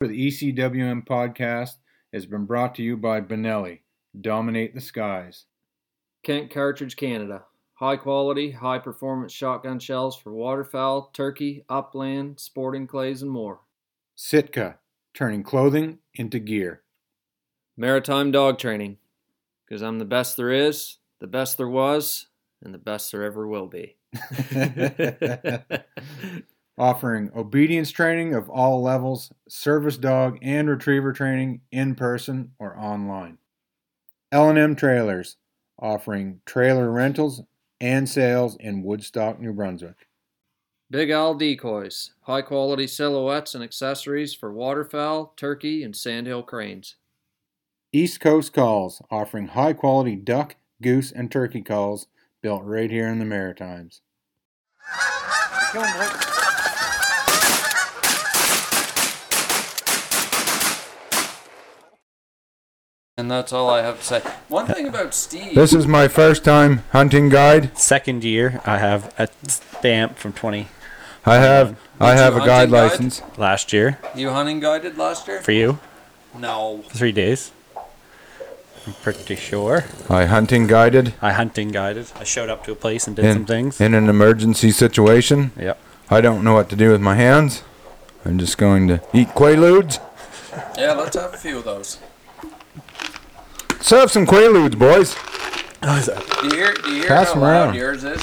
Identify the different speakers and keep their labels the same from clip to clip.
Speaker 1: For the E ECWM podcast has been brought to you by Benelli. Dominate the skies.
Speaker 2: Kent Cartridge Canada. High quality, high performance shotgun shells for waterfowl, turkey, upland, sporting clays, and more.
Speaker 1: Sitka, turning clothing into gear.
Speaker 2: Maritime dog training, because I'm the best there is, the best there was, and the best there ever will be.
Speaker 1: Offering obedience training of all levels, service dog and retriever training in person or online. L&M Trailers, offering trailer rentals and sales in Woodstock, New Brunswick.
Speaker 2: Big Owl decoys, high quality silhouettes and accessories for waterfowl, turkey, and sandhill cranes.
Speaker 1: East Coast Calls, offering high quality duck, goose, and turkey calls built right here in the Maritimes.
Speaker 2: And that's all I have to say. One thing about Steve.
Speaker 1: This is my first time hunting guide.
Speaker 3: Second year, I have a stamp from 20
Speaker 1: I have I have a
Speaker 2: Hunting
Speaker 1: guide
Speaker 2: guide?
Speaker 1: license.
Speaker 3: last year
Speaker 2: you hunting guided last year?
Speaker 3: for you.
Speaker 2: No.
Speaker 3: Three days. I'm pretty sure.
Speaker 1: I hunting guided
Speaker 3: I hunting guided. I showed up to a place and did some
Speaker 1: in,
Speaker 3: things.
Speaker 1: in an emergency situation.
Speaker 3: Yep.
Speaker 1: I don't know what to do with my hands. I'm just going to eat quaaludes.
Speaker 2: Yeah, let's have a few of those.
Speaker 1: Serve some quaaludes, boys.
Speaker 2: Do you hear, do you hear
Speaker 1: Pass
Speaker 2: how
Speaker 1: them
Speaker 2: loud
Speaker 1: around.
Speaker 2: yours is?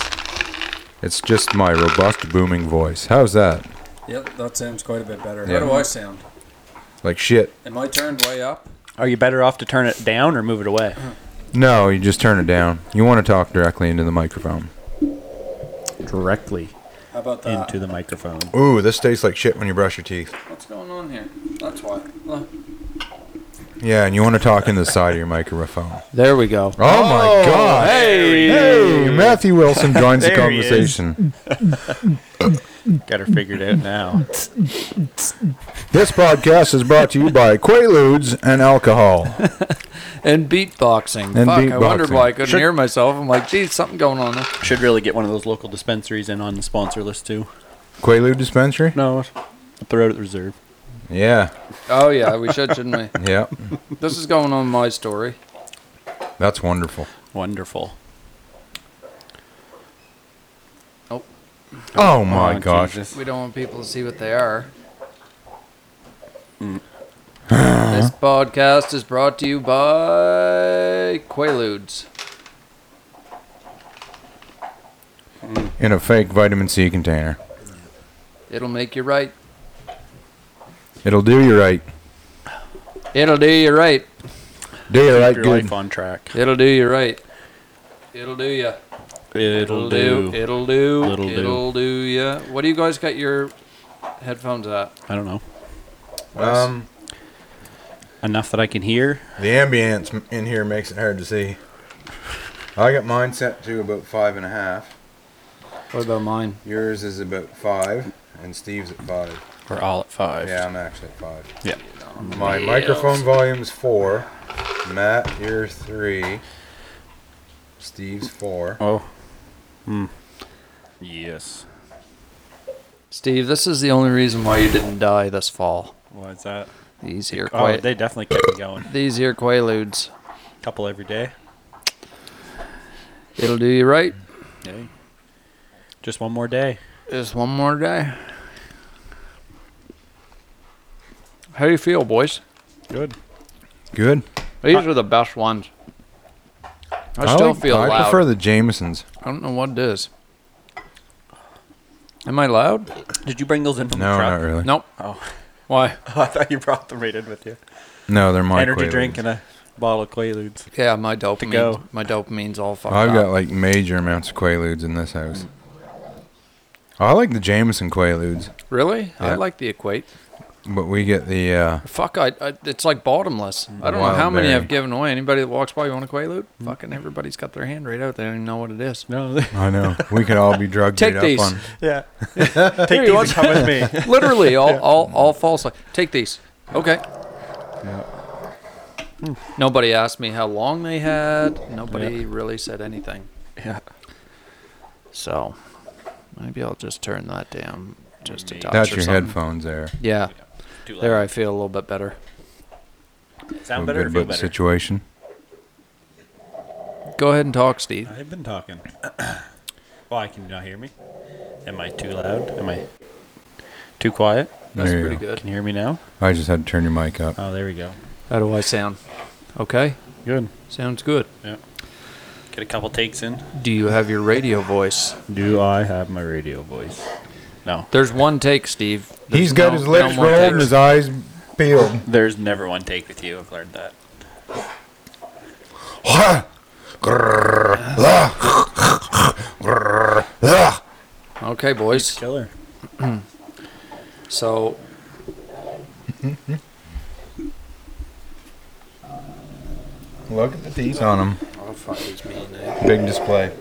Speaker 1: It's just my robust booming voice. How's that?
Speaker 4: Yep, that sounds quite a bit better.
Speaker 1: Yeah.
Speaker 4: How do I sound?
Speaker 1: Like shit.
Speaker 4: Am I turned way up?
Speaker 3: Are you better off to turn it down or move it away?
Speaker 1: No, you just turn it down. You want to talk directly into the microphone.
Speaker 3: Directly
Speaker 4: How about that?
Speaker 3: into the microphone.
Speaker 1: Ooh, this tastes like shit when you brush your teeth.
Speaker 4: What's going on here? That's why. Look.
Speaker 1: Yeah, and you want to talk into the side of your microphone.
Speaker 3: There we go.
Speaker 1: Oh, my god.
Speaker 3: Hey!
Speaker 1: Hey, Matthew Wilson joins the
Speaker 3: There he is.
Speaker 1: conversation.
Speaker 3: Got her figured out now.
Speaker 1: This podcast is brought to you by Quaaludes and alcohol.
Speaker 2: And beatboxing.
Speaker 1: And
Speaker 2: Fuck, I wondered
Speaker 1: beatboxing.
Speaker 2: why I couldn't
Speaker 3: Should-
Speaker 2: hear myself. I'm like, geez, something going on there.
Speaker 3: Should really get one of those local dispensaries in on the sponsor list too.
Speaker 1: Quaalude dispensary?
Speaker 3: No, up the road at the reserve.
Speaker 1: Yeah.
Speaker 2: Oh, yeah, we should, shouldn't
Speaker 1: Yeah.
Speaker 2: we? This is going on my story.
Speaker 1: That's wonderful.
Speaker 3: Wonderful.
Speaker 1: Oh my
Speaker 3: Oh,
Speaker 1: gosh.
Speaker 3: Jesus.
Speaker 2: We don't want people to see what they are.
Speaker 1: Mm.
Speaker 2: this podcast is brought to you by Quaaludes.
Speaker 1: In a fake vitamin C container.
Speaker 2: It'll make you right.
Speaker 1: It'll do you right.
Speaker 2: It'll do you right.
Speaker 1: Do you right
Speaker 3: Keep your
Speaker 1: good.
Speaker 3: life on track.
Speaker 2: It'll do you right. It'll do ya.
Speaker 3: It'll do.
Speaker 2: It'll do.
Speaker 3: It'll
Speaker 2: It'll,
Speaker 3: do.
Speaker 2: do ya. What do you guys got your headphones at?
Speaker 3: I don't know.
Speaker 1: Um,
Speaker 3: Enough that I can hear.
Speaker 1: the ambience m- in here makes it hard to see. I got mine set to about five and a half.
Speaker 2: What about mine?
Speaker 1: Yours is about five, and Steve's at five.
Speaker 3: We're all at five.
Speaker 1: Yeah, I'm actually at five.
Speaker 3: Yeah.
Speaker 1: My microphone volume's four. Matt, you're three. Steve's four.
Speaker 3: Oh. Hmm. Yes.
Speaker 2: Steve, this is the only reason why you didn't die this fall.
Speaker 3: What's that?
Speaker 2: These here,
Speaker 3: Oh,
Speaker 2: qua-
Speaker 3: they definitely kept me going.
Speaker 2: these here Quaaludes.
Speaker 3: Couple every day.
Speaker 2: It'll do you right.
Speaker 3: Yay. Just one more day.
Speaker 2: Just one more day. How you feel, boys?
Speaker 3: Good.
Speaker 1: Good.
Speaker 2: These are the best ones. I, still
Speaker 1: like-
Speaker 2: feel
Speaker 1: I
Speaker 2: loud.
Speaker 1: prefer the Jamesons.
Speaker 2: I don't know what it is. Am I loud?
Speaker 3: Did you bring those in from
Speaker 1: No,
Speaker 3: the truck?
Speaker 1: not really.
Speaker 2: Nope.
Speaker 3: Oh,
Speaker 2: Why?
Speaker 3: I thought you brought them right in with you.
Speaker 1: No, they're my
Speaker 3: Energy
Speaker 1: Quaaludes.
Speaker 3: drink and a bottle of Quaaludes.
Speaker 2: Yeah, my dopamine.
Speaker 3: go.
Speaker 2: My dopamine's all fucked
Speaker 1: I've
Speaker 2: up.
Speaker 1: got like major amounts of Quaaludes in this house. I like the Jameson Quaaludes,
Speaker 2: really? I
Speaker 1: Yeah.
Speaker 2: like the equate.
Speaker 1: but we get the uh,
Speaker 2: Fuck, I, I it's like bottomless. I don't
Speaker 1: Wild
Speaker 2: know how many
Speaker 1: berry. Mm-hmm.
Speaker 2: I've given away. Anybody that walks by, you want a Quaalude? Fucking everybody's got their hand right out. They don't even know what it is.
Speaker 3: No.
Speaker 1: I know we could all be drugged
Speaker 2: Take
Speaker 1: right
Speaker 2: these.
Speaker 1: up on.
Speaker 3: yeah. Take these and come with me.
Speaker 2: Literally, all all all false. li- Take these. Okay. Nobody asked me how long they had. Nobody really said anything.
Speaker 3: Yeah.
Speaker 2: So maybe I'll just turn that down just a touch.
Speaker 1: That's
Speaker 2: or
Speaker 1: your
Speaker 2: something.
Speaker 1: headphones there.
Speaker 2: Yeah.
Speaker 3: too loud.
Speaker 2: There, I feel a little bit better.
Speaker 3: Sound better?
Speaker 5: Feel good
Speaker 3: Feel
Speaker 5: about the
Speaker 3: better.
Speaker 5: situation.
Speaker 2: Go ahead and talk, Steve.
Speaker 3: I've been talking. Why can you not hear me? Am I too loud? Am I too quiet?
Speaker 2: That's
Speaker 5: There you
Speaker 2: pretty
Speaker 5: go.
Speaker 2: good.
Speaker 3: Can you hear me now?
Speaker 5: I just had to turn your mic up.
Speaker 3: Oh, there we go.
Speaker 2: How do I sound? Okay,
Speaker 3: Good.
Speaker 2: sounds good.
Speaker 3: Yeah. Get a couple takes in.
Speaker 2: Do you have your radio voice?
Speaker 3: Do I have my radio voice? No.
Speaker 2: There's one take, Steve. There's
Speaker 5: He's got
Speaker 2: no-
Speaker 5: his lips
Speaker 2: no more
Speaker 5: rolled and
Speaker 2: takes.
Speaker 5: his eyes peeled.
Speaker 3: There's never one take with you. I've learned that.
Speaker 2: Okay, boys.
Speaker 3: Killer.
Speaker 2: So.
Speaker 5: Look at the teeth on him.
Speaker 2: Oh, fuck, he's mean,
Speaker 5: Big display.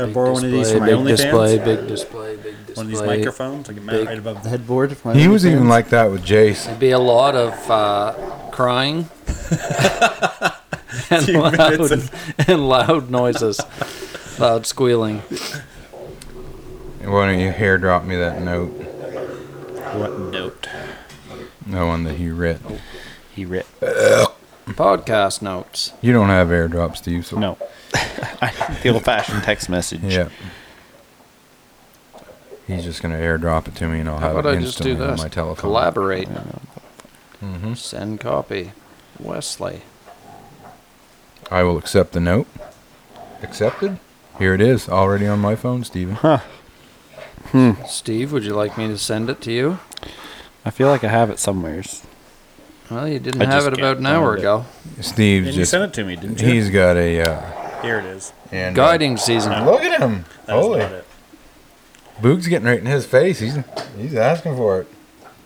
Speaker 3: I borrow one of these for my
Speaker 2: big
Speaker 3: OnlyFans.
Speaker 2: display, big display, big display.
Speaker 3: One of these microphones. I can mount
Speaker 2: Big.
Speaker 3: right above the headboard. for my
Speaker 5: He was
Speaker 3: OnlyFans.
Speaker 5: even like that with Jace.
Speaker 2: There'd be a lot of uh, crying and,
Speaker 3: Two minutes
Speaker 2: loud, and loud noises, loud squealing.
Speaker 5: Why don't you hair drop me that note?
Speaker 3: What note?
Speaker 5: The one that he writ.
Speaker 3: He ripped.
Speaker 2: Podcast notes.
Speaker 5: You don't have airdrops, Steve. So
Speaker 3: No. the old fashioned text message.
Speaker 5: Yeah. He's just gonna airdrop it to me, and I'll
Speaker 2: How
Speaker 5: have
Speaker 2: about
Speaker 5: it
Speaker 2: I just do
Speaker 5: instantly on
Speaker 2: this?
Speaker 5: my telephone. Mm-hmm.
Speaker 2: Collaborate. Send copy. Wesley.
Speaker 5: I will accept the note. Accepted. Here it is, already on my phone, Steven.
Speaker 2: Steve, would you like me to send it to you?
Speaker 3: I feel like I have it somewheres.
Speaker 2: Well, you didn't
Speaker 3: I
Speaker 2: have
Speaker 3: just
Speaker 2: it about
Speaker 3: can't
Speaker 2: an hour
Speaker 3: find it.
Speaker 2: ago.
Speaker 5: Steve's
Speaker 3: And you
Speaker 5: just.
Speaker 3: sent it to me, didn't you?
Speaker 5: He's got a. Uh,
Speaker 3: Here it is.
Speaker 5: and
Speaker 2: Guiding season.
Speaker 5: Look at him!
Speaker 3: That is
Speaker 5: Holy,
Speaker 3: not it.
Speaker 5: Boog's getting right in his face. He's he's asking for it.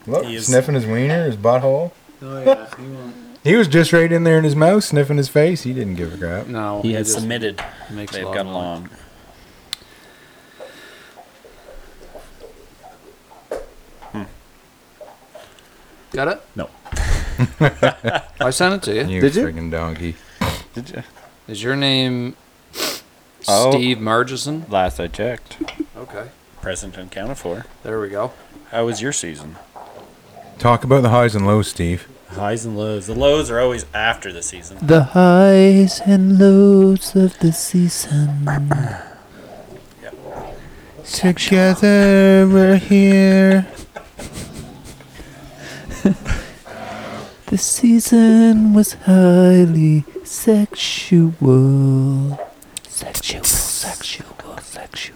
Speaker 5: Look,
Speaker 3: He is-
Speaker 5: sniffing his wiener, his butthole.
Speaker 4: Oh yeah, he won't.
Speaker 5: He was just right in there in his mouth, sniffing his face. He didn't give a crap.
Speaker 2: No,
Speaker 3: He has
Speaker 2: just
Speaker 3: submitted.
Speaker 2: makes a
Speaker 3: They've
Speaker 2: lot
Speaker 3: got
Speaker 2: of noise.
Speaker 3: along.
Speaker 2: Got it?
Speaker 3: No.
Speaker 2: I sent it to you.
Speaker 5: You
Speaker 3: Did you?
Speaker 5: friggin' donkey.
Speaker 3: Did you?
Speaker 2: Is your name
Speaker 3: Oh.
Speaker 2: Steve Margeson?
Speaker 3: Last I checked.
Speaker 2: Okay.
Speaker 3: Present and counted for.
Speaker 2: There we go.
Speaker 3: How was your season?
Speaker 5: Talk about the highs and lows, Steve.
Speaker 3: Highs and lows. The lows are always after the season.
Speaker 6: The highs and lows of the season. Together we're here. the season was highly sexual. Sexual, sexual, sexual.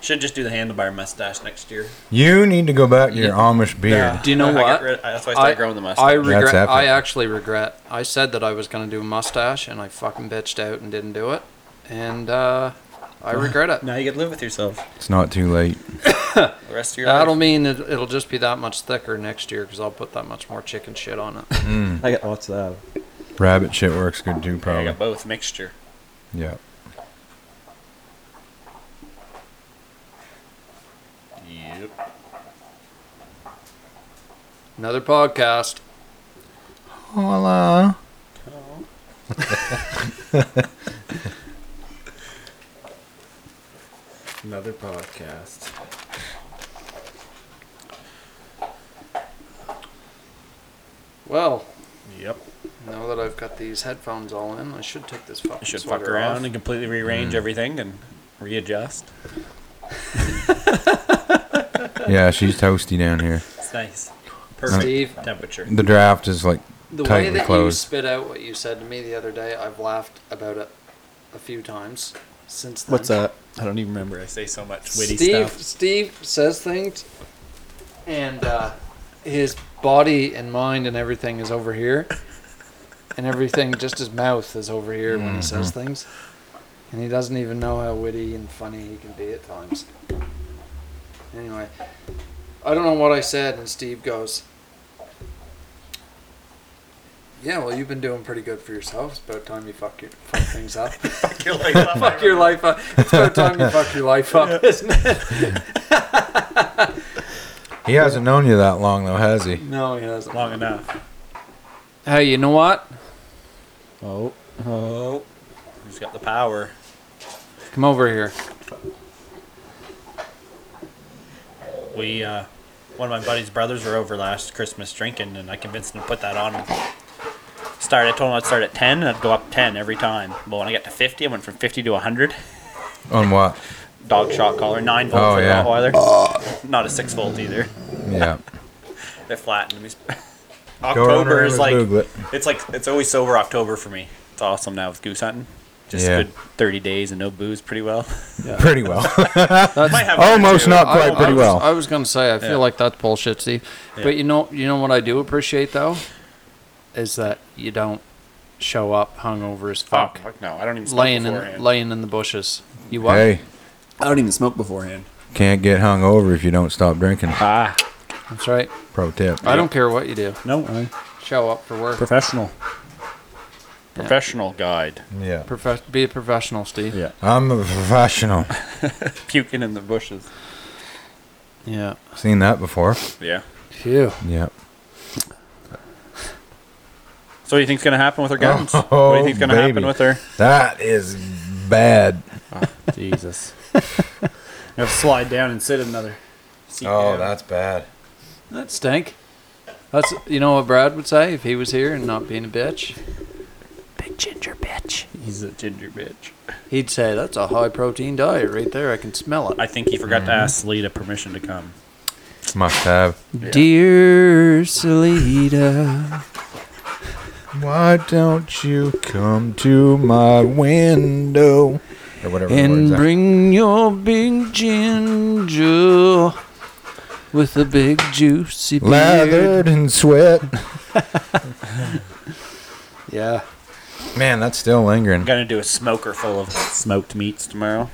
Speaker 3: Should just do the handlebar mustache next year.
Speaker 5: You need to go back to your Amish beard.
Speaker 2: Do you know
Speaker 3: I
Speaker 2: what?
Speaker 3: got rid- that's why I started growing the mustache.
Speaker 2: I
Speaker 5: That's
Speaker 2: regret.
Speaker 5: epic.
Speaker 2: I actually regret. I said that I was going to do a mustache, and I fucking bitched out and didn't do it, and uh, I regret it.
Speaker 3: now you can live with yourself
Speaker 5: It's not too late.
Speaker 3: the rest of your
Speaker 2: That'll
Speaker 3: life.
Speaker 2: mean it, it'll just be that much thicker next year because I'll put that much more chicken shit on it.
Speaker 3: I got oh, lots of that.
Speaker 5: Rabbit shit works good too,
Speaker 3: I
Speaker 5: probably.
Speaker 3: got both mixture.
Speaker 5: Yeah.
Speaker 3: Yep.
Speaker 2: Another podcast.
Speaker 5: Hola.
Speaker 3: Another podcast.
Speaker 2: Well,
Speaker 3: Yep.
Speaker 2: now that I've got these headphones all in, I should take this fucking
Speaker 3: You should fuck
Speaker 2: sweater
Speaker 3: around
Speaker 2: off.
Speaker 3: and completely rearrange everything and readjust.
Speaker 5: Yeah, she's toasty down here.
Speaker 3: It's nice. Perfect
Speaker 2: Steve.
Speaker 3: temperature.
Speaker 5: The draft is like
Speaker 2: The way
Speaker 5: tightly
Speaker 2: that you
Speaker 5: closed.
Speaker 2: spit out what you said to me the other day, I've laughed about it a few times since then.
Speaker 3: What's that? I don't even remember. I say so much witty
Speaker 2: Steve,
Speaker 3: stuff.
Speaker 2: Steve says things, and uh, his body and mind and everything is over here, and everything just his mouth is over here when he says
Speaker 3: Mm-hmm.
Speaker 2: things, and he doesn't even know how witty and funny he can be at times. Anyway, I don't know what I said, and Steve goes, "Yeah, well, you've been doing pretty good for yourself. It's about time you fuck your fuck things up."
Speaker 3: Fuck your life up.
Speaker 2: fuck your life up. It's about time you fuck your life up, isn't it?
Speaker 5: He hasn't known you that long though, has he?
Speaker 2: No, he hasn't.
Speaker 3: long enough.
Speaker 2: Hey, you know what?
Speaker 3: Oh. Oh. Who's got the power?
Speaker 2: Come over here.
Speaker 3: We uh One of my buddy's brothers were over last Christmas drinking, and I convinced him to put that on. Start. I told him I'd start at ten, and I'd go up ten every time. But when I got to fifty, I went from fifty to hundred.
Speaker 5: On what?
Speaker 3: Dog shot collar, nine volt
Speaker 5: Oh,
Speaker 3: for
Speaker 5: yeah.
Speaker 3: yeah. Not a six volt either.
Speaker 5: Yeah.
Speaker 3: They're flattened. me.
Speaker 5: Go on
Speaker 3: October
Speaker 5: around
Speaker 3: is
Speaker 5: and
Speaker 3: like
Speaker 5: Google it.
Speaker 3: it's like it's always sober October for me. It's awesome now with goose hunting. Just
Speaker 5: Yeah.
Speaker 3: a good thirty days and no booze, pretty well.
Speaker 5: Pretty well.
Speaker 3: Might have
Speaker 5: Almost
Speaker 3: one or
Speaker 5: not
Speaker 3: two.
Speaker 5: quite
Speaker 2: I
Speaker 5: pretty
Speaker 2: was,
Speaker 5: well.
Speaker 2: I was gonna say I feel
Speaker 3: Yeah.
Speaker 2: like that's bullshit, Steve. But you know, you know what I do appreciate though, is that you don't show up hungover as
Speaker 3: Oh,
Speaker 2: fuck,
Speaker 3: fuck no, I don't even. smoke
Speaker 2: laying in
Speaker 3: beforehand.
Speaker 2: laying in the bushes. You what?
Speaker 5: Hey,
Speaker 4: I don't even smoke beforehand.
Speaker 5: can't get hung over if you don't stop drinking.
Speaker 3: ah,
Speaker 2: That's right.
Speaker 5: Pro tip.
Speaker 2: I don't care what you do.
Speaker 3: no,
Speaker 2: Show up for work.
Speaker 4: Professional.
Speaker 3: professional guide.
Speaker 5: Yeah.
Speaker 2: Profe- be a professional, Steve.
Speaker 3: Yeah.
Speaker 5: I'm a professional.
Speaker 3: Puking in the bushes.
Speaker 2: Yeah.
Speaker 5: Seen that before.
Speaker 3: Yeah.
Speaker 2: Phew.
Speaker 5: Yeah.
Speaker 3: So what do you think's gonna happen with her guns?
Speaker 5: Oh,
Speaker 3: what do you think's gonna happen
Speaker 5: baby.
Speaker 3: with her?
Speaker 5: That is bad.
Speaker 3: Jesus. I have to slide down and sit another. seat down.
Speaker 5: Oh, bad.
Speaker 2: That stink. That's you know what Brad would say if he was here and not being a bitch. Big ginger bitch.
Speaker 3: he's a ginger bitch.
Speaker 2: He'd say that's a high protein diet right there. I can smell it.
Speaker 3: I think he forgot to ask Lita permission to come.
Speaker 5: Must have.
Speaker 2: Dear Salida.
Speaker 5: Why don't you come to my window? Or whatever the
Speaker 2: And
Speaker 5: words are.
Speaker 2: bring your big ginger with a big juicy beard.
Speaker 5: Lathered in sweat.
Speaker 2: Yeah.
Speaker 5: Man, that's still
Speaker 3: I'm
Speaker 5: lingering.
Speaker 3: gonna do a smoker full of smoked meats tomorrow.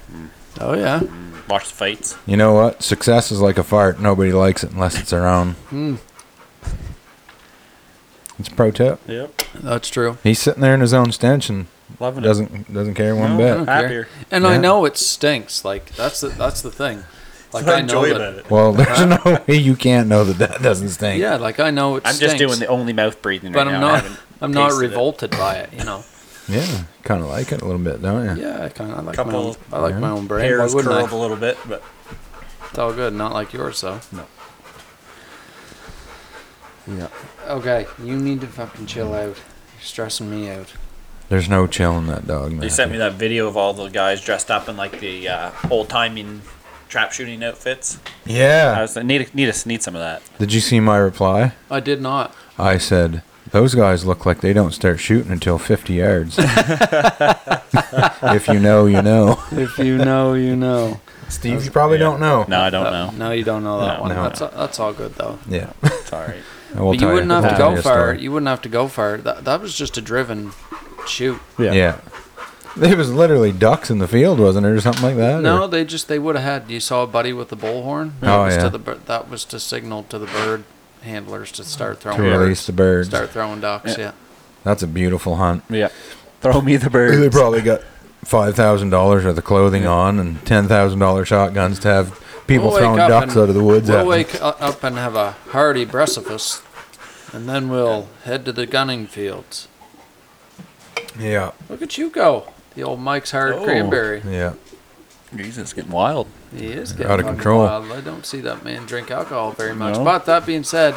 Speaker 2: Oh yeah.
Speaker 3: Watch the fights.
Speaker 5: You know what? Success is like a fart. Nobody likes it unless it's their own.
Speaker 3: Hmm.
Speaker 5: It's a pro tip.
Speaker 3: Yep.
Speaker 2: That's true.
Speaker 5: He's sitting there in his own stench and
Speaker 3: Loving it.
Speaker 5: doesn't doesn't care one
Speaker 3: No,
Speaker 5: bit.
Speaker 2: I don't
Speaker 3: Happier.
Speaker 2: care. And I
Speaker 5: Yeah.
Speaker 2: know it stinks. Like that's the that's the thing. Like
Speaker 3: That's what I
Speaker 2: I know
Speaker 3: enjoy
Speaker 2: that-
Speaker 3: about it.
Speaker 5: Well, there's no way you can't know that that doesn't stink.
Speaker 2: Yeah, like I know it
Speaker 3: I'm
Speaker 2: stinks.
Speaker 3: just doing the only mouth breathing
Speaker 2: but
Speaker 3: right
Speaker 2: I'm
Speaker 3: now. I
Speaker 2: not
Speaker 3: haven't
Speaker 2: I'm not
Speaker 3: tasted it.
Speaker 2: revolted by it, you know.
Speaker 5: yeah. Kind of like it a little bit, don't you?
Speaker 2: Yeah, I kind of like my
Speaker 3: Couple
Speaker 2: own, I like my own brain. Why
Speaker 3: Hairs
Speaker 2: wouldn't
Speaker 3: curled a
Speaker 2: I?
Speaker 3: little bit, but
Speaker 2: It's all good, not like yours, though.
Speaker 3: No.
Speaker 2: Yeah. Okay, you need to fucking chill out. You're stressing me out.
Speaker 5: There's no chilling that dog.
Speaker 3: they sent me that video of all the guys dressed up in like the uh, old timing trap shooting outfits. I
Speaker 5: Yeah.
Speaker 3: was like, need need us need some of that.
Speaker 5: Did you see my reply?
Speaker 2: I did not.
Speaker 5: I said, "Those guys look like they don't start shooting until 50 yards." if you know, you know.
Speaker 2: If you know, you know.
Speaker 5: Steve, you probably don't know.
Speaker 3: No, I don't know.
Speaker 2: No, you don't know that
Speaker 3: No,
Speaker 2: one.
Speaker 5: no.
Speaker 2: That's that's all good though.
Speaker 5: Yeah.
Speaker 3: Sorry.
Speaker 5: I will
Speaker 2: but you
Speaker 5: tell
Speaker 2: wouldn't
Speaker 5: I
Speaker 2: have
Speaker 5: will
Speaker 2: to
Speaker 5: tell you
Speaker 2: go
Speaker 5: a
Speaker 2: far.
Speaker 5: story.
Speaker 2: You wouldn't have to go far. That that was just a driven shoot.
Speaker 5: Yeah. There was literally ducks in the field, wasn't there, or something like that?
Speaker 2: No,
Speaker 5: or-
Speaker 2: they just they would have had. You saw a buddy with the bullhorn. that
Speaker 5: Oh,
Speaker 2: was
Speaker 5: yeah.
Speaker 2: To the, bir- that was to signal to the bird handlers to start throwing
Speaker 5: to
Speaker 2: birds.
Speaker 5: release the birds.
Speaker 2: Start throwing ducks. Yeah.
Speaker 5: That's a beautiful hunt.
Speaker 3: Yeah. Throw me the
Speaker 5: They
Speaker 3: bird.
Speaker 5: probably got five thousand dollars worth of clothing on and ten thousand dollar shotguns to have people
Speaker 2: We'll wake
Speaker 5: throwing
Speaker 2: up
Speaker 5: ducks
Speaker 2: and-
Speaker 5: out of the woods.
Speaker 2: We'll
Speaker 5: at them.
Speaker 2: wake u- up and have a hearty breakfast, and then we'll head to the gunning fields.
Speaker 5: Yeah,
Speaker 2: Look at you go, the old Mike's hard
Speaker 3: Oh.
Speaker 2: cranberry.
Speaker 5: yeah.
Speaker 3: Jesus, getting wild.
Speaker 2: He is getting
Speaker 5: Out of
Speaker 2: fucking
Speaker 5: control.
Speaker 2: wild. I don't see that man drink alcohol very much.
Speaker 3: No.
Speaker 2: But that being said,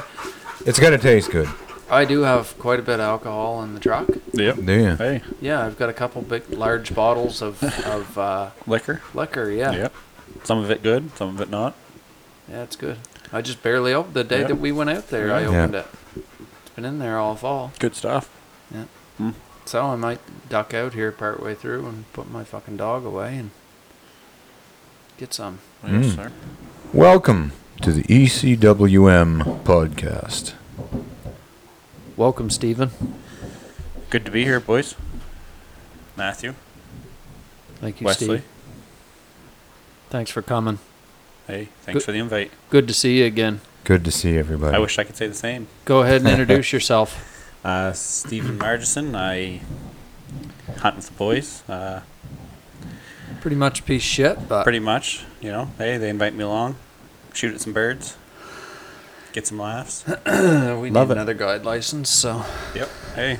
Speaker 5: It's got to taste good,
Speaker 2: I do have quite a bit of alcohol in the truck.
Speaker 3: Yep.
Speaker 5: do you?
Speaker 3: Hey,
Speaker 2: Yeah, I've got a couple big, large bottles of of uh,
Speaker 3: liquor.
Speaker 2: liquor. Yeah.
Speaker 3: Yep. Some of it good, some of it not.
Speaker 2: Yeah, it's good. I just barely opened the day
Speaker 3: Yeah.
Speaker 2: that we went out there. I
Speaker 5: Yeah.
Speaker 2: opened it. It's been in there all fall,
Speaker 3: Good stuff.
Speaker 2: so I might duck out here partway through and put my fucking dog away and get some.
Speaker 3: Yes, sir.
Speaker 5: Welcome to the E ECWM podcast.
Speaker 2: Welcome, Stephen.
Speaker 3: Good to be here, boys. Matthew,
Speaker 2: Thank you,
Speaker 3: Wesley.
Speaker 2: Steve. Thanks for coming.
Speaker 3: Hey, thanks
Speaker 2: Good-
Speaker 3: for the invite.
Speaker 2: Good to see you again.
Speaker 5: Good to see everybody.
Speaker 3: I wish I could say the same.
Speaker 2: Go ahead and introduce yourself.
Speaker 3: Uh, Stephen Margison, I hunt with the boys, uh,
Speaker 2: Pretty much a piece of shit,
Speaker 4: Uh,
Speaker 2: but
Speaker 3: pretty much. You know, hey, they invite me along, shoot at some birds, get some laughs.
Speaker 2: uh, we
Speaker 3: Love
Speaker 2: need
Speaker 3: it.
Speaker 2: another guide license, so
Speaker 3: yep. Hey,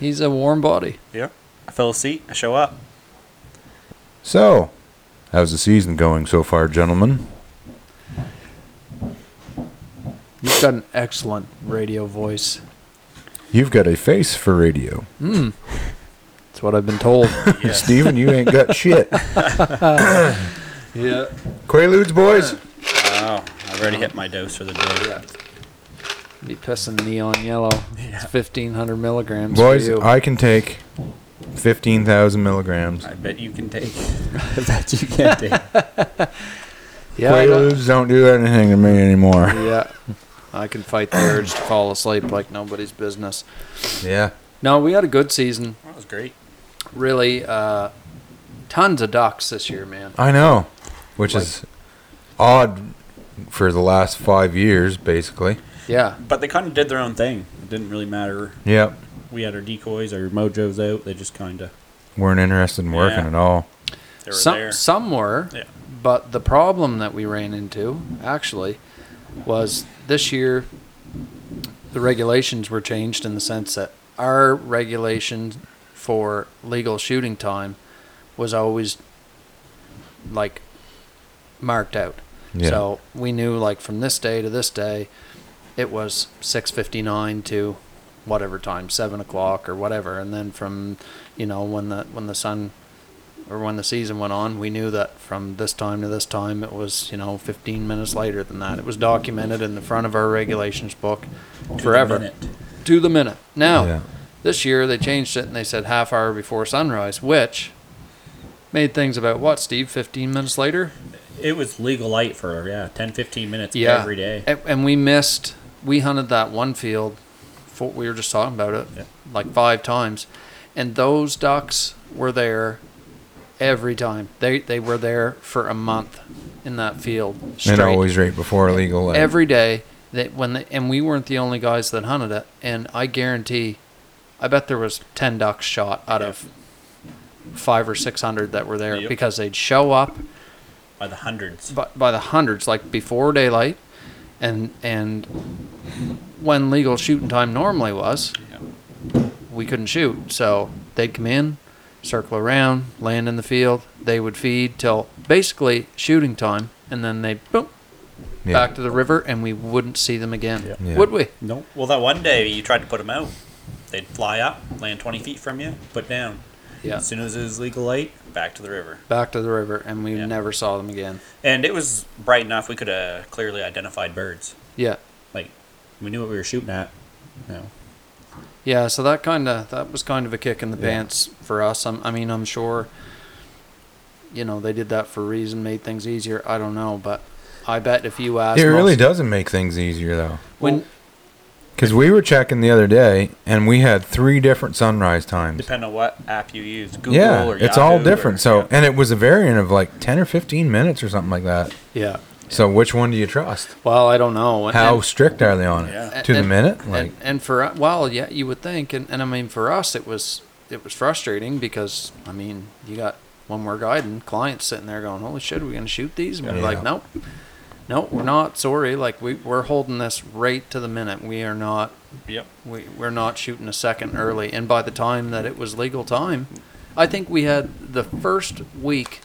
Speaker 2: he's a warm body.
Speaker 3: yep. I fill a seat. I show up.
Speaker 5: So, how's the season going so far, gentlemen?
Speaker 2: You've got an excellent radio voice.
Speaker 5: You've got a face for radio.
Speaker 2: That's what I've been told.
Speaker 5: Steven, you ain't got shit.
Speaker 2: yeah.
Speaker 5: Quaaludes, boys.
Speaker 3: Oh, I've already hit my dose for the day.
Speaker 2: Be pissing neon yellow. It's 1500 milligrams.
Speaker 5: Boys,
Speaker 2: for you.
Speaker 5: I can take 15,000 milligrams.
Speaker 3: I bet you can take.
Speaker 4: I bet you can't take.
Speaker 2: yeah, I know.
Speaker 5: Quaaludes don't do anything to me anymore.
Speaker 2: yeah. I can fight the urge to fall asleep like nobody's business.
Speaker 5: Yeah.
Speaker 2: No, we had a good season.
Speaker 3: That was great.
Speaker 2: Really, uh, tons of ducks this year, man.
Speaker 5: I know, which is odd for the last five years, basically.
Speaker 2: Yeah.
Speaker 3: But they kind of did their own thing. It didn't really matter.
Speaker 5: Yep.
Speaker 3: We had our decoys, our mojos out. They just kind of
Speaker 5: Weren't interested in working
Speaker 3: Yeah.
Speaker 5: at all.
Speaker 3: they were
Speaker 2: Some
Speaker 3: there.
Speaker 2: some were,
Speaker 3: Yeah.
Speaker 2: but the problem that we ran into actually was this year the regulations were changed in the sense that our regulation for legal shooting time was always like marked out.
Speaker 5: Yeah.
Speaker 2: So we knew like from this day to this day, it was six fifty nine to whatever time, seven o'clock or whatever, and then from you know when the when the sun or when the season went on, we knew that from this time to this time it was you know fifteen minutes later than that. It was documented in the front of our regulations book forever
Speaker 3: minute.
Speaker 2: to the minute. Now,
Speaker 5: Yeah.
Speaker 2: this year they changed it and they said half hour before sunrise, which made things about what Steve fifteen minutes later.
Speaker 3: It was legal light for yeah 10, 15 minutes every day.
Speaker 2: And, and we missed. We hunted that one field. For, we were just talking about it,
Speaker 3: Yeah.
Speaker 2: like five times, and those ducks were there every time. They they were there for a month in that field straight
Speaker 5: And always right before legal. light.
Speaker 2: every day. That when the, and we weren't the only guys that hunted it, and I guarantee, I bet there was ten ducks shot out
Speaker 3: Yeah.
Speaker 2: of five or six hundred that were there
Speaker 3: Yep.
Speaker 2: because they'd show up
Speaker 3: By the hundreds.
Speaker 2: by, by the hundreds, like before daylight, and and when legal shooting time normally was,
Speaker 3: Yeah.
Speaker 2: we couldn't shoot. So they'd come in, circle around, land in the field. They would feed till basically shooting time, and then they boom
Speaker 5: Yeah.
Speaker 2: back to the river, and we wouldn't see them again,
Speaker 3: Yep.
Speaker 5: Yeah.
Speaker 2: would we?
Speaker 3: No. Well, that one day you tried to put them out, they'd fly up, land 20 feet from you, put down.
Speaker 2: Yeah,
Speaker 3: As soon as it was legal light, back to the river.
Speaker 2: back to the river, and we
Speaker 3: Yeah.
Speaker 2: never saw them again.
Speaker 3: And it was bright enough we could have clearly identified birds.
Speaker 2: Yeah.
Speaker 3: Like, we knew what we were shooting at. No.
Speaker 2: Yeah, so that kind of that was kind of a kick in the pants for us. I'm, I mean, I'm sure you know they did that for a reason, made things easier. I don't know, but I bet if you asked,
Speaker 5: it really
Speaker 2: most-
Speaker 5: doesn't make things easier, though.
Speaker 2: When
Speaker 5: Because we were checking the other day, and we had three different sunrise times.
Speaker 3: Depending on what app you use, Google
Speaker 5: yeah,
Speaker 3: or
Speaker 5: it's
Speaker 3: Yahoo
Speaker 5: all
Speaker 3: or-
Speaker 5: different. so,
Speaker 3: yeah.
Speaker 5: and it was a variant of like ten or fifteen minutes or something like that.
Speaker 2: yeah,
Speaker 5: So, which one do you trust?
Speaker 2: well, I don't know And-
Speaker 5: How
Speaker 2: and-
Speaker 5: strict are they on it?
Speaker 3: Yeah.
Speaker 5: To the
Speaker 2: and-
Speaker 5: minute?
Speaker 2: and-
Speaker 5: Like,
Speaker 2: and, for u- well, yeah, you would think, and, and I mean for us, it was it was frustrating because I mean you got when we're guiding clients sitting there going, holy shit, are we gonna shoot these? And we're
Speaker 5: Yeah.
Speaker 2: like, nope, nope, we're not. Sorry, like we we're holding this right to the minute. We are not
Speaker 3: Yep.
Speaker 2: we, we're not shooting a second early. And by the time that it was legal time, I think we had the first week,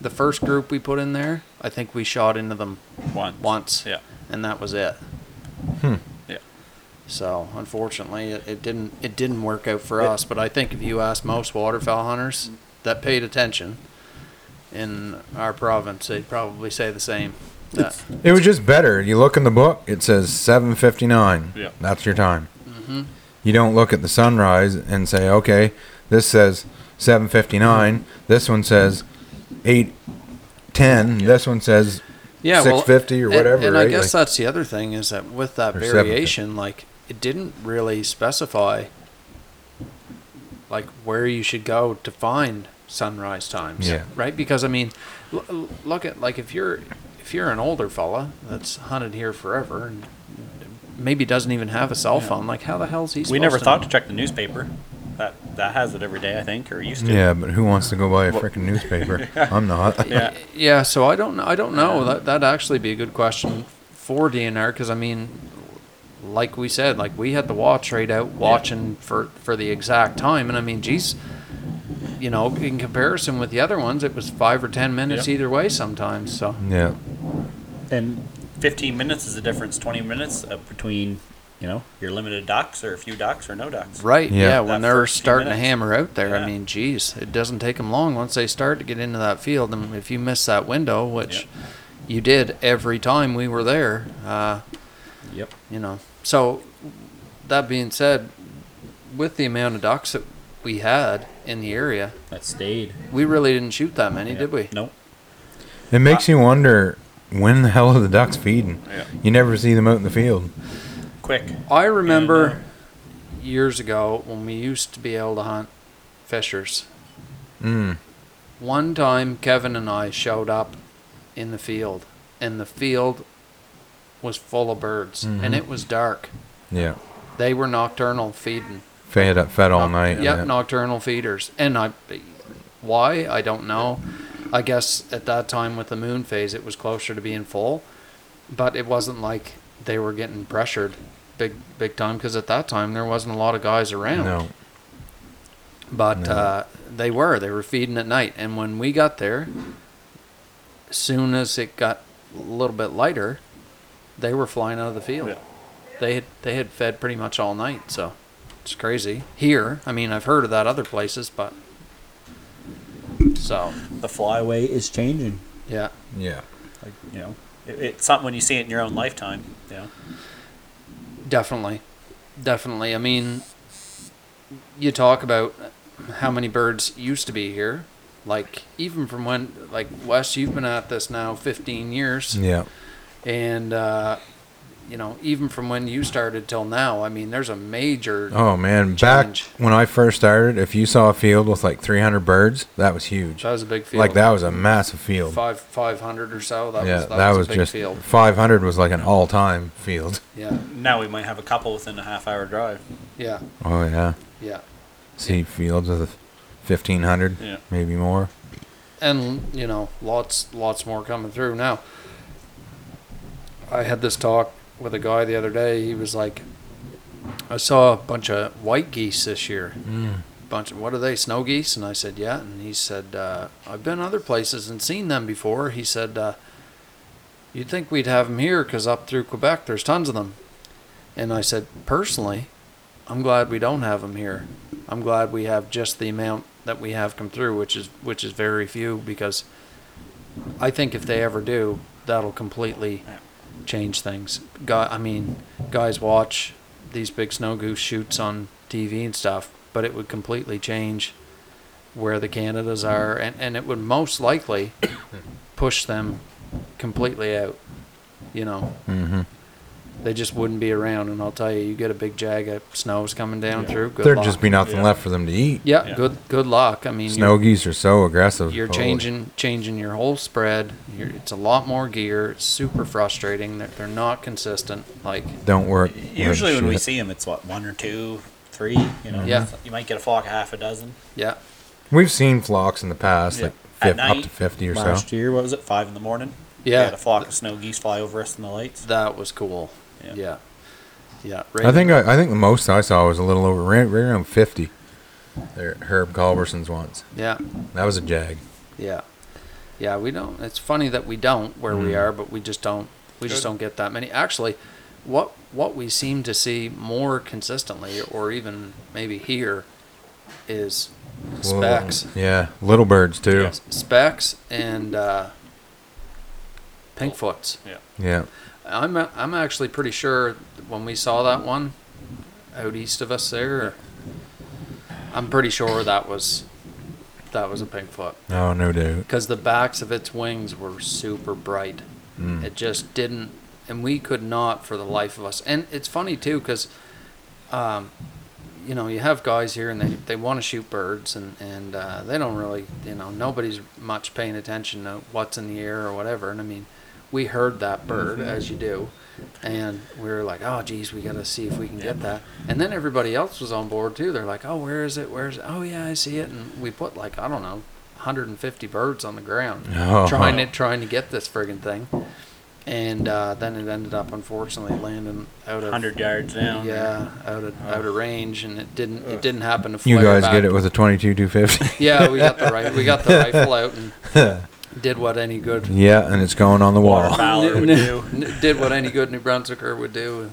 Speaker 2: the first group we put in there, I think we shot into them
Speaker 3: Once.
Speaker 2: once.
Speaker 3: Yeah.
Speaker 2: And that was it.
Speaker 3: Yeah.
Speaker 2: So unfortunately, it, it didn't it didn't work out for us. But I think if you ask most waterfowl hunters that paid attention in our province, they'd probably say the same. That,
Speaker 5: It was just better. You look in the book, it says 7:59.
Speaker 3: Yeah.
Speaker 5: That's your time. You don't look at the sunrise and say, "Okay, this says 7:59. This one says 8:10. This one says
Speaker 2: yeah, well,
Speaker 5: 650 or
Speaker 2: and-
Speaker 5: whatever,
Speaker 2: And,
Speaker 5: right?
Speaker 2: I guess
Speaker 5: Like-
Speaker 2: that's the other thing is that with that
Speaker 5: Or seven.
Speaker 2: variation, like it didn't really specify like where you should go to find sunrise times,
Speaker 5: Yeah.
Speaker 2: right? Because I mean, l- l- look at like if you're if you're an older fella that's hunted here forever and maybe doesn't even have a cell phone, like how the hell's he?
Speaker 3: We never
Speaker 2: supposed
Speaker 3: thought
Speaker 2: know?
Speaker 3: to check the newspaper. That that has it every day, I think, or used to.
Speaker 5: yeah, but who wants to go buy a freaking newspaper? I'm not.
Speaker 3: Yeah.
Speaker 2: Yeah, so I don't, I don't know. That that'd actually be a good question for DNR because I mean, like we said, like we had the watch right out watching for for the exact time, and I mean, geez, you know, in comparison with the other ones, it was five or ten minutes
Speaker 3: Yeah.
Speaker 2: either way sometimes. So
Speaker 5: Yeah.
Speaker 3: And 15 minutes is the difference, 20 minutes uh, between, you know, your limited docks or a few docks or no docks.
Speaker 2: Right.
Speaker 5: Yeah.
Speaker 2: Yeah. when
Speaker 3: That
Speaker 2: they're
Speaker 3: first few
Speaker 2: starting to
Speaker 3: minutes.
Speaker 2: hammer out there, I
Speaker 3: Yeah.
Speaker 2: mean, geez, it doesn't take them long once they start to get into that field. And if you miss that window, which you did every time we were there, uh,
Speaker 3: Yep.
Speaker 2: you know. So that being said, with the amount of ducks that we had in the area,
Speaker 3: That stayed.
Speaker 2: we really didn't shoot that many,
Speaker 3: Yep.
Speaker 2: did we?
Speaker 3: Nope.
Speaker 5: It makes you wonder when the hell are the ducks feeding?
Speaker 3: Yeah.
Speaker 5: You never see them out in the field.
Speaker 3: Quick.
Speaker 2: I remember years ago when we used to be able to hunt fishers.
Speaker 5: Mm.
Speaker 2: One time, Kevin and I showed up in the field, and the field was full of birds, and it was dark.
Speaker 5: Yeah.
Speaker 2: They were nocturnal feeding.
Speaker 5: Fed up, fed all
Speaker 2: Noc-
Speaker 5: night.
Speaker 2: Yep, nocturnal feeders. And I, why I don't know. I guess at that time with the moon phase, it was closer to being full, but it wasn't like they were getting pressured big big time because at that time there wasn't a lot of guys around.
Speaker 5: No.
Speaker 2: But uh, they were. They were feeding at night. And when we got there, soon as it got a little bit lighter, they were flying out of the field. They had they had fed pretty much all night, so it's crazy. Here, I mean, I've heard of that other places, but so
Speaker 3: The flyway is changing.
Speaker 2: yeah,
Speaker 5: Yeah.
Speaker 3: Like, you know, it, it's something when you see it in your own lifetime. You know,
Speaker 2: definitely, definitely. I mean, you talk about how many birds used to be here, like even from when like Wes, you've been at this now fifteen years.
Speaker 5: Yeah.
Speaker 2: and uh, you know even from when you started till now i mean there's a major
Speaker 5: Oh man,
Speaker 2: Change.
Speaker 5: back when I first started, if you saw a field with like 300 birds, that was huge.
Speaker 2: that was a big field
Speaker 5: Like that was a massive field.
Speaker 2: five 500 or so that
Speaker 5: yeah,
Speaker 2: was that, was, a big
Speaker 5: just
Speaker 2: field
Speaker 5: 500 was like an all-time field.
Speaker 2: yeah
Speaker 3: now we might have a couple within a half hour drive.
Speaker 2: yeah
Speaker 5: Oh yeah,
Speaker 2: yeah
Speaker 5: see fields of 1500,
Speaker 3: Yeah.
Speaker 5: maybe more.
Speaker 2: and you know lots lots more coming through now i had this talk with a guy the other day he was like i saw a bunch of white geese this year bunch of what are they snow geese and i said yeah and he said uh, i've been other places and seen them before he said uh, you'd think we'd have them here because up through quebec there's tons of them and i said personally i'm glad we don't have them here i'm glad we have just the amount that we have come through which is which is very few because i think if they ever do that'll completely change things guy i mean guys watch these big snow goose shoots on tv and stuff but it would completely change where the canadas are and, and it would most likely push them completely out you know
Speaker 5: Mhm.
Speaker 2: they just wouldn't be around and i'll tell you you get a big jag of snows coming down through good
Speaker 5: There'd
Speaker 2: luck.
Speaker 5: just be nothing
Speaker 3: Yeah.
Speaker 5: left for them to eat.
Speaker 2: yeah,
Speaker 3: Yeah.
Speaker 2: good good luck i mean
Speaker 5: Snow geese are so aggressive.
Speaker 2: you're
Speaker 5: Holy-
Speaker 2: changing changing your whole spread. You're, it's a lot more gear. It's super frustrating. They're, they're not consistent. Like
Speaker 5: Don't work.
Speaker 3: Usually when we
Speaker 5: Shit.
Speaker 3: see them, it's what one or two, three. You know,
Speaker 2: Yeah.
Speaker 3: you might get a flock of half a dozen.
Speaker 2: yeah,
Speaker 5: We've seen flocks in the past,
Speaker 3: Yeah.
Speaker 5: like
Speaker 3: At
Speaker 5: fif- up
Speaker 3: night,
Speaker 5: to 50 or so.
Speaker 3: Last year, what was it? Five in the morning.
Speaker 2: Yeah.
Speaker 3: We had a flock of snow geese fly over us in the lights.
Speaker 2: that was cool.
Speaker 3: Yeah.
Speaker 2: Yeah, yeah.
Speaker 5: I
Speaker 2: Raven-
Speaker 5: think I, I think the most I saw was a little over right, right around 50. There, at Herb Culberson's once.
Speaker 2: Yeah,
Speaker 5: That was a jag.
Speaker 2: yeah, yeah. We don't. It's funny that we don't where we
Speaker 5: Mm.
Speaker 2: are, but we just don't. We just
Speaker 3: Good.
Speaker 2: don't get that many. Actually, what what we seem to see more consistently, or even maybe here, is
Speaker 5: Little-
Speaker 2: specs.
Speaker 5: yeah, little birds too.
Speaker 3: Yes.
Speaker 2: Specs and uh, Pinkfoots.
Speaker 5: Yeah,
Speaker 2: I'm I'm actually pretty sure that when we saw that one out east of us there, I'm pretty sure that was that was a pinkfoot
Speaker 5: oh no doubt.
Speaker 2: because the backs of its wings were super bright. It just didn't, and we could not for the life of us. And it's funny too because, um, you know, you have guys here and they, they want to shoot birds and and uh, they don't really, you know, nobody's much paying attention to what's in the air or whatever. And I mean, we heard that bird as you do, and we were like, oh geez, we got to see if we can get that. And then everybody else was on board too. They're like, oh, where is it? Where is it? Oh yeah, I see it. And we put like I don't know. 150 birds on the ground
Speaker 5: Oh.
Speaker 2: trying to trying to get this friggin' thing, and uh, then it ended up unfortunately landing out of
Speaker 3: Hundred yards down. Oh.
Speaker 2: yeah out of out of range, and it didn't it didn't happen to
Speaker 5: You
Speaker 2: flare
Speaker 5: guys
Speaker 2: back.
Speaker 5: get it with a 22 250.
Speaker 2: yeah we got the right we got the rifle out and did what any good
Speaker 5: Yeah, and it's going on the
Speaker 3: Water
Speaker 5: wall.
Speaker 3: fowler
Speaker 2: New-
Speaker 3: would
Speaker 2: new-
Speaker 3: do.
Speaker 2: n- did what any good New Brunswicker would do,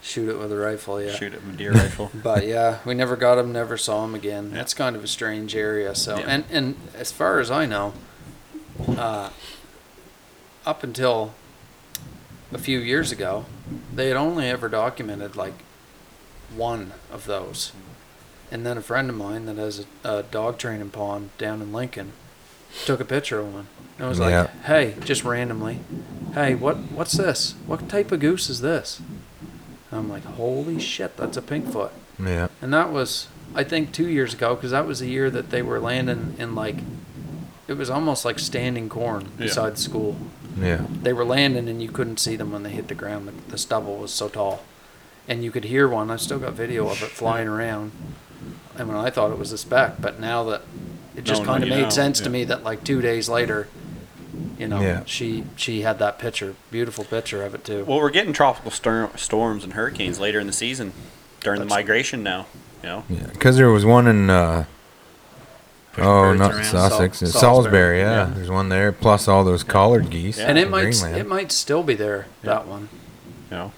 Speaker 2: shoot it with a rifle. Yeah.
Speaker 3: Shoot it with a deer rifle.
Speaker 2: But yeah, we never got him, never saw him again. That's kind of a strange area. So,
Speaker 3: Yeah.
Speaker 2: and and as far as I know, uh, up until a few years ago, they had only ever documented like one of those. And then a friend of mine that has a, a dog training pond down in Lincoln took a picture of one. And I was like,
Speaker 5: Yeah.
Speaker 2: "Hey, just randomly, hey, what what's this? What type of goose is this?" And I'm like, "Holy shit, that's a pinkfoot."
Speaker 5: Yeah.
Speaker 2: and that was I think two years ago because that was the year that they were landing in like it was almost like standing corn
Speaker 3: Yeah.
Speaker 2: beside the school.
Speaker 5: Yeah.
Speaker 2: They were landing and you couldn't see them when they hit the ground. The, the stubble was so tall, and you could hear one. I still got video of it flying around. And when I thought it was a speck, but now that it just
Speaker 3: No, no,
Speaker 2: kind of
Speaker 3: you
Speaker 2: made
Speaker 3: know,
Speaker 2: sense to
Speaker 3: yeah.
Speaker 2: me that like two days later, you know,
Speaker 5: Yeah.
Speaker 2: she she had that picture, beautiful picture of it too.
Speaker 3: Well, we're getting tropical stor- storms and hurricanes later in the season during the
Speaker 2: That's-
Speaker 3: migration now. You know,
Speaker 5: Yeah. Because there was one in, uh,
Speaker 3: Pushing
Speaker 5: oh,
Speaker 3: birds
Speaker 5: not
Speaker 3: around.
Speaker 5: Sussex,
Speaker 2: Sal-
Speaker 5: it's
Speaker 2: Salisbury,
Speaker 5: Salisbury. Yeah.
Speaker 3: yeah.
Speaker 5: There's one there, plus all those collared geese.
Speaker 3: Yeah.
Speaker 2: and it
Speaker 5: in
Speaker 2: might
Speaker 5: Greenland.
Speaker 2: it might still be there that one.
Speaker 3: You know,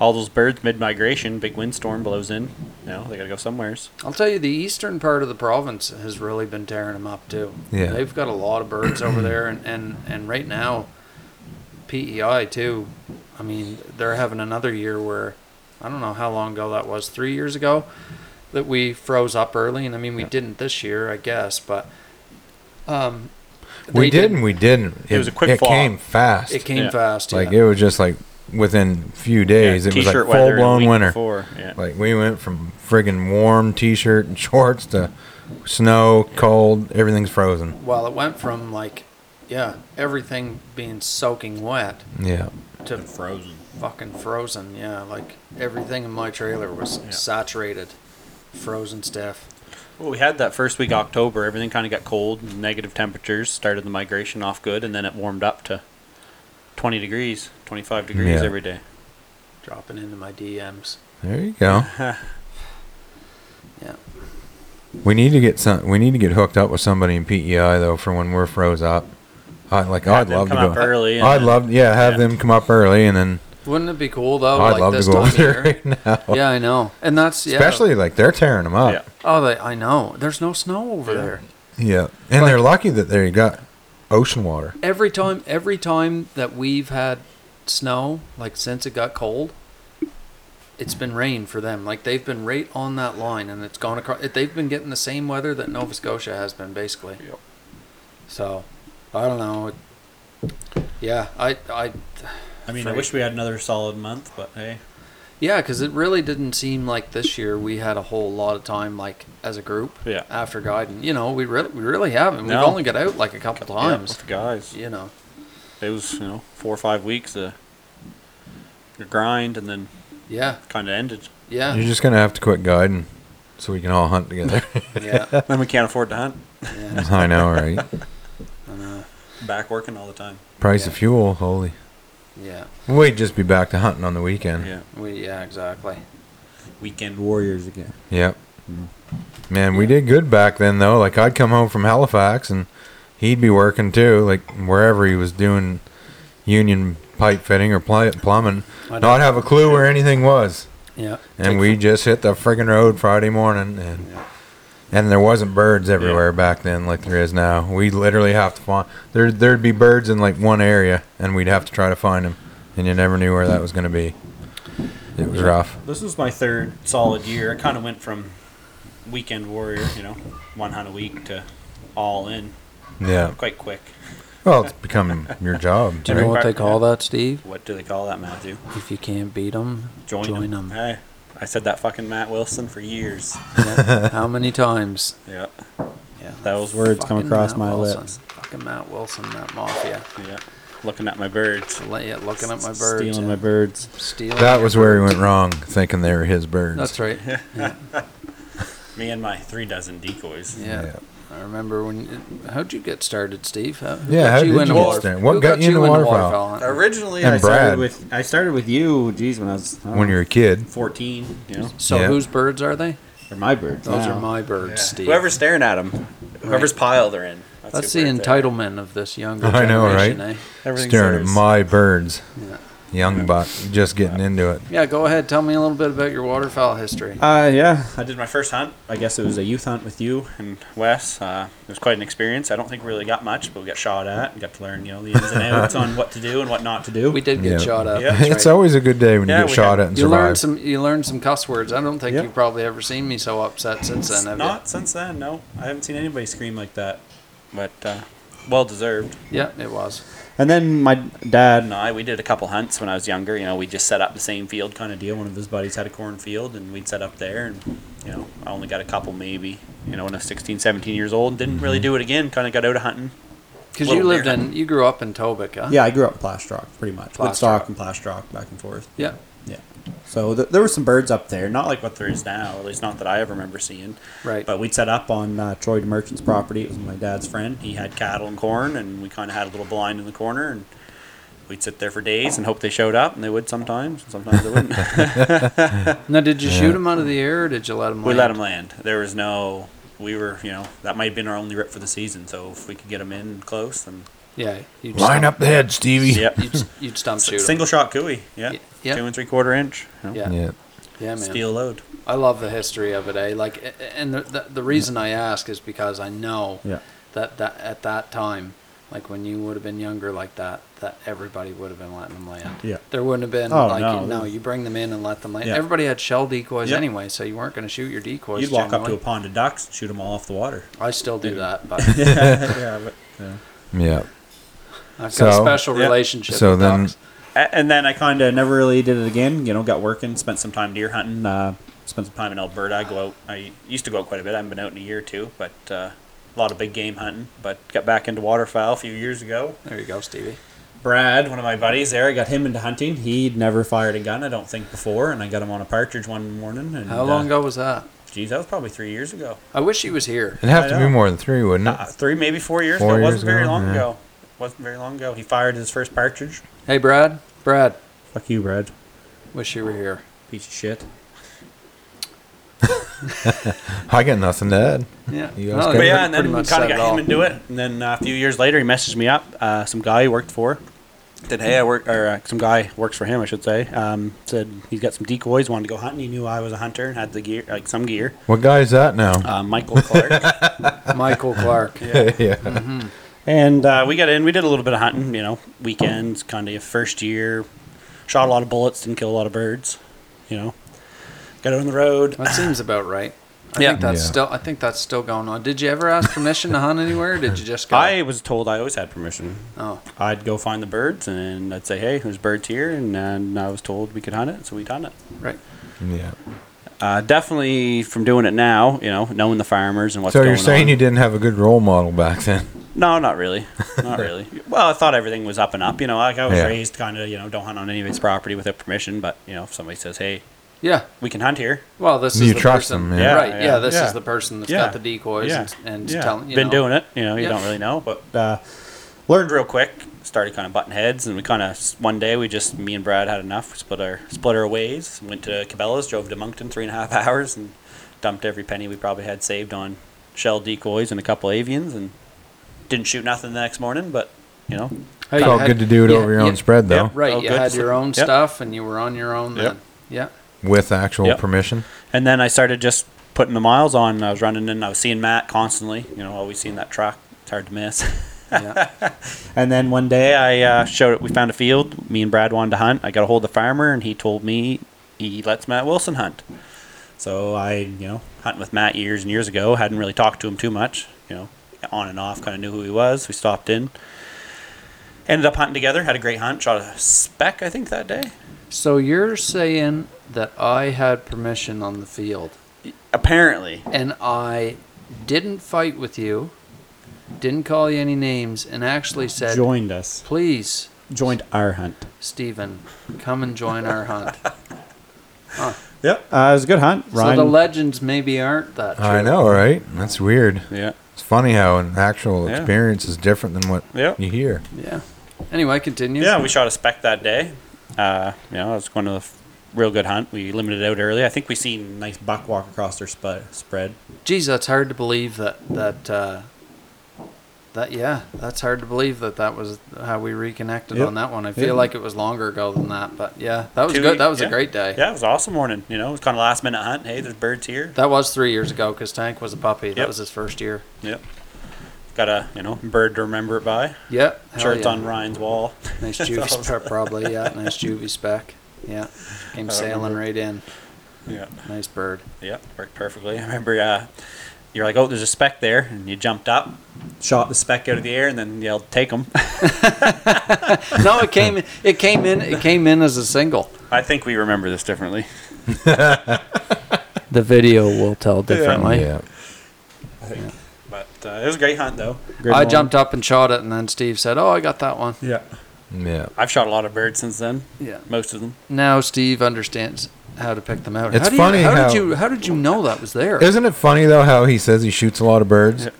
Speaker 3: all those birds mid-migration, big windstorm blows in. You know, they gotta go somewheres.
Speaker 2: I'll tell you, the eastern part of the province has really been tearing them up too.
Speaker 5: Yeah.
Speaker 2: they've got a lot of birds over there, and and and right now, PEI too. I mean, they're having another year where I don't know how long ago that was, three years ago, that we froze up early, and I mean we didn't this year, I guess, but um,
Speaker 5: we
Speaker 2: they
Speaker 5: did and we didn't.
Speaker 3: It was a quick
Speaker 5: It
Speaker 3: fall.
Speaker 5: came fast.
Speaker 2: It came
Speaker 3: Yeah.
Speaker 2: fast,
Speaker 5: Like
Speaker 2: yeah.
Speaker 5: it was just like within few days, it was like
Speaker 3: t-shirt
Speaker 5: full
Speaker 3: weather a
Speaker 5: blown
Speaker 3: week
Speaker 5: winter.
Speaker 3: Before. Yeah.
Speaker 5: Like we went from friggin' warm t-shirt and shorts to snow, cold, everything's frozen.
Speaker 2: well, it went from like, yeah, everything being soaking wet
Speaker 5: Yeah,
Speaker 2: to
Speaker 3: frozen.
Speaker 2: fucking frozen. Yeah, like everything in my trailer was saturated, frozen stuff.
Speaker 3: Well, we had that first week October. Everything kind of got cold, negative temperatures. Started the migration off good, and then it warmed up to 20 degrees, 25 degrees
Speaker 5: Yeah.
Speaker 3: every day.
Speaker 2: Dropping into my DMs.
Speaker 5: there you go.
Speaker 2: Yeah.
Speaker 5: We need to get some. We need to get hooked up with somebody in PEI though for when we're froze up. I like.
Speaker 3: Have
Speaker 5: I'd
Speaker 3: them
Speaker 5: love to
Speaker 3: come
Speaker 5: go
Speaker 3: up early and
Speaker 5: I'd
Speaker 3: then-
Speaker 5: love. Yeah, have them come up early and then
Speaker 2: Wouldn't it be cool though?
Speaker 5: Oh, I'd
Speaker 2: Oh, like
Speaker 5: love to
Speaker 2: this
Speaker 5: go
Speaker 2: time
Speaker 5: over
Speaker 2: of year.
Speaker 5: there right now.
Speaker 2: Yeah, I know, and that's yeah.
Speaker 5: Especially like they're tearing them up.
Speaker 3: Yeah.
Speaker 2: oh, they, I know. There's no snow over there.
Speaker 5: Yeah, and they're lucky that they got ocean water.
Speaker 2: Every time, every time that we've had snow, like since it got cold, it's been rain for them. Like they've been right on that line, and it's gone across. They've been getting the same weather that Nova Scotia has been, basically.
Speaker 3: Yep.
Speaker 2: So, I don't know. It, yeah, I, I,
Speaker 3: I mean,
Speaker 2: Freak.
Speaker 3: I wish we had another solid month, but hey,
Speaker 2: yeah, because it really didn't seem like this year we had a whole lot of time, like as a group,
Speaker 3: Yeah.
Speaker 2: after guiding. You know, we really, we really haven't.
Speaker 3: No.
Speaker 2: We've only got out like a couple times.
Speaker 3: yeah, guys,
Speaker 2: You know.
Speaker 3: it was you know four or five weeks of your grind, and then
Speaker 2: Yeah.
Speaker 3: kind of ended.
Speaker 2: Yeah.
Speaker 5: You're just gonna have to quit guiding, so we can all hunt together.
Speaker 2: Yeah.
Speaker 3: then we can't afford to hunt.
Speaker 2: yeah.
Speaker 5: I know, right?
Speaker 2: And, uh,
Speaker 3: Back working all the time.
Speaker 5: Price
Speaker 2: Yeah.
Speaker 5: of fuel, holy.
Speaker 2: yeah.
Speaker 5: We'd just be back to hunting on the weekend.
Speaker 3: Yeah,
Speaker 2: We yeah exactly.
Speaker 3: weekend
Speaker 4: Warriors again.
Speaker 5: Yep.
Speaker 2: Mm-hmm.
Speaker 5: Man, we did good back then though. Like I'd come home from Halifax and he'd be working too, like wherever he was doing union pipe fitting or pli- plumbing.
Speaker 2: I know.
Speaker 5: Not have a clue where anything was.
Speaker 2: Yeah.
Speaker 5: And we just hit the friggin' road Friday morning and
Speaker 2: Yeah.
Speaker 5: and there wasn't birds everywhere back then like there is now. We literally have to find there there'd be birds in like one area and we'd have to try to find them and you never knew where that was going to be. It was rough.
Speaker 3: This is my third solid year. I kind of went from weekend warrior, you know, one hunt a week to all in
Speaker 5: Yeah.
Speaker 3: quite quick.
Speaker 5: Well, it's become your job.
Speaker 2: Do you know
Speaker 5: right?
Speaker 2: what they call that, Steve?
Speaker 3: What do they call that, Matthew?
Speaker 2: If you can't beat them,
Speaker 3: Join,
Speaker 2: join them.
Speaker 3: Hey, I said that fucking Matt Wilson for years.
Speaker 2: How many times?
Speaker 3: yeah,
Speaker 2: Yeah.
Speaker 3: those
Speaker 4: words come
Speaker 2: Fucking
Speaker 4: across
Speaker 2: Matt
Speaker 4: my
Speaker 2: Wilson.
Speaker 4: lips.
Speaker 2: Fucking Matt Wilson, that mafia.
Speaker 3: yeah. Looking at my birds.
Speaker 2: Lay it looking at my birds.
Speaker 4: Stealing my birds.
Speaker 2: Stealing
Speaker 5: That
Speaker 2: your
Speaker 5: was where he
Speaker 2: birds.
Speaker 5: went wrong, thinking they were his birds.
Speaker 2: That's right. Yeah.
Speaker 3: Me and my three dozen decoys.
Speaker 5: Yeah.
Speaker 2: I remember when. uh, How'd you get started, Steve? How, who
Speaker 5: Yeah,
Speaker 2: got
Speaker 5: how did you
Speaker 2: into
Speaker 5: get
Speaker 2: water-
Speaker 5: started? What
Speaker 2: who
Speaker 5: got you into waterfowl?
Speaker 2: hunting?
Speaker 3: Originally,
Speaker 5: And
Speaker 4: I
Speaker 5: Brad.
Speaker 4: started with I started with you. Geez, when I was I don't
Speaker 5: When
Speaker 4: know,
Speaker 5: you're a kid.
Speaker 3: 14, you know.
Speaker 2: So
Speaker 5: Yeah.
Speaker 2: whose birds are they?
Speaker 4: they're my birds.
Speaker 2: Those
Speaker 4: now.
Speaker 2: are my birds, Steve.
Speaker 3: Whoever's staring at them, whoever's pile they're in. That's,
Speaker 2: That's the
Speaker 3: who birds are.
Speaker 2: entitlement of this younger
Speaker 5: I know,
Speaker 2: generation, eh?
Speaker 5: right?
Speaker 3: Everything's
Speaker 5: Staring
Speaker 3: theirs.
Speaker 5: at my birds.
Speaker 2: Yeah.
Speaker 5: Young buck, just getting into it.
Speaker 2: Yeah, go ahead. Tell me a little bit about your waterfowl history.
Speaker 4: Uh, yeah.
Speaker 3: I did my first hunt. I guess it was a youth hunt with you and Wes. Uh, it was quite an experience. I don't think we really got much, but we got shot at and got to learn, you know, the ins and outs on what to do and what not to do.
Speaker 2: We did get
Speaker 5: Yeah.
Speaker 2: shot up.
Speaker 3: Yeah.
Speaker 2: that's
Speaker 5: it's
Speaker 2: right.
Speaker 5: always a good day when
Speaker 3: Yeah,
Speaker 5: you
Speaker 3: we
Speaker 5: get shot
Speaker 3: had-
Speaker 5: at and
Speaker 2: You learned
Speaker 5: survive.
Speaker 2: some. You learned some cuss words. I don't think
Speaker 3: Yeah.
Speaker 2: you've probably ever seen me so upset since then. Have
Speaker 3: Not since then, no. I haven't seen anybody scream like that, but uh, well deserved.
Speaker 2: you? Yeah, it was.
Speaker 4: And then my
Speaker 3: Dad
Speaker 4: dad.
Speaker 3: and I, we did a couple hunts when I was younger. You know, we just set up the same field kind of deal. One of his buddies had a cornfield, and we'd set up there. And, you know, I only got a couple maybe, you know, when I was 16, 17 years old. Didn't really
Speaker 4: Mm-hmm.
Speaker 3: do it again. Kind of got out of hunting.
Speaker 2: Because
Speaker 3: Little
Speaker 2: you lived
Speaker 3: weird.
Speaker 2: in, you grew up in Tobic, huh?
Speaker 4: Yeah, I grew up in Plastrock, pretty much.
Speaker 2: Plastrock.
Speaker 4: Woodstock and Plastrock, back and forth.
Speaker 2: Yeah.
Speaker 4: Yeah. So th- there were some birds up there. Not
Speaker 3: Not
Speaker 4: like,
Speaker 3: like what there is now, at least not that I ever remember seeing.
Speaker 2: Right.
Speaker 3: But we'd set up on uh, Troy DeMerchant's property. It was my dad's friend. He had cattle and corn, and we kind of had a little blind in the corner, and we'd sit there for days and hope they showed up, and they would sometimes, and sometimes they wouldn't.
Speaker 2: Now, did you shoot him out of the air, or did you let him?
Speaker 3: we
Speaker 2: land?
Speaker 3: let them land. There was no, we were, you know, that might have been our only rip for the season. So if we could get them in close, then
Speaker 2: Yeah. You'd
Speaker 5: Line
Speaker 2: stump-
Speaker 5: up the head, Stevie.
Speaker 3: yep,
Speaker 2: You'd, you'd stump shoot. 'em.
Speaker 3: single shot cooey. Yeah,
Speaker 2: Y- yeah.
Speaker 3: two and three quarter inch. you know,
Speaker 2: Yeah. yeah.
Speaker 5: Yeah.
Speaker 2: man.
Speaker 3: Steel load.
Speaker 2: I love the history of it, eh? Like, a- a- and the, the, the reason I ask is because I know
Speaker 4: Yeah.
Speaker 2: that, that at that time, like when you would have been younger like that, that everybody would have been letting them land.
Speaker 4: Yeah.
Speaker 2: There wouldn't have been,
Speaker 4: Oh,
Speaker 2: like,
Speaker 4: no.
Speaker 2: you, no, you bring them in and let them land.
Speaker 3: Yeah.
Speaker 2: Everybody had shell decoys
Speaker 3: Yeah.
Speaker 2: anyway, so you weren't going to shoot your decoys.
Speaker 3: You'd walk up to
Speaker 2: generally.
Speaker 3: a pond of ducks, and shoot them all off the water.
Speaker 2: I still do that, but
Speaker 3: yeah, but
Speaker 5: Yeah.
Speaker 2: I've got a
Speaker 5: So-
Speaker 2: special
Speaker 3: Yeah.
Speaker 2: relationship
Speaker 5: So
Speaker 2: with
Speaker 5: then,
Speaker 2: ducks.
Speaker 3: A- and then I kind of never really did it again. You know, got working, spent some time deer hunting, uh, spent some time in Alberta. I go out. I used to go out quite a bit. I haven't been out in a year or two, but uh, a lot of big game hunting. But got back into waterfowl a few years ago.
Speaker 2: There you go, Stevie.
Speaker 3: Brad, one of my buddies there, I got him into hunting. He'd never fired a gun, I don't think, before, and I got him on a partridge one morning. And,
Speaker 2: How long
Speaker 3: uh,
Speaker 2: ago was that?
Speaker 3: Geez, that was probably three years ago.
Speaker 2: I wish he was here.
Speaker 5: it'd have
Speaker 3: I
Speaker 5: to be
Speaker 3: know.
Speaker 5: more than three, wouldn't
Speaker 3: Uh,
Speaker 5: it?
Speaker 3: three, maybe four years
Speaker 5: Hmm.
Speaker 3: ago.
Speaker 5: Four
Speaker 3: It
Speaker 5: years
Speaker 3: wasn't very
Speaker 5: ago,
Speaker 3: long
Speaker 5: yeah.
Speaker 3: ago. wasn't very long ago. He fired his first partridge.
Speaker 2: Hey, Brad. Brad,
Speaker 3: Fuck you, Brad.
Speaker 2: wish you were here.
Speaker 3: Piece of shit.
Speaker 5: I got nothing to add.
Speaker 2: Yeah.
Speaker 5: You
Speaker 2: No, they
Speaker 5: guys good?
Speaker 3: But
Speaker 5: Pretty-
Speaker 3: yeah, and then
Speaker 2: pretty
Speaker 3: we
Speaker 2: much
Speaker 3: kind of
Speaker 2: said it
Speaker 3: got
Speaker 2: all.
Speaker 3: him into it. And then uh, a few years later, he messaged me up. Uh, some guy he worked for said, "Hey, I work," or uh, some guy works for him, I should say. Um, said he's got some decoys, wanted to go hunting. He knew I was a hunter and had the gear, like some gear.
Speaker 5: What guy is that now?
Speaker 3: Uh, Michael Clark.
Speaker 2: Michael Clark.
Speaker 5: yeah.
Speaker 3: And uh, we got in. We did a little bit of hunting, you know, weekends, kind of first year. Shot a lot of bullets, didn't kill a lot of birds, you know. Got out on the road.
Speaker 2: That seems about right. I
Speaker 3: Yeah.
Speaker 2: think that's
Speaker 5: Yeah.
Speaker 2: still. I think that's still going on. Did you ever ask permission to hunt anywhere? Or did you just go?
Speaker 3: I was told I always had permission.
Speaker 2: oh,
Speaker 3: I'd go find the birds, and I'd say, "Hey, there's birds here," and, and I was told we could hunt it, so we hunt it.
Speaker 2: right.
Speaker 5: Yeah.
Speaker 3: Uh, definitely from doing it now, you know, knowing the farmers and what's
Speaker 5: So
Speaker 3: going
Speaker 5: you're saying
Speaker 3: on.
Speaker 5: you didn't have a good role model back then?
Speaker 3: No, not really. Not really. Well, I thought everything was up and up. You know, like I was
Speaker 5: Yeah.
Speaker 3: raised kind of, you know, don't hunt on anybody's property without permission. But you know, if somebody says, "Hey,
Speaker 2: Yeah.
Speaker 3: we can hunt here,
Speaker 2: Well, this is
Speaker 5: You
Speaker 2: the
Speaker 5: trust
Speaker 2: person.
Speaker 5: them, yeah.
Speaker 2: Right.
Speaker 3: Yeah,
Speaker 2: Yeah.
Speaker 3: yeah,
Speaker 2: this
Speaker 3: yeah.
Speaker 2: is the person that's
Speaker 3: Yeah.
Speaker 2: got the decoys
Speaker 3: Yeah.
Speaker 2: and, and
Speaker 3: Yeah.
Speaker 2: telling you.
Speaker 3: been
Speaker 2: know,
Speaker 3: doing it. You know, you
Speaker 2: Yeah.
Speaker 3: don't really know, but uh, learned real quick. Started kind of butting heads, and we kind of one day we just me and Brad had enough. We split our split our ways. Went to Cabela's, drove to Moncton three and a half hours, and dumped every penny we probably had saved on shell decoys and a couple avians, and didn't shoot nothing the next morning. But you know,
Speaker 2: Hey,
Speaker 5: It's
Speaker 2: you
Speaker 5: all
Speaker 2: had-
Speaker 5: good to do it
Speaker 2: yeah,
Speaker 5: over your
Speaker 2: yeah,
Speaker 5: own spread, though,
Speaker 2: Right.
Speaker 3: Oh,
Speaker 2: you
Speaker 3: good.
Speaker 2: had your own
Speaker 3: Yep.
Speaker 2: stuff, and you were on your own.
Speaker 3: Yep.
Speaker 2: Then. Yeah.
Speaker 5: with actual
Speaker 3: Yep.
Speaker 5: permission.
Speaker 3: And then I started just putting the miles on. I was running and I was seeing Matt constantly. You know, always seeing that truck. It's hard to miss.
Speaker 2: Yeah.
Speaker 3: and then one day I uh, showed it. We found a field. Me and Brad wanted to hunt. I got a hold of the farmer and he told me he lets Matt Wilson hunt. So I, you know, hunting with Matt years and years ago. Hadn't really talked to him too much. You know, on and off, kind of knew who he was. We stopped in. Ended up hunting together. Had a great hunt. Shot a speck, I think, that day.
Speaker 2: so you're saying that I had permission on the field,
Speaker 3: Apparently,
Speaker 2: and I didn't fight with you, didn't call you any names, and actually said,
Speaker 4: Joined us.
Speaker 2: "Please,
Speaker 4: Joined our hunt.
Speaker 2: Stephen, come and join our hunt.
Speaker 4: Yep. Uh, it was a good hunt. Ryan.
Speaker 2: So the legends maybe aren't that true.
Speaker 5: I know, right? That's weird.
Speaker 3: yeah.
Speaker 5: It's funny how an actual
Speaker 3: Yeah.
Speaker 5: experience is different than what
Speaker 3: Yeah.
Speaker 5: you hear.
Speaker 2: Yeah. Anyway, continue.
Speaker 3: Yeah, we shot a spec that day. Uh, you know, it was one of the f- real good hunt. We limited out early. I think we seen nice buck walk across their sp- spread.
Speaker 2: Geez, that's hard to believe that that uh, That yeah, that's hard to believe that that was how we reconnected
Speaker 4: Yep.
Speaker 2: on that one. I feel
Speaker 4: Yep.
Speaker 2: like it was longer ago than that, but yeah, that was
Speaker 3: Two
Speaker 2: good.
Speaker 3: ye-
Speaker 2: That was
Speaker 3: yeah.
Speaker 2: a great day.
Speaker 3: Yeah, it was awesome morning. You know, it was kind of last minute hunt. Hey, there's birds here.
Speaker 2: That was three years ago because Tank was a puppy. That
Speaker 3: Yep.
Speaker 2: was his first year.
Speaker 3: Yep. Got a you know bird to remember it by.
Speaker 2: Yep. hell
Speaker 3: Shirts
Speaker 2: yeah.
Speaker 3: on Ryan's wall.
Speaker 2: Nice juvie
Speaker 3: Awesome.
Speaker 2: spec, probably. Yeah, nice juvie spec. Yeah, came sailing right in.
Speaker 3: Yeah.
Speaker 2: Nice bird.
Speaker 3: Yeah. Worked perfectly. I remember uh, you're like, oh, there's a speck there, and you jumped up, shot the speck out of the air, and then yelled, take him.
Speaker 2: No, it came. It came in. It came in as a single.
Speaker 3: I think we remember this differently.
Speaker 2: The video will tell differently.
Speaker 5: Yeah.
Speaker 3: But uh, it was a great hunt though.
Speaker 4: Great
Speaker 2: I
Speaker 4: morning.
Speaker 2: jumped up and shot it, and then Steve said, "Oh, I got that one."
Speaker 4: Yeah.
Speaker 5: Yeah.
Speaker 3: I've shot a lot of birds since then.
Speaker 2: Yeah.
Speaker 3: Most of them.
Speaker 2: Now Steve understands how to pick them out.
Speaker 5: It's
Speaker 2: how do
Speaker 5: funny
Speaker 2: you, how,
Speaker 5: how-
Speaker 2: did you how did you know that was there?
Speaker 5: Isn't it funny though how he says he shoots a lot of birds,
Speaker 3: Yeah.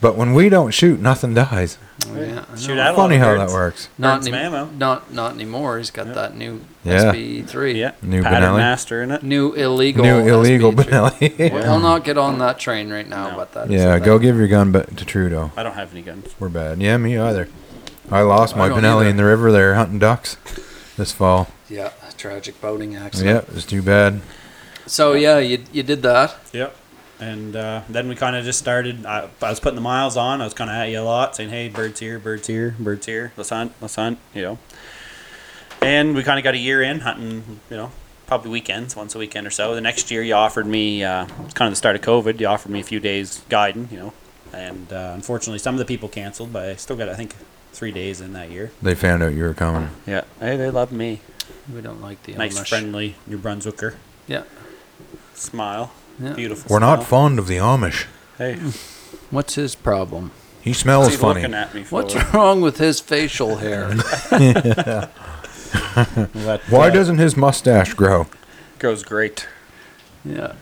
Speaker 5: but when we don't shoot, nothing dies.
Speaker 2: Oh, Yeah, I
Speaker 3: Shoot
Speaker 2: know.
Speaker 3: out a lot
Speaker 5: Funny
Speaker 3: of
Speaker 5: how
Speaker 3: birds.
Speaker 5: that works.
Speaker 2: not
Speaker 3: Burns
Speaker 2: any-
Speaker 3: Mammo.
Speaker 2: not not anymore. He's got that new
Speaker 5: Yeah.
Speaker 2: SBE three.
Speaker 3: Yeah.
Speaker 5: New
Speaker 3: Pattern
Speaker 5: Benelli.
Speaker 3: master in it.
Speaker 2: New illegal.
Speaker 5: New illegal
Speaker 2: SBE3.
Speaker 5: Benelli.
Speaker 2: Well, I'll not get on that train right now,
Speaker 3: No.
Speaker 2: but that is
Speaker 5: yeah,
Speaker 2: a-
Speaker 5: go give your gun back to Trudeau.
Speaker 3: I don't have any guns.
Speaker 5: We're bad. Yeah, me either. I lost my
Speaker 2: I don't
Speaker 5: Benelli
Speaker 2: either.
Speaker 5: in the river there hunting ducks this fall.
Speaker 2: yeah tragic boating accident.
Speaker 5: Yeah, it's too bad.
Speaker 2: So yeah, you you did that.
Speaker 3: Yep. And uh, then we kind of just started. I, I was putting the miles on. I was kind of at you a lot, saying, "Hey, birds here, birds here, birds here. Let's hunt, let's hunt." You know. And we kind of got a year in hunting. You know, probably weekends, once a weekend or so. The next year, you offered me uh, kind of the start of COVID. You offered me a few days guiding. You know, and uh, unfortunately, some of the people canceled, but I still got I think three days in that year.
Speaker 5: They found out you were coming.
Speaker 3: Yeah. Hey, they loved me.
Speaker 2: We don't like the
Speaker 3: Nice,
Speaker 2: Amish.
Speaker 3: friendly New Brunswicker.
Speaker 2: Yeah.
Speaker 3: Smile.
Speaker 2: Yeah.
Speaker 3: Beautiful.
Speaker 5: We're not
Speaker 3: smile.
Speaker 5: fond of the Amish.
Speaker 3: Hey,
Speaker 2: What's his problem?
Speaker 5: He smells
Speaker 3: he's
Speaker 5: funny.
Speaker 3: looking at me. For
Speaker 2: What's wrong with his facial hair?
Speaker 3: But,
Speaker 5: Why
Speaker 3: uh,
Speaker 5: doesn't his mustache grow?
Speaker 3: goes great.
Speaker 2: yeah.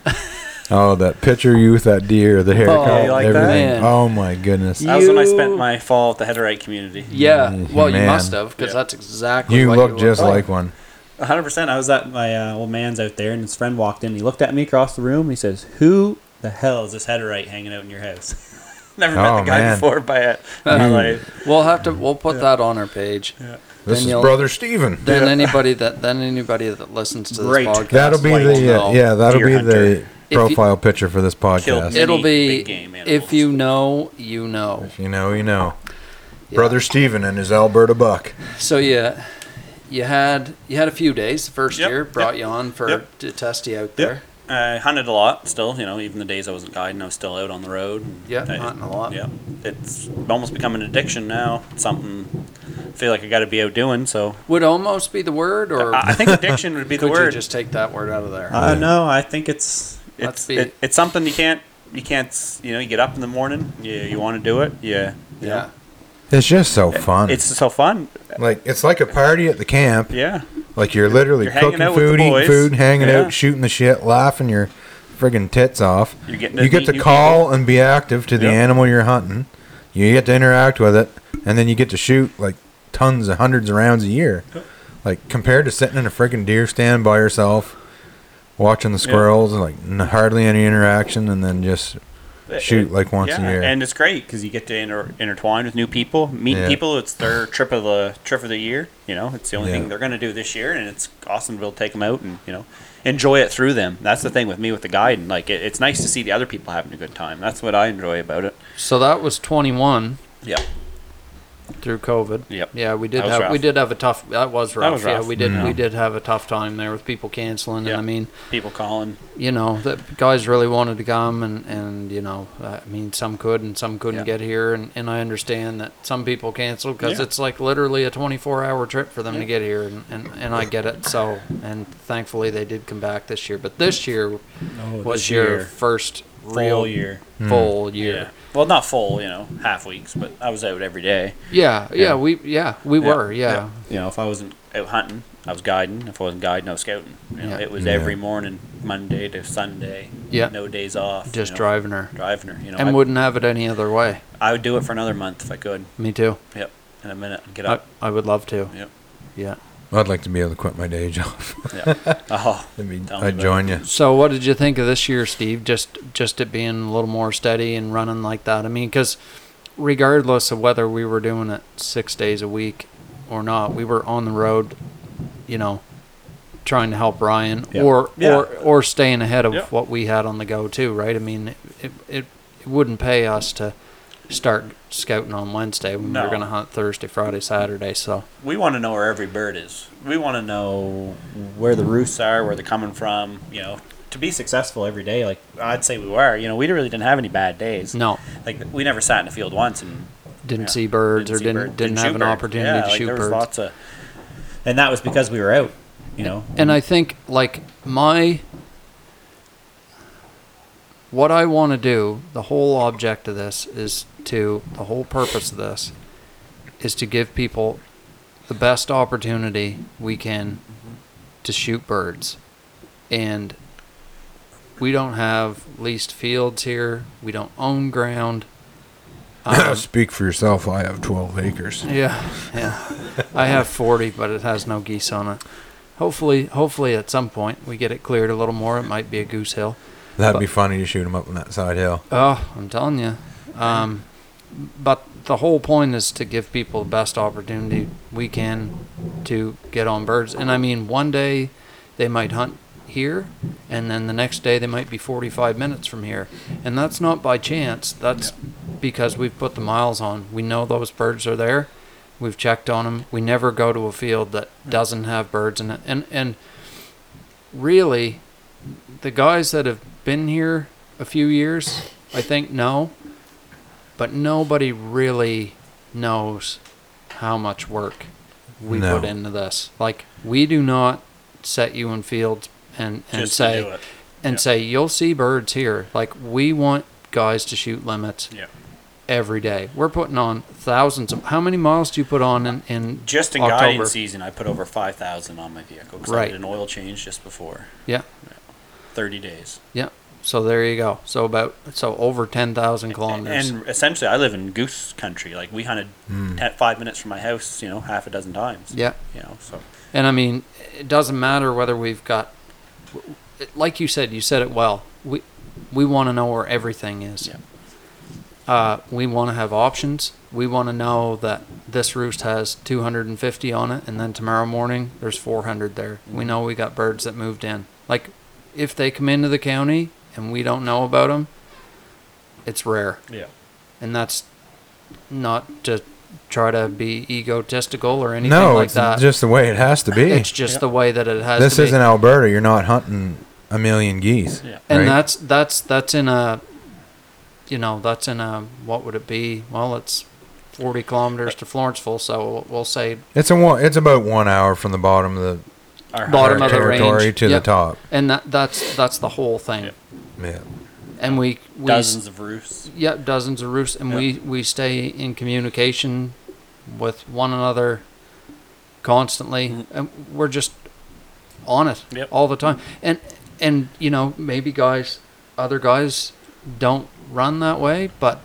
Speaker 5: Oh, that picture youth, that deer, the haircut,
Speaker 2: Yeah, you
Speaker 3: Oh, like that?
Speaker 5: everything.
Speaker 2: Man.
Speaker 5: Oh my goodness.
Speaker 3: That was when I spent
Speaker 2: You-
Speaker 3: my fall at the Heatherite community.
Speaker 2: Yeah.
Speaker 5: Mm,
Speaker 2: Well, you
Speaker 5: man.
Speaker 2: must have, because
Speaker 3: Yeah.
Speaker 2: that's exactly
Speaker 5: You
Speaker 2: what
Speaker 5: look just
Speaker 2: like.
Speaker 5: like one.
Speaker 3: 100%. I was at my uh, old man's out there, and his friend walked in. He looked at me across the room. and He says, Who the hell is this Heatherite hanging out in your house? Never met
Speaker 5: Oh,
Speaker 3: the guy
Speaker 5: man.
Speaker 3: before by it.
Speaker 2: Uh-huh.
Speaker 3: in my life.
Speaker 2: We'll have to. We'll put that on our page.
Speaker 5: This
Speaker 2: Then you'll-
Speaker 5: is brother Steven.
Speaker 2: Then anybody that then anybody that listens to this
Speaker 3: Great.
Speaker 2: podcast,
Speaker 5: That'll be
Speaker 3: White
Speaker 5: the uh,
Speaker 2: will know.
Speaker 5: yeah. That'll
Speaker 3: Deer
Speaker 5: be
Speaker 3: hunter.
Speaker 5: the
Speaker 2: you-
Speaker 5: profile picture for this
Speaker 3: Killed
Speaker 5: podcast.
Speaker 3: it.
Speaker 2: It'll be
Speaker 3: Big game animals.
Speaker 2: if you know, you know.
Speaker 5: If you know, you know.
Speaker 2: Yeah.
Speaker 5: Brother Steven and his Alberta buck.
Speaker 2: So yeah, you had you had a few days the first
Speaker 3: Yep,
Speaker 2: year. Brought you
Speaker 3: yep,
Speaker 2: on for
Speaker 3: yep.
Speaker 2: to test you out
Speaker 3: Yep.
Speaker 2: there.
Speaker 3: I hunted a lot still, you know, even the days I wasn't guiding, I was still out on the road. and
Speaker 2: Yeah,
Speaker 3: I-
Speaker 2: hunting a lot.
Speaker 3: Yeah. It's almost become an addiction now. It's something I feel like I got to be out doing. So
Speaker 2: Would almost be the word, or
Speaker 3: I, I think addiction would be the
Speaker 2: could
Speaker 3: word.
Speaker 2: you just take that word out of there?
Speaker 3: Uh, no, I think it's
Speaker 2: Let's
Speaker 3: it's
Speaker 2: be-
Speaker 3: it, it's something you can't you can't s- you know you get up in the morning you you want to do it yeah
Speaker 2: yeah.
Speaker 5: It's just so fun.
Speaker 3: it's so fun
Speaker 5: like it's like a party at the camp.
Speaker 3: yeah
Speaker 5: Like you're literally
Speaker 3: You're hanging
Speaker 5: cooking
Speaker 3: out with the
Speaker 5: food, eating
Speaker 3: boys.
Speaker 5: food, hanging
Speaker 3: Yeah.
Speaker 5: out, shooting the shit, laughing your friggin' tits off.
Speaker 3: You're getting to
Speaker 5: you get
Speaker 3: meet
Speaker 5: to
Speaker 3: new
Speaker 5: call and be active to the
Speaker 3: Yep.
Speaker 5: animal you're hunting. You get to interact with it, and then you get to shoot like tons of hundreds of rounds a year. Like compared to sitting in a friggin' deer stand by yourself, watching the squirrels, and like n- hardly any interaction, and then just shoot like once a
Speaker 3: yeah,
Speaker 5: year.
Speaker 3: and it's great because you get to inter- intertwine with new people meet
Speaker 5: Yeah.
Speaker 3: people it's their trip of the trip of the year you know it's the only
Speaker 5: Yeah.
Speaker 3: thing they're gonna do this year and it's awesome to be able to take them out and you know enjoy it through them that's the thing with me with the guide and like it, it's nice to see the other people having a good time that's what I enjoy about it
Speaker 2: So that was 21
Speaker 3: yeah
Speaker 2: through COVID.
Speaker 3: Yep.
Speaker 2: Yeah, we did
Speaker 3: That was
Speaker 2: have
Speaker 3: rough.
Speaker 2: we did have a tough. That was rough.
Speaker 3: was rough.
Speaker 2: Yeah, we did we did have a tough time there with people canceling.
Speaker 3: Yeah.
Speaker 2: And I mean,
Speaker 3: people calling
Speaker 2: you know, the guys really wanted to come, and and you know, I mean, some could and some couldn't
Speaker 3: Yeah.
Speaker 2: get here, and and I understand that some people canceled because
Speaker 3: Yeah.
Speaker 2: it's like literally a 24 hour trip for them to get here, and, and and I get it. So and thankfully they did come back this year, but this year was
Speaker 3: Oh, this
Speaker 2: your
Speaker 3: year.
Speaker 2: first
Speaker 3: Full
Speaker 2: real
Speaker 3: year. Hmm.
Speaker 2: full year.
Speaker 3: Yeah. Well, not full, you know, half weeks, but I was out every day.
Speaker 2: Yeah, yeah, we yeah we were yeah.
Speaker 3: You know, if I wasn't out hunting, I was guiding. If I wasn't guiding, I was scouting. You know,
Speaker 2: Yeah.
Speaker 3: it was
Speaker 5: Yeah.
Speaker 3: every morning, Monday to Sunday.
Speaker 2: Yeah.
Speaker 3: No days off.
Speaker 2: just
Speaker 3: you know,
Speaker 2: driving her.
Speaker 3: Driving her. You know,
Speaker 2: and
Speaker 3: I,
Speaker 2: wouldn't have it any other way.
Speaker 3: I would do it for another month if I could.
Speaker 2: Me too.
Speaker 3: Yep. In a minute, get
Speaker 2: I,
Speaker 3: up.
Speaker 2: I would love to.
Speaker 3: Yep.
Speaker 2: Yeah.
Speaker 5: I'd like to be able to quit my day job.
Speaker 3: Yeah. oh.
Speaker 5: I'd, be,
Speaker 3: Tell me
Speaker 5: I'd
Speaker 3: about
Speaker 5: join you.
Speaker 2: So, what did you think of this year, Steve? Just just it being a little more steady and running like that. I mean, because regardless of whether we were doing it six days a week or not, we were on the road, you know, trying to help Ryan
Speaker 3: Yeah.
Speaker 2: or
Speaker 3: Yeah.
Speaker 2: or or staying ahead of
Speaker 3: Yeah.
Speaker 2: what we had on the go too, right? I mean, it, it it wouldn't pay us to start scouting on Wednesday when we
Speaker 3: No.
Speaker 2: were going to hunt Thursday, Friday, Saturday. So
Speaker 3: we want to know where every bird is. We want to know where the roosts are, where they're coming from. You know, to be successful every day, like I'd say we were. You know, we really didn't have any bad days.
Speaker 2: no,
Speaker 3: like we never sat in the field once and
Speaker 2: didn't
Speaker 3: Yeah.
Speaker 2: see birds or
Speaker 3: see
Speaker 2: didn't
Speaker 3: birds,
Speaker 2: didn't, have
Speaker 3: shoot
Speaker 2: an
Speaker 3: birds.
Speaker 2: opportunity
Speaker 3: Yeah,
Speaker 2: to
Speaker 3: like,
Speaker 2: shoot
Speaker 3: there was
Speaker 2: birds.
Speaker 3: lots of, and that was because we were out. You know,
Speaker 2: And I think like my what I want to do, the whole object of this is to the whole purpose of this is to give people the best opportunity we can to shoot birds. And we don't have leased fields here. We don't own ground. Um,
Speaker 5: Speak for yourself. I have 12 acres.
Speaker 2: yeah, yeah. I have 40, but it has no geese on it. Hopefully, hopefully at some point we get it cleared a little more. It might be a goose hill.
Speaker 5: That'd be funny to shoot them up on that side hill.
Speaker 2: Oh, I'm telling you. Um, but the whole point is to give people the best opportunity we can to get on birds. And I mean, one day they might hunt here, and then the next day they might be 45 minutes from here. And that's not by chance. That's because we've put the miles on. We know those birds are there. We've checked on them. We never go to a field that doesn't have birds in it. And and really, the guys that have been here a few years, I think know, but nobody really knows how much work we
Speaker 5: No.
Speaker 2: put into this. Like we do not set you in fields and and
Speaker 3: just to
Speaker 2: say
Speaker 3: do it.
Speaker 2: and
Speaker 3: Yeah.
Speaker 2: say you'll see birds here. Like we want guys to shoot limits
Speaker 3: Yeah.
Speaker 2: every day. We're putting on thousands of how many miles do you put on in, in
Speaker 3: Just in
Speaker 2: October?
Speaker 3: guiding season, I put over five thousand on my vehicle because I
Speaker 2: Right.
Speaker 3: did an oil change just before.
Speaker 2: Yeah.
Speaker 3: Thirty days.
Speaker 2: Yeah. So there you go. So about so over ten thousand kilometers.
Speaker 3: And essentially, I live in goose country. Like we hunted ten, five minutes from my house. You know, half a dozen times.
Speaker 2: yeah.
Speaker 3: You know, so
Speaker 2: And I mean, it doesn't matter whether we've got, like you said, you said it well. We we want to know where everything is. Uh, we want to have options. We want to know that this roost has 250 on it, and then tomorrow morning there's 400 there.
Speaker 5: Mm-hmm.
Speaker 2: We know we got birds that moved in. Like, if they come into the county and we don't know about them, it's rare
Speaker 3: yeah.
Speaker 2: and that's not to try to be egotistical or anything
Speaker 5: No,
Speaker 2: like
Speaker 5: it's
Speaker 2: that.
Speaker 5: just the way it has to be.
Speaker 2: it's just the way that it has.
Speaker 5: This
Speaker 2: to be.
Speaker 5: isn't Alberta. You're not hunting a million geese.
Speaker 3: Yeah.
Speaker 2: and
Speaker 5: right?
Speaker 2: that's that's that's in a, you know, that's in a what would it be? Well, it's forty kilometers to Florenceville, so we'll, we'll say,
Speaker 5: It's a one, It's about one hour from the bottom of the
Speaker 3: Our
Speaker 2: Bottom
Speaker 5: our
Speaker 2: of the
Speaker 5: territory
Speaker 2: range.
Speaker 5: to
Speaker 2: Yep.
Speaker 5: the top.
Speaker 2: and that that's that's the whole thing.
Speaker 3: Yeah.
Speaker 5: Yeah.
Speaker 2: And we we
Speaker 3: dozens of roofs.
Speaker 2: yeah dozens of roofs, and we we stay in communication with one another constantly, and we're just on it
Speaker 3: Yep.
Speaker 2: all the time. And and you know maybe guys, other guys don't run that way, but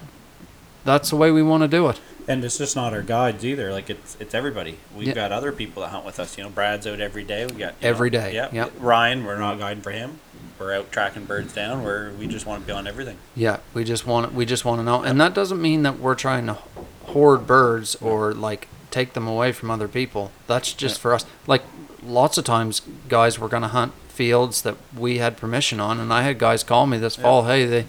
Speaker 2: that's the way we want to do it.
Speaker 3: And it's just not our guides either. Like it's it's everybody. We've
Speaker 2: Yeah.
Speaker 3: got other people that hunt with us. You know, Brad's out every day. We got
Speaker 2: Every
Speaker 3: every
Speaker 2: day,
Speaker 3: day. Yeah.
Speaker 2: yep.
Speaker 3: Ryan, we're not guiding for him. We're out tracking birds down. Where we just want to be on everything.
Speaker 2: Yeah, we just want we just want to know, and that doesn't mean that we're trying to hoard birds or like take them away from other people. That's just for us. Like lots of times, guys were gonna hunt fields that we had permission on, and I had guys call me this fall. Hey, they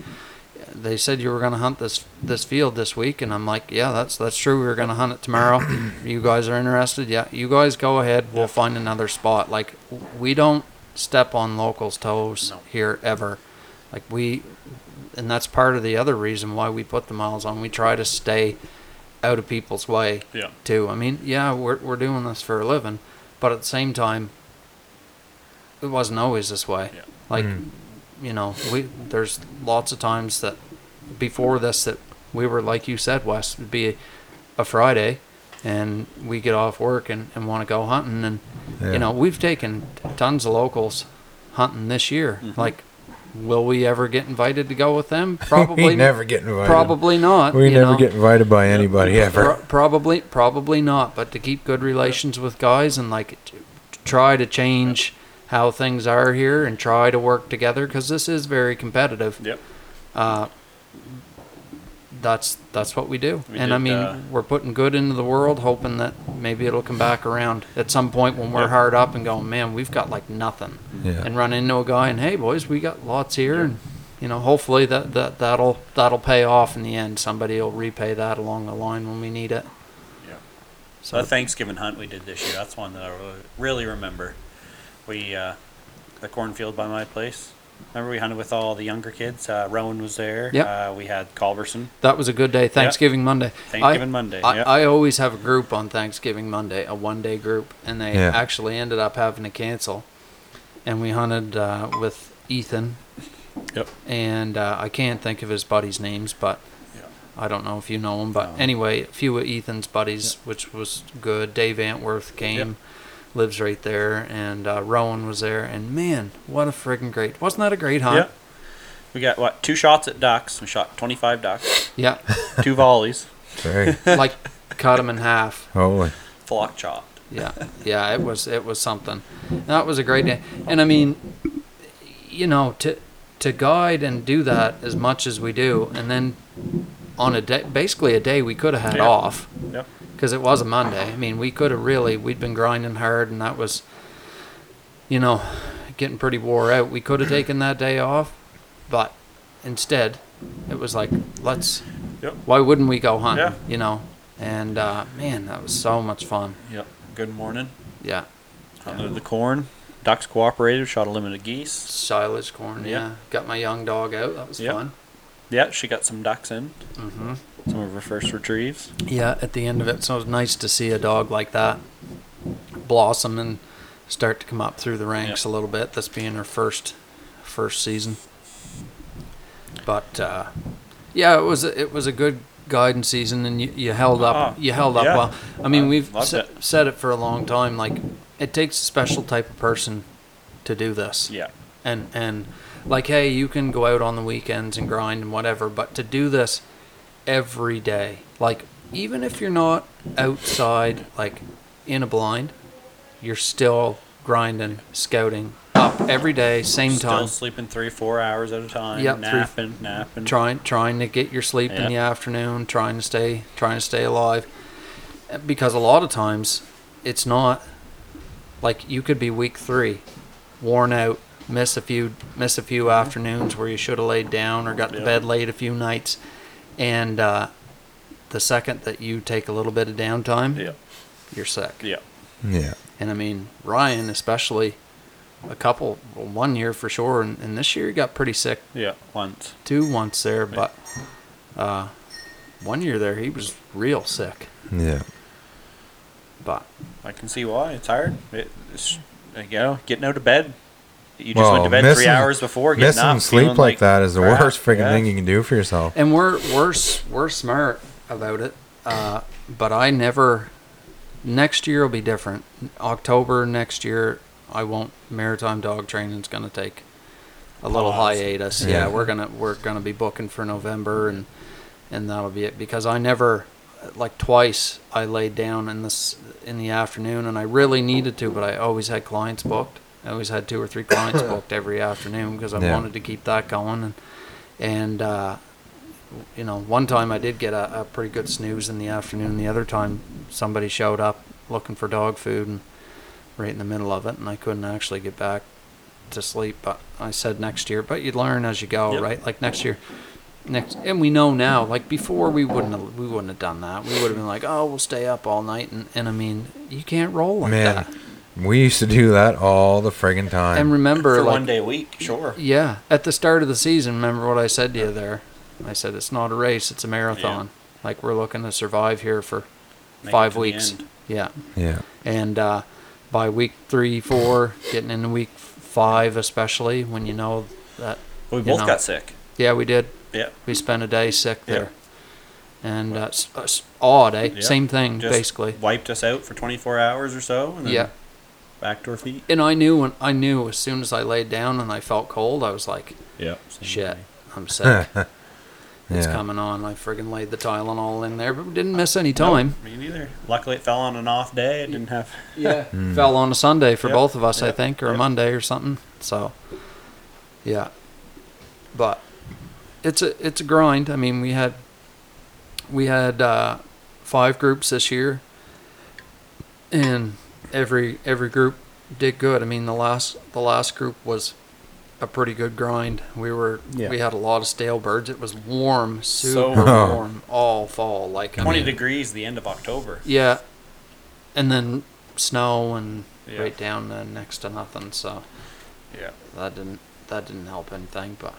Speaker 2: they said you were gonna hunt this this field this week, and I'm like, yeah, that's that's true. We were gonna hunt it tomorrow. you guys are interested? Yeah, you guys go ahead. We'll find another spot. Like w- we don't step on locals' toes
Speaker 3: No.
Speaker 2: here ever. Like we and that's part of the other reason why we put the miles on. We try to stay out of people's way
Speaker 3: Yeah.
Speaker 2: too. I mean, yeah, we're we're doing this for a living, but at the same time, it wasn't always this way.
Speaker 3: Yeah.
Speaker 2: Like,
Speaker 5: Mm-hmm.
Speaker 2: you know, we there's lots of times that before this that we were like you said, Wes, would be a Friday, and we get off work and, and want to go hunting, and
Speaker 5: Yeah.
Speaker 2: you know we've taken tons of locals hunting this year. Like, will we ever get invited to go with them? Probably
Speaker 5: we never get invited.
Speaker 2: Probably not.
Speaker 5: We
Speaker 2: you
Speaker 5: never
Speaker 2: know.
Speaker 5: get invited by anybody
Speaker 2: Pro-
Speaker 5: ever.
Speaker 2: probably, probably not. But to keep good relations with guys and like t- to try to change how things are here and try to work together because this is very competitive.
Speaker 3: Yep.
Speaker 2: Uh, that's that's what we do.
Speaker 3: We
Speaker 2: and
Speaker 3: did,
Speaker 2: I mean,
Speaker 3: uh,
Speaker 2: we're putting good into the world, hoping that maybe it'll come back around at some point when we're hard up and going, man, we've got like nothing,
Speaker 5: Yeah.
Speaker 2: and run into a guy and hey, boys, we got lots here, and you know, hopefully that that that'll that'll pay off in the end. Somebody will repay that along the line when we need it.
Speaker 3: So the Thanksgiving hunt we did this year, that's one that I really- really remember. We, uh, the cornfield by my place. Remember we hunted with all the younger kids. Uh, Rowan was there.
Speaker 2: Yep.
Speaker 3: Uh, we had Culberson.
Speaker 2: That was a good day, Thanksgiving Monday.
Speaker 3: Thanksgiving
Speaker 2: I-
Speaker 3: Monday,
Speaker 2: I,
Speaker 3: yep.
Speaker 2: I always have a group on Thanksgiving Monday, a one day group, and they
Speaker 5: Yeah.
Speaker 2: actually ended up having to cancel. And we hunted uh, with Ethan,
Speaker 3: Yep.
Speaker 2: and uh, I can't think of his buddies' names, but
Speaker 3: Yeah.
Speaker 2: I don't know if you know him. But
Speaker 3: No.
Speaker 2: anyway, a few of Ethan's buddies, which was good. Dave Antworth came,
Speaker 3: Yep.
Speaker 2: lives right there, and uh, Rowan was there. And man, what a friggin' great! Wasn't that a great hunt?
Speaker 3: Yep. We got what two shots at ducks. We shot twenty five ducks,
Speaker 2: Yeah,
Speaker 3: two volleys,
Speaker 5: Very
Speaker 2: like cut him in half.
Speaker 5: holy.
Speaker 3: flock chopped.
Speaker 2: yeah yeah it was it was something that was a great day and i mean you know to to guide and do that as much as we do and then on a day basically a day we could have had
Speaker 3: Yeah.
Speaker 2: off
Speaker 3: Yep.
Speaker 2: because it was a monday i mean we could have really we'd been grinding hard and that was you know getting pretty wore out we could have taken that day off but instead it was like let's
Speaker 3: Yep.
Speaker 2: why wouldn't we go hunting
Speaker 3: Yeah.
Speaker 2: you know and uh, man that was so much fun
Speaker 3: Yep. Good morning.
Speaker 2: yeah
Speaker 3: Hunted the corn. Ducks cooperated. Shot a limited geese.
Speaker 2: silage corn.
Speaker 3: Yeah.
Speaker 2: Yeah. got my young dog out. That was
Speaker 3: Yeah.
Speaker 2: fun.
Speaker 3: Yeah, she got some ducks in.
Speaker 2: hmm
Speaker 3: Some of her first retrieves.
Speaker 2: Yeah, at the end of it, so it was nice to see a dog like that blossom and start to come up through the ranks a little bit. This being her first first season, but uh, yeah, it was a- it was a good guiding season, and you, you held up
Speaker 3: Oh,
Speaker 2: you held up
Speaker 3: yeah.
Speaker 2: well. I mean,
Speaker 3: I
Speaker 2: we've
Speaker 3: loved
Speaker 2: sa-
Speaker 3: it.
Speaker 2: said it for a long time. Like, it takes a special type of person to do this.
Speaker 3: Yeah.
Speaker 2: and and like hey you can go out on the weekends and grind and whatever but to do this every day like even if you're not outside like in a blind you're still grinding scouting up every day same
Speaker 3: Still
Speaker 2: time
Speaker 3: sleeping three, four hours at a time.
Speaker 2: Yep, three-
Speaker 3: napping, napping.
Speaker 2: trying trying to get your sleep
Speaker 3: Yeah.
Speaker 2: in the afternoon trying to stay trying to stay alive because a lot of times it's not like you could be week three worn out miss a few miss a few afternoons where you should have laid down or got to
Speaker 3: Mm-hmm. Yeah.
Speaker 2: bed late a few nights and uh, the second that you take a little bit of downtime
Speaker 3: Yeah.
Speaker 2: you're sick
Speaker 3: Yeah.
Speaker 5: Yeah.
Speaker 2: and I mean, Ryan, especially a couple, well, one year for sure. And, and this year he got pretty sick
Speaker 3: Yeah. Once.
Speaker 2: too once there, but uh, one year there he was real sick.
Speaker 5: Yeah.
Speaker 2: But
Speaker 3: I can see why. It's hard. It, it's, you know, getting out of bed. You just went
Speaker 5: Well,
Speaker 3: to bed three
Speaker 5: missing-
Speaker 3: hours before getting
Speaker 5: missing
Speaker 3: up.
Speaker 5: sleep
Speaker 3: feeling
Speaker 5: like, that is the
Speaker 3: crap.
Speaker 5: worst freaking
Speaker 3: Yeah.
Speaker 5: thing you can do for yourself.
Speaker 2: and we're we're s- we're smart about it. Uh, but I never. Next year will be different. October next year, I won't. Maritime dog training's going to take a little
Speaker 3: Pause.
Speaker 2: hiatus.
Speaker 5: Yeah.
Speaker 2: Yeah. we're gonna we're gonna be booking for November and and that'll be it because I never like twice I laid down in this in the afternoon and I really needed to, but I always had clients booked. I always had two or three clients booked every afternoon because I
Speaker 5: Yeah.
Speaker 2: wanted to keep that going and and uh, you know one time I did get a, a pretty good snooze in the afternoon. The other time somebody showed up looking for dog food and right in the middle of it and I couldn't actually get back to sleep but I said next year but you learn as you go
Speaker 3: Yep.
Speaker 2: right like next year next and we know now like before we wouldn't have, we wouldn't have done that we would have been like oh we'll stay up all night and, and I mean you can't roll like
Speaker 5: Man,
Speaker 2: that
Speaker 5: we used to do that all the friggin' time.
Speaker 2: and remember
Speaker 3: for
Speaker 2: like
Speaker 3: one day a week. Sure.
Speaker 2: yeah at the start of the season remember what I said to you there I said it's not a race it's a marathon like we're looking to survive here for
Speaker 3: Make it
Speaker 2: five
Speaker 3: to the
Speaker 2: weeks
Speaker 3: end.
Speaker 2: yeah
Speaker 5: yeah.
Speaker 2: and uh, by week three, four, getting into week five, especially when you know that.
Speaker 3: We
Speaker 2: you
Speaker 3: both
Speaker 2: know-
Speaker 3: got sick.
Speaker 2: Yeah, we did.
Speaker 3: Yeah.
Speaker 2: We spent a day sick
Speaker 3: Yeah.
Speaker 2: there, and uh, s- uh, s- odd, eh?
Speaker 3: Yeah.
Speaker 2: Same thing,
Speaker 3: Just Mm-hmm.
Speaker 2: basically.
Speaker 3: wiped us out for 24 hours or so, and then
Speaker 2: Yeah,
Speaker 3: back to our feet.
Speaker 2: and I knew when I knew as soon as I laid down and I felt cold, I was like,
Speaker 3: Yeah.
Speaker 2: "Shit,
Speaker 3: Mm-hmm.
Speaker 2: I'm sick. It's
Speaker 5: yeah.
Speaker 2: coming on." I friggin' laid the Tylenol in there, but we didn't miss any time.
Speaker 3: Me neither. Luckily, it fell on an off day. It didn't have.
Speaker 2: Yeah. Fell on a Sunday for
Speaker 3: Yep,
Speaker 2: both of us, I
Speaker 3: yep,
Speaker 2: think, or a
Speaker 3: yep.
Speaker 2: Monday or something. So, yeah. But it's a it's a grind. I mean, we had we had uh, five groups this year, and every every group did good. I mean, the last the last group was a pretty good grind. We were
Speaker 3: Yeah.
Speaker 2: we had a lot of stale birds. It was warm,
Speaker 3: So-
Speaker 2: super
Speaker 5: Oh.
Speaker 2: warm all fall. Like I
Speaker 3: 20
Speaker 2: mean,
Speaker 3: degrees the end of October.
Speaker 2: yeah, and then snow and
Speaker 3: Yeah.
Speaker 2: right down to next to nothing. So
Speaker 3: Yeah.
Speaker 2: that didn't that didn't help anything. But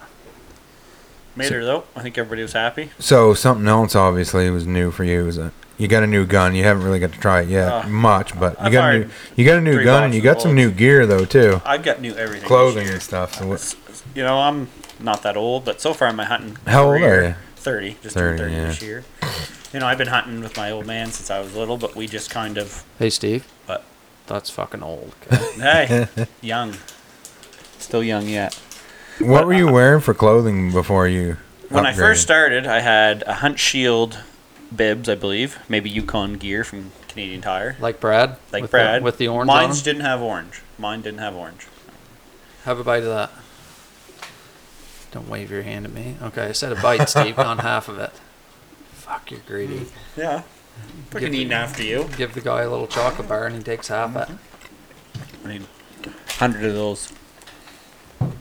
Speaker 3: Made her, though. I think everybody was happy.
Speaker 5: So something else obviously was new for you is that you got a new gun. You haven't really got to try it yet
Speaker 3: Uh,
Speaker 5: much, but
Speaker 3: I
Speaker 5: you got a new,
Speaker 3: fired
Speaker 5: you got a new
Speaker 3: three
Speaker 5: gun. and You got
Speaker 3: boxes
Speaker 5: some
Speaker 3: of
Speaker 5: new gear though too,
Speaker 3: I've got new everything. this
Speaker 5: clothing
Speaker 3: year.
Speaker 5: and stuff. So what,
Speaker 3: S- You know, I'm not that old, but so far in my hunting.
Speaker 5: How old
Speaker 3: career,
Speaker 5: are you?
Speaker 3: 30. Just turned
Speaker 5: 30,
Speaker 3: 30
Speaker 5: yeah.
Speaker 3: this year. You know, I've been hunting with my old man since I was little, but we just kind of.
Speaker 2: hey, Steve,
Speaker 3: But
Speaker 2: that's fucking old. 'kay?
Speaker 3: hey, young. Still young yet.
Speaker 5: what were you wearing for clothing before you?
Speaker 3: When I first
Speaker 5: upgraded?
Speaker 3: started, I had a hunt shield bibs, I believe, maybe Yukon gear from Canadian Tire.
Speaker 2: like Brad,
Speaker 3: Like
Speaker 2: with
Speaker 3: Brad.
Speaker 2: the, with the orange. on
Speaker 3: Mine's
Speaker 2: 'em?
Speaker 3: didn't have orange. Mine didn't have orange.
Speaker 2: Have a bite of that. Don't wave your hand at me. Okay, I said a bite, Steve, on half of it. Fuck, you're greedy.
Speaker 3: Yeah. Fucking
Speaker 2: Give-
Speaker 3: eating after you.
Speaker 2: Give the guy a little chocolate bar and he takes half it.
Speaker 3: I need 100 of those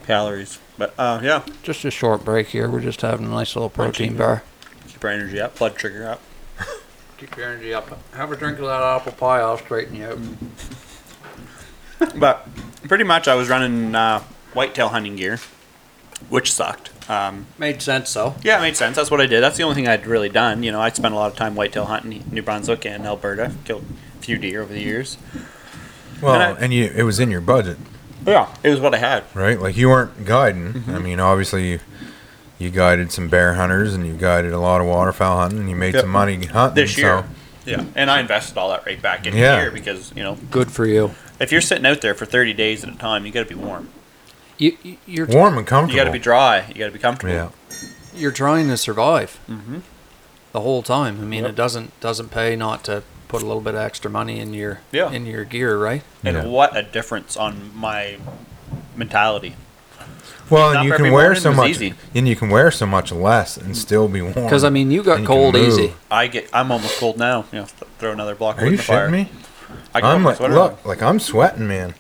Speaker 3: calories. But uh, yeah,
Speaker 2: Just a short break here. We're just having a nice little protein
Speaker 3: Protein.
Speaker 2: bar.
Speaker 3: keep our energy up, blood sugar up.
Speaker 2: Keep your energy up. Have a drink of that apple pie. I'll straighten you out.
Speaker 3: Mm. But pretty much I was running uh, whitetail hunting gear, which sucked. Um,
Speaker 2: Made sense, though.
Speaker 3: yeah, it made sense. That's what I did. That's the only thing I'd really done. You know, I'd spent a lot of time whitetail hunting New Brunswick and Alberta. Killed a few deer over the years.
Speaker 5: well,
Speaker 3: and
Speaker 5: and,
Speaker 3: I-
Speaker 5: you it was in your budget,
Speaker 3: Yeah, it was what I had.
Speaker 5: right? Like you weren't guiding.
Speaker 3: Mm-hmm.
Speaker 5: I mean, obviously you, you guided some bear hunters and you guided a lot of waterfowl hunting and you made
Speaker 3: Yep.
Speaker 5: some money hunting
Speaker 3: This year.
Speaker 5: So,
Speaker 3: Yeah, and I invested all that right back in
Speaker 5: Yeah.
Speaker 3: here because you know
Speaker 2: Good for you.
Speaker 3: if you're sitting out there for 30 days at a time, you got to be warm.
Speaker 2: you you- you're,
Speaker 5: warm and
Speaker 3: You
Speaker 5: comfortable.
Speaker 3: got to be dry. You got to be comfortable.
Speaker 5: Yeah.
Speaker 2: you're trying to survive
Speaker 3: Mm-hmm.
Speaker 2: the whole time. I mean, it doesn't doesn't pay not to put a little bit of extra money in your
Speaker 3: Yeah.
Speaker 2: in your gear, right?
Speaker 3: And
Speaker 5: Yeah.
Speaker 3: what a difference on my mentality.
Speaker 5: Well,
Speaker 3: Not
Speaker 5: and you
Speaker 3: for
Speaker 5: can
Speaker 3: every
Speaker 5: wear
Speaker 3: morning
Speaker 5: so
Speaker 3: was
Speaker 5: much,
Speaker 3: easy.
Speaker 5: and you can wear so much less and still be warm.
Speaker 2: Because I mean, you got
Speaker 5: And you can
Speaker 2: cold
Speaker 5: move.
Speaker 2: easy.
Speaker 3: I get. I'm almost cold now. You know, th- throw another block of
Speaker 5: are
Speaker 3: wood in
Speaker 5: you
Speaker 3: the fire.
Speaker 5: shitting me?
Speaker 3: I can
Speaker 5: I'm
Speaker 3: put my
Speaker 5: like,
Speaker 3: sweater
Speaker 5: look,
Speaker 3: on.
Speaker 5: like I'm sweating, man.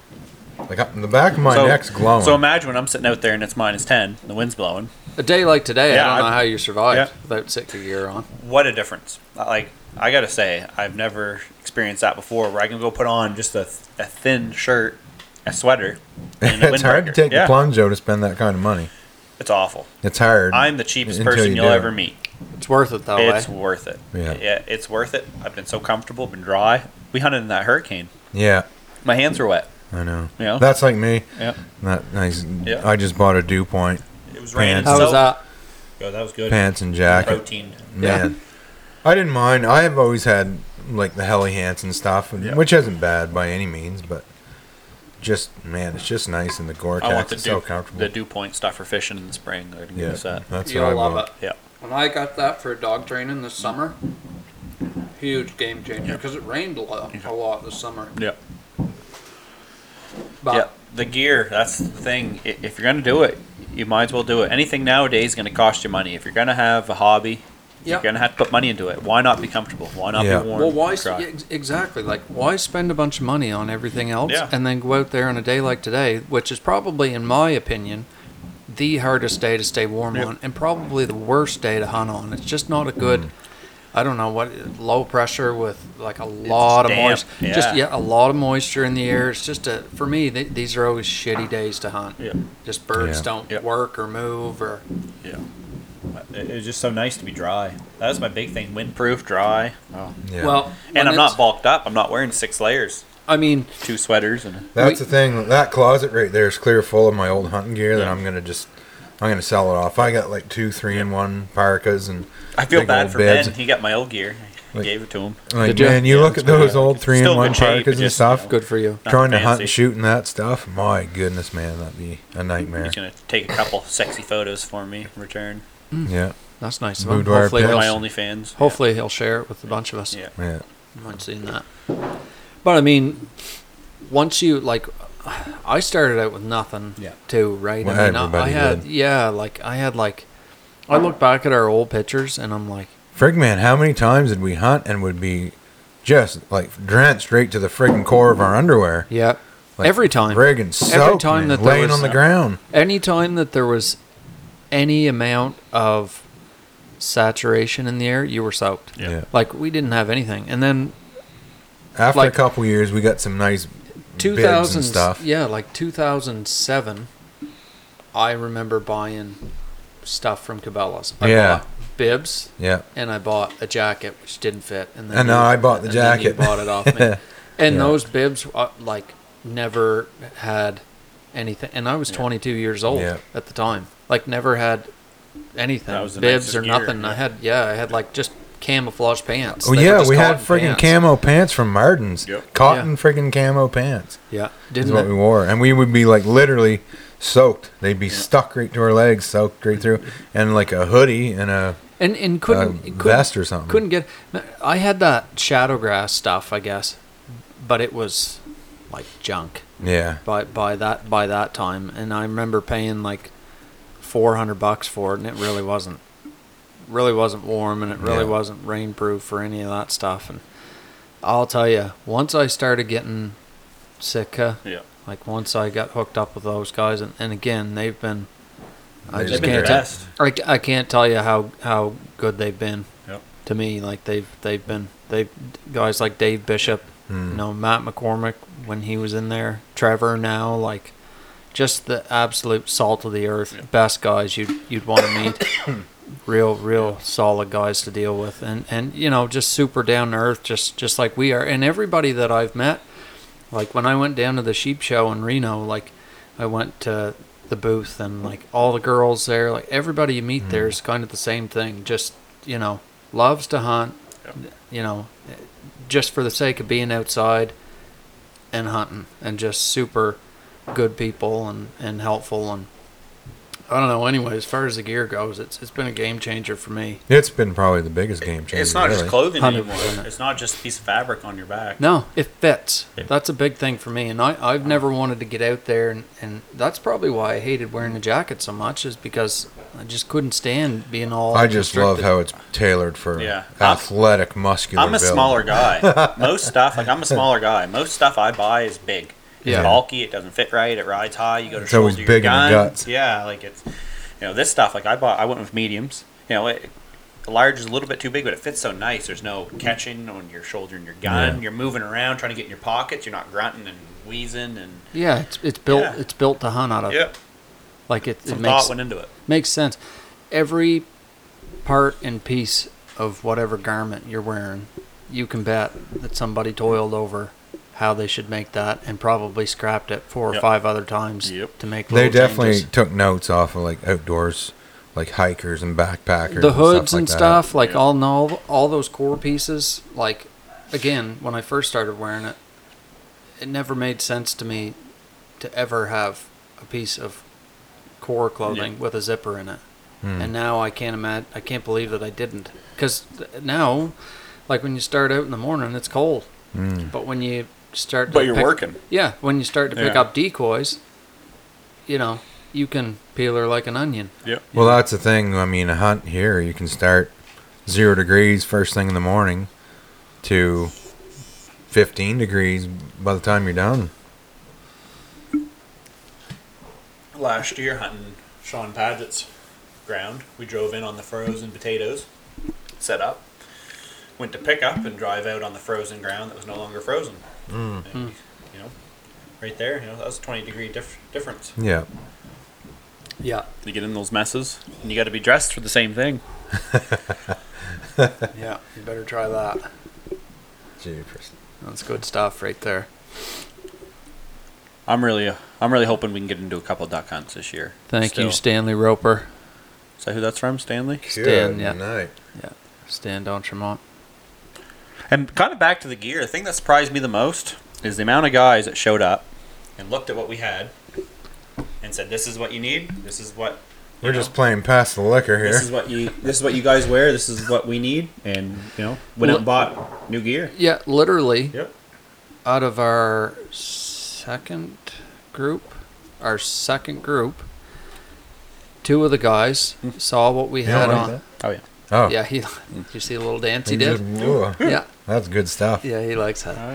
Speaker 5: Like I, the back of my
Speaker 3: so,
Speaker 5: neck's glowing.
Speaker 3: So imagine when I'm sitting out there and it's minus ten, the wind's blowing.
Speaker 2: A day like today,
Speaker 3: Yeah,
Speaker 2: I don't
Speaker 3: I-
Speaker 2: know how you survived
Speaker 3: yeah.
Speaker 2: without sick gear on.
Speaker 3: What a difference! I- Like I gotta say, I've never experienced that before, where I can go put on just a, th- a thin shirt, a sweater, and a
Speaker 5: it's hard to
Speaker 3: windbreaker.
Speaker 5: take
Speaker 3: yeah,
Speaker 5: the plunge though to spend that kind of money.
Speaker 3: It's awful.
Speaker 5: It's hard.
Speaker 3: I'm the cheapest
Speaker 5: Until
Speaker 3: person
Speaker 5: you
Speaker 3: you
Speaker 5: do
Speaker 3: will
Speaker 5: it.
Speaker 3: ever meet.
Speaker 2: It's worth it eh? that
Speaker 3: It's
Speaker 2: way.
Speaker 3: worth it.
Speaker 5: Yeah.
Speaker 3: it's worth it. I've been so comfortable, been dry. We hunted in that hurricane.
Speaker 5: yeah,
Speaker 3: My hands were wet.
Speaker 5: I know.
Speaker 3: Yeah.
Speaker 5: That's like me.
Speaker 3: Yeah.
Speaker 5: That nice.
Speaker 3: Yeah.
Speaker 5: I just bought a dew point
Speaker 3: It was
Speaker 5: raining,
Speaker 3: raining.
Speaker 5: How
Speaker 2: How was that?
Speaker 3: Yo, that was good.
Speaker 5: pants and jacket.
Speaker 3: Protein.
Speaker 5: Man, I didn't mind. I have always had like the Helly Hansen stuff, and-
Speaker 3: Yeah.
Speaker 5: which isn't bad by any means, but just man, it's just nice in the
Speaker 3: I want
Speaker 5: Gore-Tex.
Speaker 3: the
Speaker 5: It's so
Speaker 3: dew,
Speaker 5: comfortable.
Speaker 3: the dew point stuff for fishing in the spring. I can
Speaker 5: yeah,
Speaker 3: use that.
Speaker 5: that's
Speaker 2: You'll
Speaker 5: what I
Speaker 2: love
Speaker 5: bought.
Speaker 2: it.
Speaker 3: Yeah.
Speaker 2: When I got that for dog training this summer, huge game changer because it rained a lot, a lot this summer.
Speaker 3: Yeah.
Speaker 2: But
Speaker 3: yeah. The gear, that's the thing. I- If you're going to do it, you might as well do it. Anything nowadays is going to cost you money. If you're going to have a hobby,
Speaker 2: yeah,
Speaker 3: you're going to have to put money into it. Why not be comfortable? Why not
Speaker 5: Yeah.
Speaker 3: be warm?
Speaker 2: Well, why s-
Speaker 3: dry?
Speaker 2: yeah, ex- exactly? Like, why spend a bunch of money on everything else
Speaker 3: Yeah.
Speaker 2: and then go out there on a day like today, which is probably, in my opinion, the hardest day to stay warm
Speaker 3: Yeah.
Speaker 2: on, and probably the worst day to hunt on. It's just not a good.
Speaker 3: Mm.
Speaker 2: I don't know what low pressure with like a lot of
Speaker 3: damp,
Speaker 2: moisture. Just yeah,
Speaker 3: yeah.
Speaker 2: a lot of moisture in the air. It's just a for me. Th- these are always shitty days to hunt.
Speaker 3: Yeah.
Speaker 2: Just birds
Speaker 5: Yeah.
Speaker 2: don't
Speaker 3: Yeah.
Speaker 2: work or move or
Speaker 3: Yeah. It it was just so nice to be dry. That was my big thing. Windproof, dry. Oh.
Speaker 5: Yeah.
Speaker 2: well. when
Speaker 3: And I'm not
Speaker 2: it's-
Speaker 3: bulked up. I'm not wearing six layers,
Speaker 2: I mean,
Speaker 3: two sweaters, and
Speaker 5: That's
Speaker 2: We-
Speaker 5: the thing. That closet right there is clear full of my old hunting gear that
Speaker 3: Yeah.
Speaker 5: I'm gonna just I'm gonna sell it off. I got like two three in one parkas and
Speaker 3: I feel
Speaker 5: big
Speaker 3: bad
Speaker 5: old
Speaker 3: for
Speaker 5: beds.
Speaker 3: Ben. He got my old gear. I
Speaker 5: Like-
Speaker 3: gave it to him.
Speaker 5: Like
Speaker 2: Did ya?
Speaker 5: man, you look at those old three in
Speaker 3: Still
Speaker 5: one
Speaker 3: good shape,
Speaker 5: parkas
Speaker 3: but
Speaker 5: and
Speaker 3: just,
Speaker 5: stuff.
Speaker 3: you
Speaker 2: good for you.
Speaker 3: Not
Speaker 5: Trying to hunt
Speaker 3: fancy.
Speaker 5: and shoot and that stuff. My goodness, man, that'd be a nightmare.
Speaker 3: He's gonna take a couple sexy photos for me in return.
Speaker 5: Yeah,
Speaker 2: That's nice. of him.
Speaker 5: Boudoir
Speaker 2: Hopefully,
Speaker 5: pics.
Speaker 2: he'll-
Speaker 3: My OnlyFans.
Speaker 2: Hopefully he'll share it with a bunch of us.
Speaker 3: Yeah.
Speaker 5: yeah.
Speaker 2: I haven't seen that. But I mean, once you like, I started out with nothing.
Speaker 3: Yeah.
Speaker 2: Too right.
Speaker 5: Well,
Speaker 2: I mean, I, I
Speaker 5: everybody
Speaker 2: had
Speaker 5: did.
Speaker 2: yeah, like I had like, I look back at our old pictures and I'm like,
Speaker 5: Frig man, how many times did we hunt and would be just like drenched straight to the friggin' core of our underwear?
Speaker 2: Yeah.
Speaker 5: Like,
Speaker 2: Every time.
Speaker 5: friggin' soaked, every
Speaker 2: time
Speaker 5: time
Speaker 2: that
Speaker 5: that
Speaker 2: there
Speaker 5: laying
Speaker 2: was-
Speaker 5: on the ground.
Speaker 2: Anytime that there was any amount of saturation in the air, you were soaked.
Speaker 5: Yeah.
Speaker 2: Like we didn't have anything. And then
Speaker 5: After
Speaker 2: Like-
Speaker 5: a couple years, we got some nice bibs
Speaker 2: 2000
Speaker 5: and stuff.
Speaker 2: yeah, like 2007 I remember buying stuff from Cabela's. I
Speaker 5: Yeah.
Speaker 2: bought bibs
Speaker 5: Yeah,
Speaker 2: and I bought a jacket which didn't fit and then
Speaker 5: I know,
Speaker 2: you-
Speaker 5: I bought the
Speaker 2: and then you
Speaker 5: jacket.
Speaker 2: bought it off me. And
Speaker 5: Yeah.
Speaker 2: those bibs uh, like never had anything and I was 22 years old
Speaker 5: Yeah.
Speaker 2: at the time. Like never had anything
Speaker 3: That was the
Speaker 2: bibs
Speaker 3: nicest
Speaker 2: or
Speaker 3: gear,
Speaker 2: nothing. I
Speaker 3: yeah.
Speaker 2: had yeah, I had like just camouflage pants.
Speaker 5: Oh
Speaker 2: They were
Speaker 5: yeah,
Speaker 2: just
Speaker 5: we had
Speaker 2: cotton
Speaker 5: friggin'
Speaker 2: pants.
Speaker 5: camo pants from Martin's,
Speaker 3: Yep.
Speaker 5: cotton
Speaker 2: Yeah.
Speaker 5: friggin' camo pants.
Speaker 2: Yeah.
Speaker 5: is
Speaker 2: Didn't
Speaker 5: what
Speaker 2: it-
Speaker 5: we wore, and we would be like literally soaked. They'd be stuck right to our legs, soaked right through, and like a hoodie and a
Speaker 2: and and couldn't,
Speaker 5: a
Speaker 2: couldn't
Speaker 5: vest or something.
Speaker 2: Couldn't get. I had that shadow grass stuff, I guess, but it was like junk
Speaker 5: yeah,
Speaker 2: by by that by that time. And I remember paying like four hundred bucks for it, and it really wasn't really wasn't warm, and it really
Speaker 5: Yeah.
Speaker 2: wasn't rainproof or any of that stuff. And I'll tell you, once I started getting Sitka,
Speaker 3: Yeah.
Speaker 2: like once I got hooked up with those guys, and, and again, they've been. I
Speaker 5: They've
Speaker 2: just
Speaker 5: been
Speaker 2: can't
Speaker 5: the
Speaker 2: tell.
Speaker 3: best.
Speaker 2: I, I can't tell you how, how good they've been
Speaker 3: Yep.
Speaker 2: to me. Like they've they've been they guys like Dave Bishop, you know Matt McCormick when he was in there, Trevor now like just the absolute salt of the earth, best guys you'd you'd want to meet. real real solid guys to deal with and and you know just super down to earth just just like we are and everybody that I've met like when I went down to the sheep show in Reno, like I went to the booth and like all the girls there, like everybody you meet there is kind of the same thing. Just you know, loves to hunt. You know, just for the sake of being outside and hunting, and just super good people and and helpful and. I don't know. Anyway, as far as the gear goes, it's it's been a game changer for me.
Speaker 5: it's been probably the biggest game changer.
Speaker 3: It's not
Speaker 5: really.
Speaker 3: just clothing
Speaker 2: 100%.
Speaker 3: anymore. It's not just a piece of fabric on your back.
Speaker 2: No, it fits.
Speaker 3: Yeah.
Speaker 2: That's a big thing for me, and I, I've never wanted to get out there, and, and that's probably why I hated wearing a jacket so much, is because I just couldn't stand being all.
Speaker 5: I just love
Speaker 2: restricted.
Speaker 5: how it's tailored for
Speaker 3: Yeah.
Speaker 5: athletic, muscular.
Speaker 3: I'm a
Speaker 5: build.
Speaker 3: smaller guy. Most stuff, like I'm a smaller guy. Most stuff I buy is big. It's
Speaker 2: Yeah.
Speaker 3: bulky. It doesn't fit right. It rides high. You go to
Speaker 5: It's
Speaker 3: shoulder
Speaker 5: always
Speaker 3: your
Speaker 5: big in the
Speaker 3: gun.
Speaker 5: guts.
Speaker 3: Yeah, like it's you know this stuff. Like I bought, I went with mediums. You know, it, large is a little bit too big, but it fits so nice. There's no catching on your shoulder and your gun.
Speaker 5: Yeah.
Speaker 3: You're moving around, trying to get in your pockets. You're not grunting and wheezing and
Speaker 2: Yeah, it's, it's built.
Speaker 3: Yeah.
Speaker 2: It's built to hunt out of. Like it, it
Speaker 3: Some
Speaker 2: makes
Speaker 3: thought went into it.
Speaker 2: makes sense. Every part and piece of whatever garment you're wearing, you can bet that somebody toiled over how they should make that, and probably scrapped it four or
Speaker 3: Yep.
Speaker 2: five other times
Speaker 3: Yep.
Speaker 2: to make.
Speaker 5: They
Speaker 2: little
Speaker 5: definitely
Speaker 2: changes.
Speaker 5: took notes off of like outdoors, like hikers and backpackers.
Speaker 2: the hoods and
Speaker 5: and
Speaker 2: stuff like
Speaker 3: Yeah.
Speaker 2: all in all all those core pieces like again when i first started wearing it it never made sense to me to ever have a piece of core clothing with a zipper in it and now i can't imagine i can't believe that i didn't because now like when you start out in the morning it's cold
Speaker 5: Mm.
Speaker 2: but when you start to
Speaker 3: But you're
Speaker 2: pick-
Speaker 3: working.
Speaker 2: yeah when you start to pick
Speaker 3: Yeah.
Speaker 2: up decoys you know you can peel her like an onion
Speaker 3: Yep.
Speaker 5: Well, that's the thing. I mean, a hunt here, you can start zero degrees first thing in the morning to 15 degrees by the time you're done.
Speaker 3: last year hunting Sean Paget's ground. We drove in on the frozen potatoes, set up, went to pick up and drive out on the frozen ground that was no longer frozen.
Speaker 2: Mm.
Speaker 3: And, You know, right there, you know, that was a 20 degree dif- difference.
Speaker 5: Yeah.
Speaker 2: yeah
Speaker 3: You get in those messes, and you got to be dressed for the same thing.
Speaker 2: yeah you better try that That's good stuff right there.
Speaker 3: I'm really, I'm really hoping we can get into a couple duck hunts this year.
Speaker 2: Thank
Speaker 3: Still.
Speaker 2: you, Stanley Roper.
Speaker 3: Is that who that's from, Stanley?
Speaker 2: Stan,
Speaker 5: Good
Speaker 2: yeah.
Speaker 5: night.
Speaker 2: Stan Dontremont.
Speaker 3: And kind of back to the gear, the thing that surprised me the most is the amount of guys that showed up and looked at what we had and said, "This is what you need. This is what
Speaker 5: We're just playing past the liquor here.
Speaker 3: this is what you this is what you guys wear. This is what we need." And you know, went out and bought new gear.
Speaker 2: Yeah, literally,
Speaker 3: Yep.
Speaker 2: out of our second group, our second group, two of the guys saw what we
Speaker 5: don't
Speaker 2: had
Speaker 5: Hmm. like
Speaker 2: on.
Speaker 5: that?
Speaker 3: Oh yeah.
Speaker 5: Oh,
Speaker 2: Yeah, he. You see the little dance he
Speaker 5: He just-
Speaker 2: did?
Speaker 5: whoa,
Speaker 2: Yeah,
Speaker 5: that's good stuff.
Speaker 2: yeah, he likes that.
Speaker 1: Oh,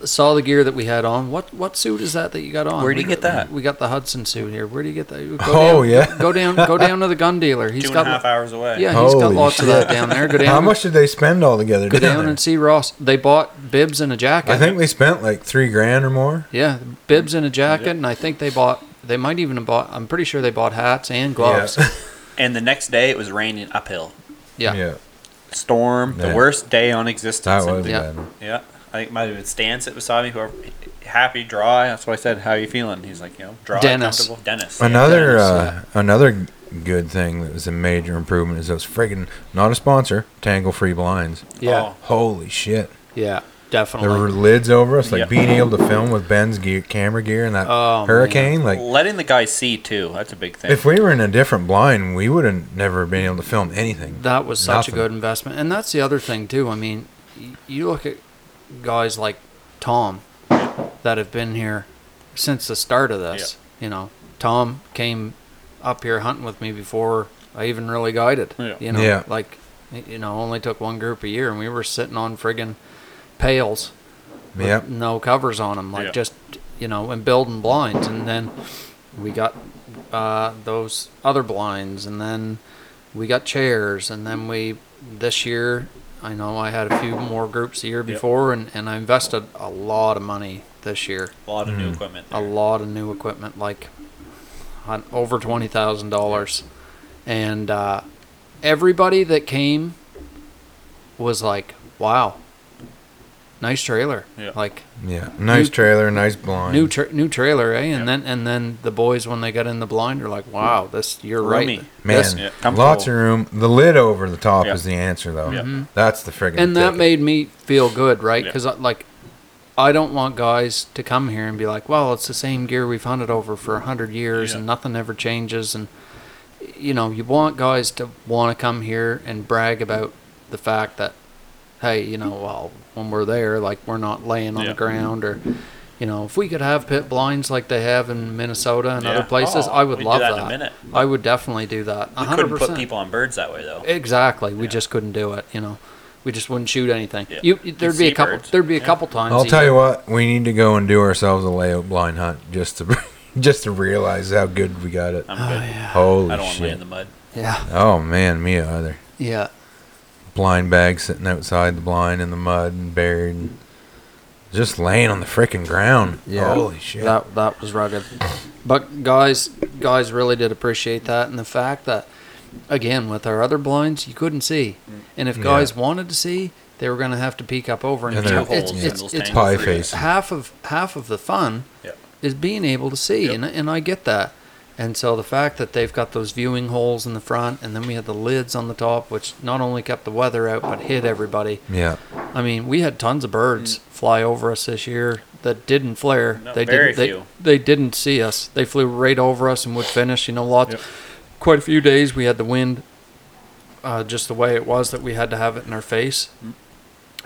Speaker 1: yeah.
Speaker 2: Saw the gear that we had on. What what suit is that that you got on?
Speaker 3: Where'd you
Speaker 2: We
Speaker 3: get
Speaker 2: got-
Speaker 3: that?
Speaker 2: We got the Hudson suit here. Where do you get that? Go
Speaker 5: Oh,
Speaker 2: down-
Speaker 5: yeah.
Speaker 2: Go down. Go down to the gun dealer. He's
Speaker 3: Two and
Speaker 2: got
Speaker 3: a half hours away.
Speaker 2: Yeah, he's got
Speaker 5: Holy
Speaker 2: lots of that
Speaker 5: shit.
Speaker 2: down there. Go down.
Speaker 5: How much did they spend all together?
Speaker 2: Go
Speaker 5: down
Speaker 2: down
Speaker 5: there?
Speaker 2: and see Ross. They bought bibs and a jacket.
Speaker 5: I think they spent like three grand or more.
Speaker 2: Yeah, bibs and a jacket, and I think they bought. They might even have bought. I'm pretty sure they bought hats and gloves.
Speaker 5: Yeah.
Speaker 3: And the next day it was raining uphill.
Speaker 2: Yeah.
Speaker 5: yeah,
Speaker 3: Storm,
Speaker 5: Yeah.
Speaker 3: the worst day on existence.
Speaker 5: that was
Speaker 2: Yeah.
Speaker 5: bad.
Speaker 3: Yeah. I think it might have been Stance that was beside me, whoever happy, dry. That's what I said. How you feeling? He's like, you know, dry,
Speaker 2: Dennis.
Speaker 3: comfortable. Dennis.
Speaker 5: Another
Speaker 3: Dennis.
Speaker 5: uh, another good thing that was a major improvement is those friggin' not a sponsor tangle free blinds.
Speaker 2: Yeah, Oh
Speaker 3: Oh.
Speaker 5: Holy shit!
Speaker 2: yeah,
Speaker 5: There
Speaker 2: definitely.
Speaker 5: were lids over us, like
Speaker 3: Yeah.
Speaker 5: being able to film with Ben's gear, camera gear, and that
Speaker 2: Oh, man.
Speaker 5: hurricane. Like,
Speaker 3: letting the guy see too. That's a big thing.
Speaker 5: if we were in a different blind, we would have never been able to film anything.
Speaker 2: That was such
Speaker 5: Nothing.
Speaker 2: a good investment, and that's the other thing too. I mean, y- you look at guys like Tom that have been here since the start of this. You know, Tom came up here hunting with me before I even really guided.
Speaker 3: Yeah.
Speaker 2: You know,
Speaker 5: Yeah.
Speaker 2: like y- you know, only took one group a year, and we were sitting on friggin' pails with
Speaker 5: Yep.
Speaker 2: no covers on them, like
Speaker 3: Yeah.
Speaker 2: just you know, and building blinds, and then we got uh, those other blinds, and then we got chairs, and then we this year. I know I had a few more groups the year before, and, and I invested a lot of money this year,
Speaker 3: a lot of new equipment.
Speaker 2: a lot of new equipment, like on over twenty thousand dollars, and uh, everybody that came was like, "Wow, nice trailer!"
Speaker 3: Yeah.
Speaker 2: Like
Speaker 5: Yeah, nice
Speaker 2: New-
Speaker 5: trailer, nice blind.
Speaker 2: new tra- new trailer, eh? And then and then the boys when they got in the blind are like, "Wow, this you're
Speaker 3: Roomy.
Speaker 2: right."
Speaker 5: Man,
Speaker 2: This-
Speaker 3: Yeah, comfortable.
Speaker 5: lots of room. The lid over the top
Speaker 3: Yeah.
Speaker 5: is the answer, though.
Speaker 3: Yeah.
Speaker 2: Mm-hmm.
Speaker 5: That's the friggin'
Speaker 2: and that
Speaker 5: ticket.
Speaker 2: made me feel good, right?
Speaker 3: Yeah.
Speaker 2: Because like, I don't want guys to come here and be like, "Well, it's the same gear we've hunted over for a hundred years,
Speaker 3: Yeah.
Speaker 2: and nothing ever changes." And you know, you want guys to want to come here and brag about the fact that, hey, you know, well, when we're there, like we're not laying on
Speaker 3: Yeah.
Speaker 2: the ground or. You know, if we could have pit blinds like they have in Minnesota and
Speaker 3: Yeah.
Speaker 2: other places,
Speaker 3: Oh,
Speaker 2: I would
Speaker 3: we'd do
Speaker 2: love
Speaker 3: that
Speaker 2: that.
Speaker 3: in a minute.
Speaker 2: I would definitely do that.
Speaker 3: We
Speaker 2: 100%.
Speaker 3: could not put people on birds that way though.
Speaker 2: Exactly. We just couldn't do it. You know, we just wouldn't shoot anything.
Speaker 3: Yeah.
Speaker 2: You, there'd
Speaker 3: You'd
Speaker 2: be a
Speaker 3: see
Speaker 2: couple.
Speaker 3: birds.
Speaker 2: There'd be a couple times.
Speaker 5: I'll
Speaker 2: a
Speaker 5: tell
Speaker 2: year.
Speaker 5: you what, we need to go and do ourselves a layout blind hunt just to just to realize how good we got it.
Speaker 3: I'm good. I
Speaker 5: Holy
Speaker 3: don't want to lay in
Speaker 5: shit!
Speaker 3: the mud.
Speaker 2: Yeah.
Speaker 5: Oh man, me either.
Speaker 2: Yeah.
Speaker 5: Blind bag sitting outside the blind in the mud and buried, and just laying on the frickin' ground.
Speaker 2: Yeah.
Speaker 5: Holy shit!
Speaker 2: That that was rugged. But guys, guys really did appreciate that, and the fact that, again, with our other blinds, you couldn't see,
Speaker 3: Mm.
Speaker 2: and if guys wanted to see, they were going to have to peek up over and,
Speaker 5: And they're-
Speaker 2: it's, it's,
Speaker 3: Holes in
Speaker 2: it's,
Speaker 3: those
Speaker 2: it's
Speaker 3: tangle
Speaker 5: pie
Speaker 3: trees.
Speaker 5: face.
Speaker 2: half of half of the fun
Speaker 3: Yeah.
Speaker 2: is being able to see,
Speaker 3: Yep.
Speaker 2: and and I get that. And so the fact that they've got those viewing holes in the front, and then we had the lids on the top, which not only kept the weather out but hid everybody.
Speaker 5: yeah,
Speaker 2: I mean, we had tons of birds fly over us this year that didn't flare.
Speaker 3: Mm. No,
Speaker 2: they
Speaker 3: very
Speaker 2: didn't. They,
Speaker 3: few.
Speaker 2: they didn't see us. They flew right over us and would finish. You know, lots, quite a few days. We had the wind, uh, just the way it was that we had to have it in our face,
Speaker 3: Mm.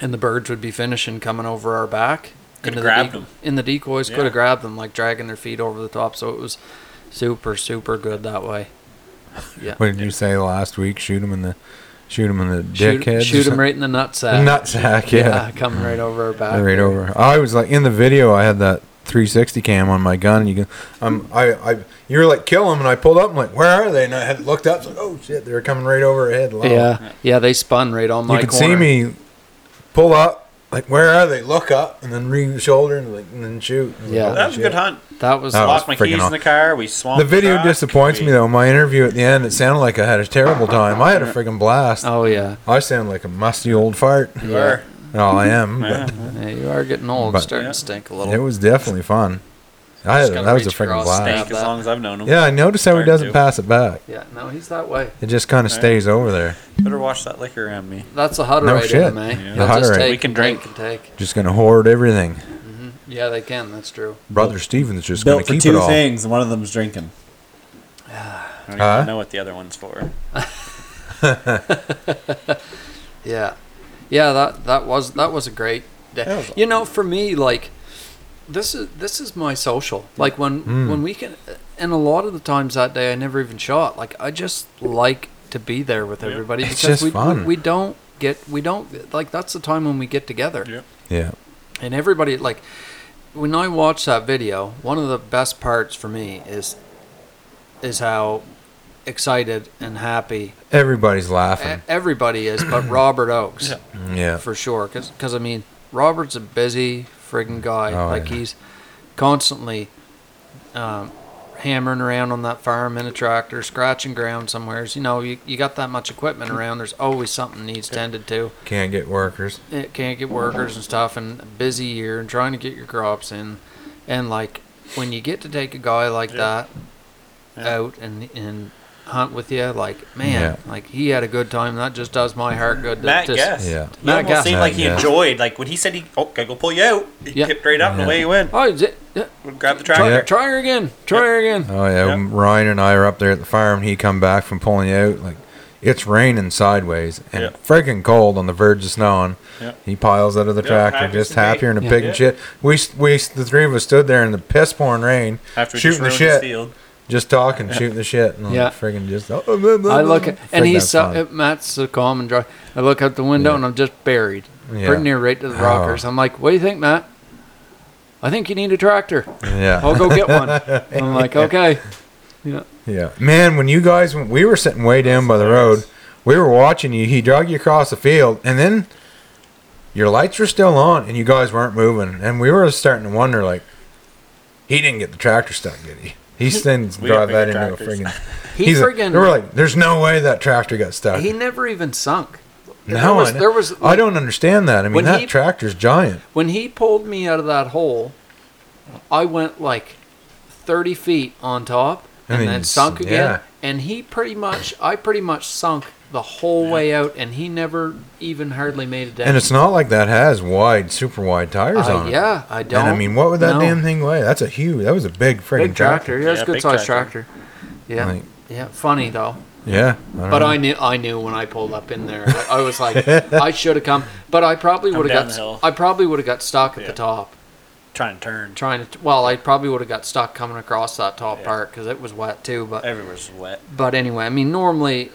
Speaker 2: and the birds would be finishing coming over our back.
Speaker 3: Coulda
Speaker 2: into
Speaker 3: grabbed
Speaker 2: the
Speaker 3: 'em.
Speaker 2: in the decoys. Could
Speaker 3: Yeah.
Speaker 2: have grabbed them, like dragging their feet over the top. So it was super, super good that way. Yeah,
Speaker 5: what did you say last week? Shoot him in the, shoot him in the
Speaker 2: shoot,
Speaker 5: dickhead.
Speaker 2: shoot 'em right in the nutsack.
Speaker 5: Nutsack, yeah.
Speaker 2: yeah, coming right over our back.
Speaker 5: right over. I was like in the video. I had that 360 cam on my gun, and you can. Um, I, I, you were like kill them, and I pulled up. I'm like, where are they? And I had looked up. It's like, oh shit, they were coming right over ahead. Low.
Speaker 2: Yeah, yeah, they spun right on my.
Speaker 5: you could
Speaker 2: corner.
Speaker 5: see me pull up. Like, where are they? Look up, and then re-shoulder, and like, and then shoot. I was like,
Speaker 2: Yeah.
Speaker 5: holy
Speaker 3: That was a
Speaker 5: shit.
Speaker 3: good hunt.
Speaker 2: That was
Speaker 5: Oh.
Speaker 3: Lost my
Speaker 5: freaking
Speaker 3: keys
Speaker 5: awesome.
Speaker 3: in the car. We swamped.
Speaker 5: The video
Speaker 3: truck.
Speaker 5: disappoints
Speaker 3: We-
Speaker 5: me though. My interview at the end, it sounded like I had a terrible time. I had a freaking blast.
Speaker 2: oh yeah,
Speaker 5: I sound like a musty old fart.
Speaker 3: We were.
Speaker 5: Well, I am. but-
Speaker 2: yeah. You are getting old,
Speaker 5: But-
Speaker 2: starting
Speaker 3: Yeah.
Speaker 2: to stink a little.
Speaker 5: It was definitely fun. I
Speaker 2: Just
Speaker 5: that
Speaker 2: gotta
Speaker 5: was a
Speaker 2: reach
Speaker 5: freaking
Speaker 2: across,
Speaker 5: blast.
Speaker 2: stab
Speaker 3: Stank as long as I've known him.
Speaker 5: Yeah, I noticed how he
Speaker 3: Starting
Speaker 5: doesn't
Speaker 3: to.
Speaker 5: pass it back.
Speaker 2: yeah, no, he's that way.
Speaker 5: It just kind of stays over there.
Speaker 3: Better wash that liquor on me.
Speaker 2: That's a hutter
Speaker 5: No
Speaker 2: right
Speaker 5: shit.
Speaker 2: in him, eh?
Speaker 5: Yeah.
Speaker 2: They'll
Speaker 5: The
Speaker 2: just
Speaker 5: Hutterite.
Speaker 2: take
Speaker 3: We can
Speaker 2: and
Speaker 3: drink.
Speaker 2: take and take.
Speaker 5: Just gonna hoard everything.
Speaker 2: Yeah, they can. That's true.
Speaker 5: Brother Steven's just gonna
Speaker 4: Built for
Speaker 5: keep it
Speaker 4: two
Speaker 5: all.
Speaker 4: things, and one of them's drinking.
Speaker 3: I don't
Speaker 5: Huh?
Speaker 3: even know what the other one's for.
Speaker 2: Yeah, yeah. That that was that was a great day. you know, for me, like this is this is my social. Like
Speaker 5: Mm.
Speaker 2: when when we can, and a lot of the times that day, I never even shot. Like I just like to be there with everybody
Speaker 5: It's
Speaker 2: because
Speaker 5: just
Speaker 2: we,
Speaker 5: fun.
Speaker 2: we don't get we don't like that's the time when we get together.
Speaker 5: Yeah.
Speaker 2: And everybody like when I watch that video, one of the best parts for me is is how excited and happy
Speaker 5: Everybody's
Speaker 2: e-
Speaker 5: laughing. Mm,
Speaker 2: everybody is, but Robert Oakes
Speaker 5: Yeah.
Speaker 2: for sure. Because I mean, Robert's a busy friggin' guy.
Speaker 5: Oh,
Speaker 2: like
Speaker 5: yeah.
Speaker 2: he's constantly um, hammering around on that farm in a tractor, scratching ground somewheres. You know, you, you got that much equipment around. There's always something needs tended to.
Speaker 5: Can't get workers.
Speaker 2: It can't get workers and stuff, and a busy year, and trying to get your crops in, and like when you get to take a guy like that out and and hunt with you, like man, like he had a good time. That just does my heart good. to-
Speaker 3: Matt
Speaker 2: to s-
Speaker 3: Guess.
Speaker 5: Yeah.
Speaker 3: He
Speaker 2: Matt
Speaker 3: almost
Speaker 2: Guess.
Speaker 3: seemed like he
Speaker 5: Yeah.
Speaker 3: enjoyed. Like when he said he, oh, gotta go pull you out. He
Speaker 2: Yeah.
Speaker 3: tipped right up and
Speaker 5: Yeah.
Speaker 3: away he went.
Speaker 2: Oh, is it? yeah.
Speaker 3: Grab the
Speaker 2: Try,
Speaker 3: tractor.
Speaker 5: Yeah.
Speaker 2: try her again. Try her again.
Speaker 5: Oh yeah,
Speaker 3: Yep.
Speaker 5: Ryan and I were up there at the farm. He come back from pulling out like it's raining sideways and
Speaker 3: Yep.
Speaker 5: freaking cold on the verge of snowing.
Speaker 3: Yep.
Speaker 5: He piles out of the
Speaker 3: Yep,
Speaker 5: tractor,
Speaker 3: happy
Speaker 5: just
Speaker 3: as can be.
Speaker 5: happier and a
Speaker 2: Yeah.
Speaker 5: pig and shit. We s- we s- the three of us stood there in the piss pouring rain,
Speaker 3: After he
Speaker 5: shooting the
Speaker 3: just ruined his
Speaker 5: shit,
Speaker 3: field.
Speaker 5: just talking, shooting the shit, and
Speaker 2: Yeah.
Speaker 5: like, freaking just. Oh, blah, blah,
Speaker 2: I
Speaker 5: blah,
Speaker 2: look
Speaker 5: blah.
Speaker 2: at, and
Speaker 5: Freaking
Speaker 2: he's so,
Speaker 5: that's
Speaker 2: uh, Matt's so calm and dry. I look out the window
Speaker 5: Yeah.
Speaker 2: and I'm just buried,
Speaker 5: Yeah.
Speaker 2: pretty near right to the
Speaker 5: Oh.
Speaker 2: rockers. I'm like, "What do you think, Matt? I think you need a tractor.
Speaker 5: fun. yeah,
Speaker 2: I'll go get one." I'm like, "Okay." Yeah.
Speaker 5: Yeah, man. When you guys, when we were sitting way down by the road, we were watching you. He drug you across the field, and then your lights were still on, and you guys weren't moving. And we were starting to wonder, like, he didn't get the tractor stuck, did he? He didn't
Speaker 3: We got
Speaker 5: drive that into
Speaker 3: bigger
Speaker 5: a
Speaker 3: tractors.
Speaker 5: friggin'.
Speaker 2: He
Speaker 5: he's a-
Speaker 2: friggin'
Speaker 5: they were like, "There's no way that tractor got stuck."
Speaker 2: he never even sunk. there
Speaker 5: no,
Speaker 2: was,
Speaker 5: I,
Speaker 2: there was
Speaker 5: I don't understand that. I mean,
Speaker 2: when
Speaker 5: that
Speaker 2: he-
Speaker 5: tractor's giant.
Speaker 2: when he pulled me out of that hole, I went like 30 feet on top
Speaker 5: I
Speaker 2: and
Speaker 5: mean,
Speaker 2: then sunk
Speaker 5: s-
Speaker 2: again.
Speaker 5: yeah.
Speaker 2: And he pretty much, I pretty much sunk the whole way out, and he never even hardly made it down.
Speaker 5: And it's not like that has wide, super wide tires
Speaker 2: I-
Speaker 5: on it.
Speaker 2: Yeah, I don't.
Speaker 5: And I mean, what would that
Speaker 2: know.
Speaker 5: damn thing weigh? That's a huge. That was a big friggin'
Speaker 2: Big tractor. Yeah, it's
Speaker 3: Yeah,
Speaker 2: a good
Speaker 3: big
Speaker 2: sized
Speaker 3: tractor.
Speaker 2: tractor. Yeah.
Speaker 5: Like-
Speaker 2: yeah, funny though.
Speaker 5: Yeah. don't
Speaker 2: But
Speaker 5: know.
Speaker 2: I knew I knew when I pulled up in there. I, I was like, I should have come, but I probably would
Speaker 3: down
Speaker 2: have
Speaker 3: the
Speaker 2: got
Speaker 3: hill.
Speaker 2: I probably would have got stuck at
Speaker 3: Yeah.
Speaker 2: the top.
Speaker 3: Trying to turn.
Speaker 2: trying to well i probably would have got stuck coming across that top part because it was wet too but
Speaker 3: Everywhere's wet.
Speaker 2: but anyway i mean normally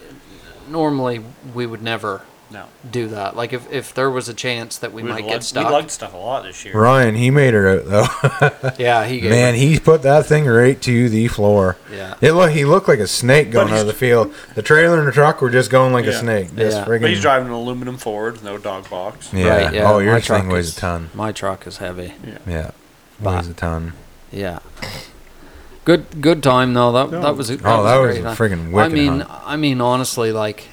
Speaker 2: normally we would never
Speaker 3: No.
Speaker 2: do that like if, if there was a chance that we,
Speaker 3: We
Speaker 2: might
Speaker 3: lugged,
Speaker 2: get
Speaker 3: We
Speaker 2: stuck
Speaker 3: lugged stuff a lot this year.
Speaker 5: Ryan, he made her out though.
Speaker 2: yeah he gave
Speaker 5: Man, he put that thing right to the floor.
Speaker 2: Yeah.
Speaker 5: It look he looked like a snake going
Speaker 3: But
Speaker 5: out
Speaker 3: he's-
Speaker 5: of the field. The trailer and the truck were just going like
Speaker 3: Yeah.
Speaker 5: a snake. Just
Speaker 2: Yeah.
Speaker 5: friggin'
Speaker 3: But he's driving an aluminum Ford with no dog box.
Speaker 5: Yeah.
Speaker 2: Right, yeah,
Speaker 5: Oh, your
Speaker 2: my
Speaker 5: thing
Speaker 2: truck
Speaker 5: weighs
Speaker 2: is-
Speaker 5: a ton.
Speaker 2: my truck is heavy
Speaker 5: Yeah.
Speaker 2: Bah.
Speaker 5: Weighs a ton.
Speaker 2: yeah good good time though that, that was a, that
Speaker 5: Oh,
Speaker 2: was
Speaker 5: that
Speaker 2: a,
Speaker 5: was
Speaker 2: great
Speaker 5: a
Speaker 2: hunt.
Speaker 5: friggin' wicked
Speaker 2: i mean
Speaker 5: hunt.
Speaker 2: i mean honestly like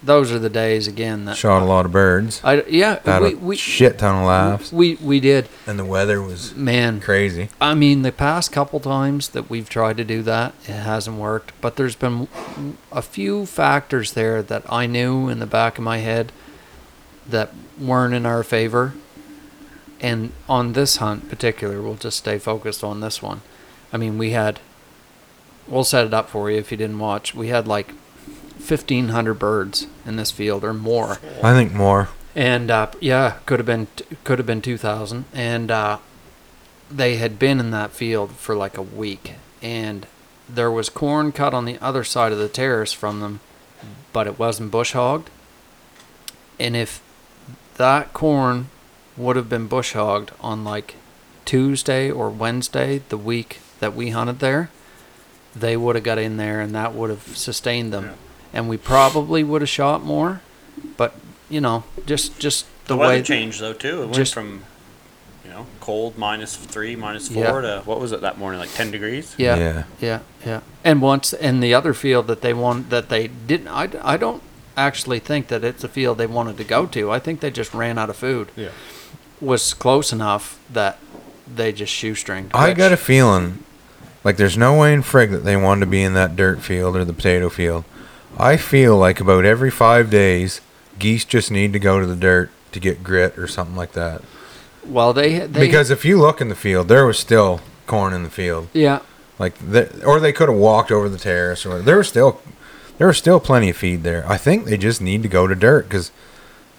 Speaker 2: those are the days again that
Speaker 5: Shot a lot of birds.
Speaker 2: I, yeah
Speaker 5: Had
Speaker 2: Uh, we,
Speaker 5: a
Speaker 2: we
Speaker 5: shit ton of laughs.
Speaker 2: we we did
Speaker 5: And the weather was
Speaker 2: man
Speaker 5: crazy.
Speaker 2: I mean, the past couple times that we've tried to do that, it hasn't worked. But there's been a few factors there that I knew in the back of my head that weren't in our favor. And on this hunt in particular, we'll just stay focused on this one. I mean, we had, we'll set it up for you if you didn't watch. We had like 1,500 birds in this field or more
Speaker 5: I think more.
Speaker 2: and uh, yeah, could have been could have been two thousand, and uh, they had been in that field for like a week, and there was corn cut on the other side of the terrace from them, but it wasn't bush hogged, and if that corn would have been bush hogged on like Tuesday or Wednesday, the week that we hunted there, they would have got in there, and that would have sustained them, and we probably would have shot more, but you know, just just the,
Speaker 3: The,
Speaker 2: way
Speaker 3: weather changed though too. It went
Speaker 2: just-
Speaker 3: from you know cold minus three, minus four
Speaker 2: Yeah.
Speaker 3: to what was it that morning? Like ten degrees.
Speaker 2: Yeah,
Speaker 5: Yeah.
Speaker 2: yeah, yeah, And once in the other field that they want that they didn't, I, I don't actually think that it's a field they wanted to go to. I think they just ran out of food.
Speaker 3: Yeah.
Speaker 2: was close enough that they just shoestringed.
Speaker 5: I
Speaker 2: which-
Speaker 5: got a feeling like there's no way in frig that they wanted to be in that dirt field or the potato field. I feel like about every five days, geese just need to go to the dirt to get grit or something like that.
Speaker 2: well, they, they
Speaker 5: because if you look in the field, there was still corn in the field.
Speaker 2: yeah,
Speaker 5: Like, the, or they could have walked over the terrace, or there was still there was still plenty of feed there. I think they just need to go to dirt because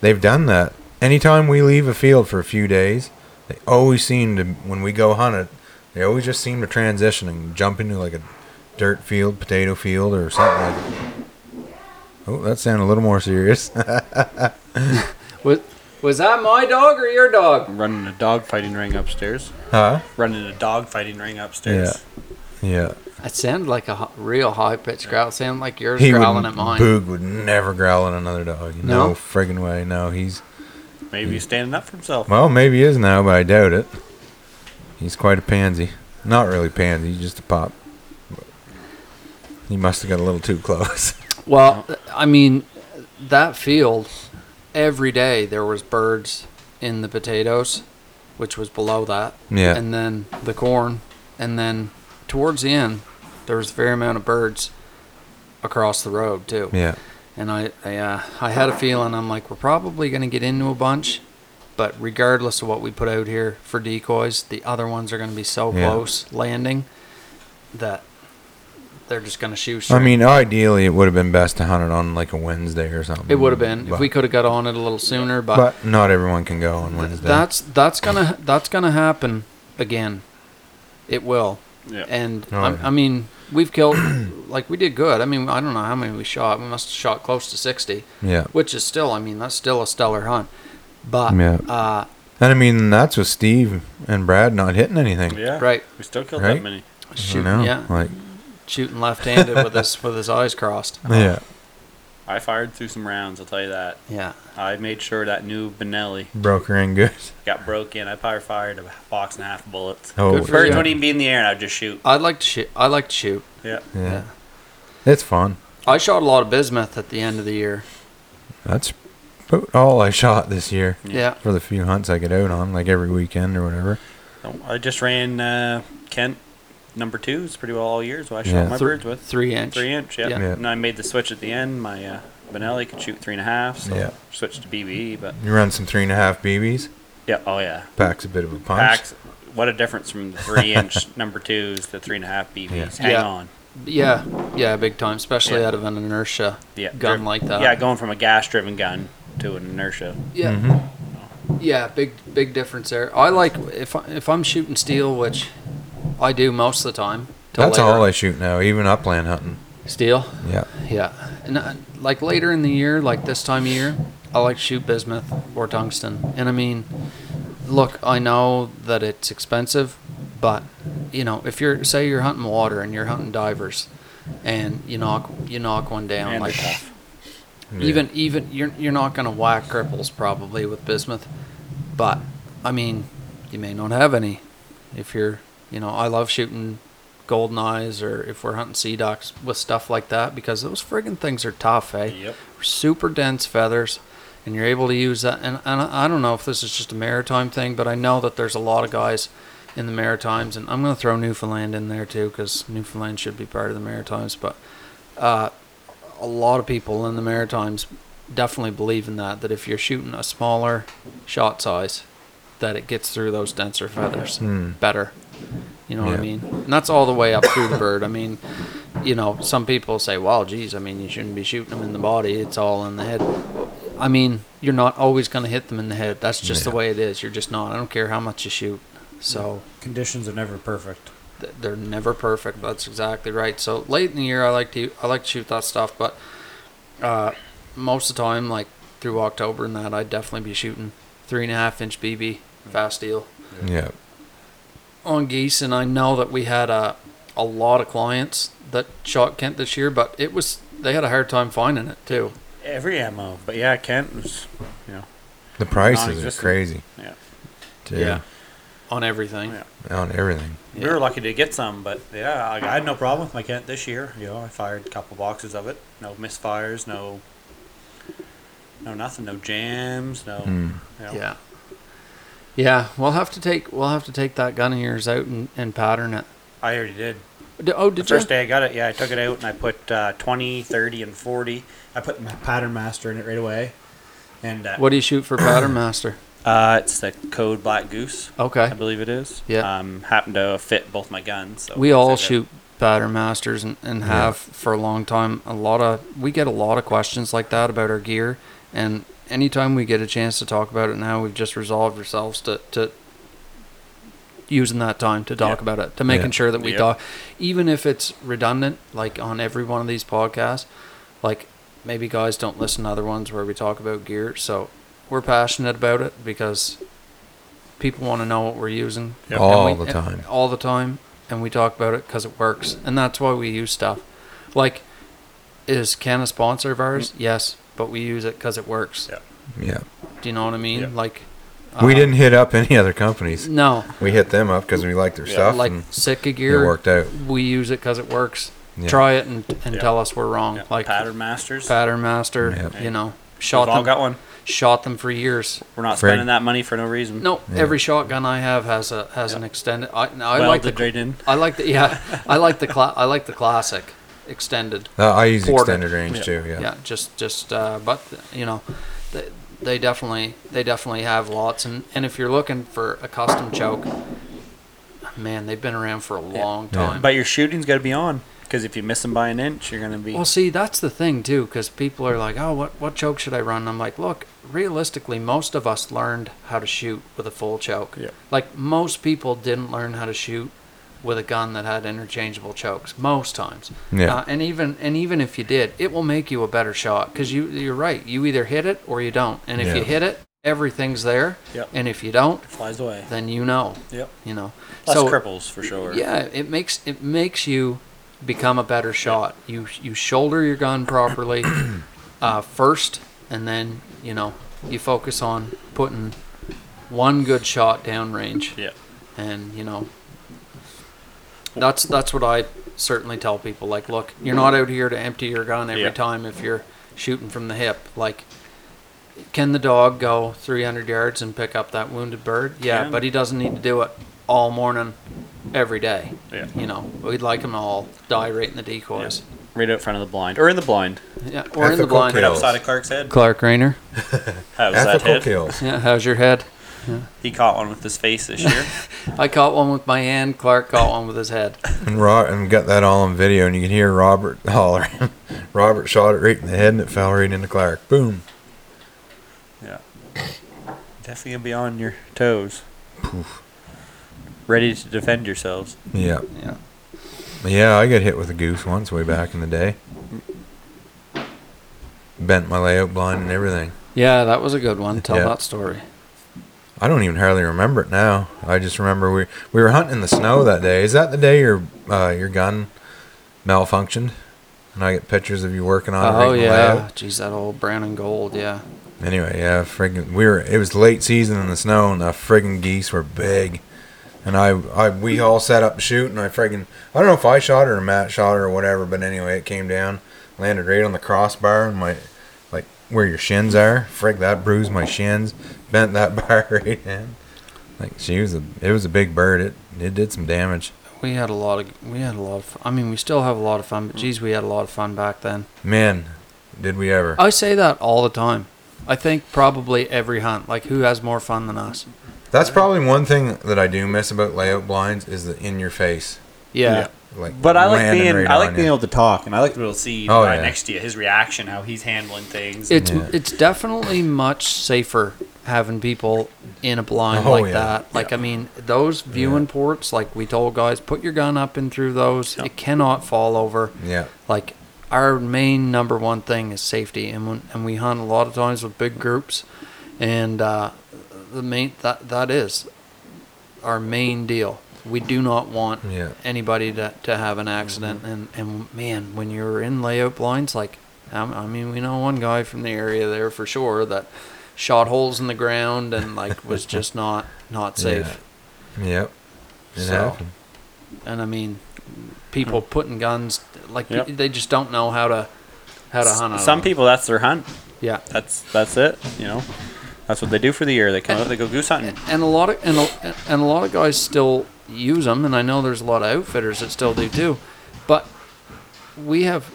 Speaker 5: they've done that. Anytime we leave a field for a few days, they always seem to when we go hunt it, they always just seem to transition and jump into like a dirt field, potato field, or something like that. Oh, that sounded a little more serious.
Speaker 2: Was, was that my dog or your dog?
Speaker 3: I'm running a dog fighting ring upstairs.
Speaker 5: huh?
Speaker 3: Running a dog fighting ring upstairs.
Speaker 5: Yeah.
Speaker 2: It sounded like a ho- real high pitched growl. It sounded like yours
Speaker 5: He
Speaker 2: growling
Speaker 5: would,
Speaker 2: at mine.
Speaker 5: Boog would never growl at another dog. No,
Speaker 2: No?
Speaker 5: friggin' way. No, he's
Speaker 3: Maybe
Speaker 5: Mm.
Speaker 3: he's standing up for himself.
Speaker 5: well, maybe he is now, but I doubt it. He's quite a pansy. Not really pansy, he's just a pop. He must have got a little too close.
Speaker 2: Well, I mean, that field, every day there was birds in the potatoes, which was below that.
Speaker 5: Yeah.
Speaker 2: And then the corn, and then towards the end, there was a fair amount of birds across the road too.
Speaker 5: yeah.
Speaker 2: And I, I, uh, I had a feeling I'm like we're probably gonna get into a bunch, but regardless of what we put out here for decoys, the other ones are gonna be so
Speaker 5: Yeah.
Speaker 2: close landing that they're just gonna shoot.
Speaker 5: I mean, ideally, it would have been best to hunt it on like a Wednesday or something.
Speaker 2: It would have been if
Speaker 5: But-
Speaker 2: we could have got on it a little sooner, but,
Speaker 5: But not everyone can go on Wednesday.
Speaker 2: that's that's gonna that's gonna happen again. It will,
Speaker 3: Yeah.
Speaker 2: and
Speaker 5: Oh,
Speaker 2: I,
Speaker 5: yeah.
Speaker 2: I mean, we've killed like we did good. I mean, I don't know how many we shot. We must have shot close to sixty,
Speaker 5: yeah.
Speaker 2: which is still, I mean, that's still a stellar hunt. But
Speaker 5: Yeah.
Speaker 2: uh,
Speaker 5: And I mean, that's with Steve and Brad not hitting anything.
Speaker 3: yeah.
Speaker 2: right,
Speaker 3: We still killed
Speaker 5: Right?
Speaker 3: that many.
Speaker 5: You
Speaker 2: shooting,
Speaker 5: know?
Speaker 2: yeah,
Speaker 5: Like,
Speaker 2: shooting left-handed with his with his eyes crossed.
Speaker 5: yeah.
Speaker 3: I fired through some rounds, I'll tell you that.
Speaker 2: Yeah,
Speaker 3: I made sure that new Benelli
Speaker 5: Broker in good.
Speaker 3: got broke in. I probably fired a box and a half of bullets.
Speaker 5: Oh,
Speaker 2: Good for
Speaker 3: Birds
Speaker 2: you.
Speaker 3: wouldn't even be in the air and I'd just shoot.
Speaker 2: I'd like to shoot. I like to shoot.
Speaker 3: Yeah.
Speaker 5: yeah.
Speaker 2: yeah.
Speaker 5: It's fun.
Speaker 2: I shot a lot of bismuth at the end of the year.
Speaker 5: That's about all I shot this year
Speaker 2: Yeah,
Speaker 5: for the few hunts I get out on, like every weekend or whatever.
Speaker 3: So I just ran uh, Kent number two. It's pretty well all years what I shot
Speaker 5: Yeah.
Speaker 3: my
Speaker 2: Three-
Speaker 3: birds with.
Speaker 2: three inch.
Speaker 3: Three inch, yeah.
Speaker 2: Yeah.
Speaker 5: Yeah.
Speaker 3: And I made the switch at the end. My uh, Benelli could shoot three and a half, so
Speaker 5: Yeah.
Speaker 3: switched to BB. But
Speaker 5: You run some three and a half BBs,
Speaker 3: yeah, oh yeah,
Speaker 5: packs a bit of a punch.
Speaker 3: packs. What a difference from the three inch number twos to three and a half BBs. Hang
Speaker 2: Yeah.
Speaker 3: on,
Speaker 2: Yeah, yeah, big time, especially
Speaker 3: Yeah.
Speaker 2: out of an inertia
Speaker 3: yeah,
Speaker 2: gun
Speaker 3: they're-
Speaker 2: like that.
Speaker 3: Yeah, going from a gas driven gun to an inertia.
Speaker 2: yeah,
Speaker 5: Mm-hmm.
Speaker 2: yeah. Big, big difference there. I like if I, if I'm shooting steel, which I do most of the time. till
Speaker 5: That's
Speaker 2: later.
Speaker 5: all I shoot now, even upland hunting.
Speaker 2: steel.
Speaker 5: Yeah.
Speaker 2: Yeah, and uh, like later in the year, like this time of year, I like to shoot bismuth or tungsten. And I mean, look, I know that it's expensive, but you know, if you're say you're hunting water and you're hunting divers, and you knock you knock one down
Speaker 3: And
Speaker 2: like
Speaker 3: they're tough.
Speaker 2: even even you're you're not gonna whack cripples probably with bismuth, but I mean, you may not have any if you're you know I love shooting golden eyes or if we're hunting sea ducks with stuff like that because those friggin' things are tough, eh?
Speaker 3: Yep.
Speaker 2: Super dense feathers. And you're able to use that, and, and I I don't know if this is just a maritime thing, but I know that there's a lot of guys in the Maritimes, and I'm going to throw Newfoundland in there too, because Newfoundland should be part of the Maritimes. But uh, a lot of people in the Maritimes definitely believe in that. That if you're shooting a smaller shot size, that it gets through those denser feathers better. You know what
Speaker 5: Yeah.
Speaker 2: I mean? And that's all the way up through the bird. I mean, you know, some people say, "Well, geez, I mean, you shouldn't be shooting them in the body. It's all in the head." I mean, you're not always going to hit them in the head. That's just the way it is. You're just not. I don't care how much you shoot. So
Speaker 4: Conditions are never perfect.
Speaker 2: th- they're never perfect. That's exactly right. So late in the year, I like to I like to shoot that stuff, but uh, most of the time, like through October and that, I'd definitely be shooting three and a half inch BB fast steel
Speaker 5: Yeah.
Speaker 2: on geese. And I know that we had a a lot of clients that shot Kent this year, but it was they had a hard time finding it too.
Speaker 3: Every ammo, but yeah, Kent was, you know,
Speaker 5: The prices are
Speaker 3: Non-existent.
Speaker 5: crazy.
Speaker 3: yeah.
Speaker 5: Too,
Speaker 2: on everything.
Speaker 3: Yeah.
Speaker 5: On everything.
Speaker 3: We were lucky to get some, but yeah, I, I had no problem with my Kent this year. You know, I fired a couple boxes of it. No misfires, no, no nothing, no jams, no. you know.
Speaker 2: Yeah. Yeah, we'll have to take we'll have to take that gun of yours out and, and pattern it.
Speaker 3: I already did.
Speaker 2: D- Oh,
Speaker 3: The
Speaker 2: did you?
Speaker 3: first day I got it, yeah, I took it out and I put uh, 20, 30, and 40. I put my pattern master in it right away. And uh,
Speaker 2: What do you shoot for pattern master?
Speaker 3: Uh, it's the code Black Goose,
Speaker 2: Okay.
Speaker 3: I believe it is.
Speaker 2: Yeah.
Speaker 3: Um, happened to fit both my guns. So
Speaker 2: we all
Speaker 3: so that-
Speaker 2: shoot pattern masters and, and have for a long time a lot of we get a lot of questions like that about our gear and anytime we get a chance to talk about it now we've just resolved ourselves to, to using that time to talk about it, to making
Speaker 5: Yeah.
Speaker 2: sure that we
Speaker 3: Yep.
Speaker 2: talk, even if it's redundant, like on every one of these podcasts. Like maybe guys don't listen to other ones where we talk about gear, so we're passionate about it because people want to know what we're using
Speaker 3: Yep.
Speaker 2: And
Speaker 5: All
Speaker 2: we-
Speaker 5: the
Speaker 2: and-
Speaker 5: time.
Speaker 2: all the time, and we talk about it because it works, and that's why we use stuff. Like, is Ken a sponsor of ours? Yes, but we use it because it works.
Speaker 3: Yeah.
Speaker 5: Mm. Yeah.
Speaker 2: Do you know what I mean?
Speaker 3: Yeah.
Speaker 2: Like,
Speaker 5: we
Speaker 3: Uh-huh.
Speaker 2: uh,
Speaker 5: didn't hit up any other companies.
Speaker 2: No,
Speaker 5: We hit them up because we liked their
Speaker 3: Yeah,
Speaker 5: stuff.
Speaker 2: like
Speaker 5: and
Speaker 2: Sitka
Speaker 5: Mm. it
Speaker 2: gear.
Speaker 5: worked out.
Speaker 2: We use it because it works.
Speaker 5: Yeah.
Speaker 2: Try it and, and
Speaker 3: Yeah.
Speaker 2: tell us we're wrong.
Speaker 3: Yeah.
Speaker 2: Like
Speaker 3: pattern masters.
Speaker 2: Pattern master.
Speaker 5: Yeah.
Speaker 2: You know,
Speaker 3: We've
Speaker 2: shot
Speaker 3: all
Speaker 2: them.
Speaker 3: got one.
Speaker 2: shot them for years.
Speaker 3: We're not
Speaker 5: Fred.
Speaker 3: spending that money for no reason.
Speaker 2: No,
Speaker 5: Yeah.
Speaker 2: every shotgun I have has a has an extended. I, no, I
Speaker 3: Well,
Speaker 2: like
Speaker 3: the
Speaker 2: the.
Speaker 3: trade in.
Speaker 2: I like the yeah. I like the cla- I like the classic extended.
Speaker 5: Uh, I use
Speaker 2: Porter.
Speaker 5: extended range
Speaker 3: Yeah.
Speaker 5: too.
Speaker 2: yeah,
Speaker 5: Yeah.
Speaker 2: just just uh, but you know they, they definitely they definitely have lots and and if you're looking for a custom choke man they've been around for a long
Speaker 5: Yeah.
Speaker 2: time
Speaker 3: But your shooting's got to be on because if you miss them by an inch, you're going to be.
Speaker 2: well see that's the thing too because people are like oh what what choke should i run and i'm like look realistically most of us learned how to shoot with a full choke
Speaker 3: Yeah.
Speaker 2: like most people didn't learn how to shoot with a gun that had interchangeable chokes most times
Speaker 5: Yeah.
Speaker 2: Uh, and even and even if you did it will make you a better shot because you you're right you either hit it or you don't and if
Speaker 5: Yeah.
Speaker 2: you hit it everything's there
Speaker 3: Yep.
Speaker 2: and if you don't
Speaker 3: flies away.
Speaker 2: then you know
Speaker 3: Yep.
Speaker 2: you know
Speaker 3: Plus cripples for sure.
Speaker 2: yeah, it makes it makes you become a better shot. You you shoulder your gun properly uh, first, and then you know you focus on putting one good shot downrange,
Speaker 3: Yeah.
Speaker 2: and you know that's that's what I certainly tell people. Like, look, you're not out here to empty your gun every
Speaker 3: Yeah.
Speaker 2: time if you're shooting from the hip. Like. Can the dog go 300 yards and pick up that wounded bird? Yeah,
Speaker 3: Can.
Speaker 2: but he doesn't need to do it all morning, every day
Speaker 3: Yeah.
Speaker 2: you know, we'd like them to all die right in the decoys.
Speaker 3: Right out front of the blind. Or in the blind.
Speaker 2: Yeah, or in the
Speaker 5: Ethical
Speaker 2: blind.
Speaker 5: kill.
Speaker 3: Upside of Clark's head.
Speaker 2: Clark Rayner.
Speaker 3: How's that
Speaker 5: Ethical
Speaker 3: head?
Speaker 5: kills.
Speaker 2: Yeah, how's your head?
Speaker 3: He caught one with his face this year.
Speaker 2: I caught one with my hand. Clark caught one with his head.
Speaker 5: And, Ro- and got that all on video, and you can hear Robert hollering. Robert shot it right in the head, and it fell right into Clark. Boom.
Speaker 3: yeah. Definitely going to be on your toes. Ready to defend yourselves.
Speaker 5: Yeah.
Speaker 2: Yeah.
Speaker 5: Yeah, I got hit with a goose once way back in the day. Bent my layout blind and everything.
Speaker 2: Yeah, that was a good one. Tell
Speaker 5: Yeah.
Speaker 2: that story.
Speaker 5: I don't even hardly remember it now. I just remember we we were hunting in the snow that day. Is that the day your uh, your gun malfunctioned? And I get pictures of you working on it.
Speaker 2: Oh
Speaker 5: making
Speaker 2: yeah,
Speaker 5: layout?
Speaker 2: geez, that old brown and gold. Yeah.
Speaker 5: Anyway, yeah, friggin' we were. It was late season in the snow, and the friggin' geese were big. And I, I, we all set up to shoot, and I friggin' I don't know if I shot it or Matt shot it or whatever, but anyway, it came down, landed right on the crossbar, and my, like where your shins are, frig that bruised my shins, bent that bar right in. Like she was a, it was a big bird. It, it did some damage.
Speaker 2: We had a lot of we had a lot of I mean we still have a lot of fun but geez we had a lot of fun back then.
Speaker 5: Man, did we ever?
Speaker 2: I say that all the time. I think probably every hunt like who has more fun than us.
Speaker 5: That's probably one thing that I do miss about layout blinds is the in your face.
Speaker 2: Yeah.
Speaker 3: Yeah.
Speaker 5: Like,
Speaker 3: But I like
Speaker 5: landing
Speaker 3: being
Speaker 5: right
Speaker 3: I
Speaker 5: on
Speaker 3: like
Speaker 5: you.
Speaker 3: being able to talk and I like to be able to see the
Speaker 5: Oh,
Speaker 3: guy
Speaker 5: yeah.
Speaker 3: next to you, his reaction, how he's handling things.
Speaker 2: It's
Speaker 5: Yeah.
Speaker 2: it's definitely much safer having people in a blind
Speaker 5: Oh,
Speaker 2: like
Speaker 5: yeah.
Speaker 2: that. Like I mean, those viewing ports, like we told guys, put your gun up and through those. It cannot fall over.
Speaker 5: Yeah.
Speaker 2: Like our main number one thing is safety, and when, and we hunt a lot of times with big groups, and uh, the main that that is our main deal. We do not want
Speaker 5: Yeah.
Speaker 2: anybody to, to have an accident. And, and man, when you're in layout blinds, like, I I mean, we know one guy from the area there for sure that shot holes in the ground and like was just not not safe.
Speaker 5: Yep. It
Speaker 2: So-
Speaker 5: happened.
Speaker 2: And I mean, people putting guns like
Speaker 3: Yep.
Speaker 2: they just don't know how to how to hunt. on
Speaker 3: Some
Speaker 2: them.
Speaker 3: people that's their hunt.
Speaker 2: yeah.
Speaker 3: That's that's it, you know. That's what they do for the year. They come out, they go goose hunting.
Speaker 2: and a lot of and a, and a lot of guys still use them, and I know there's a lot of outfitters that still do too. But we have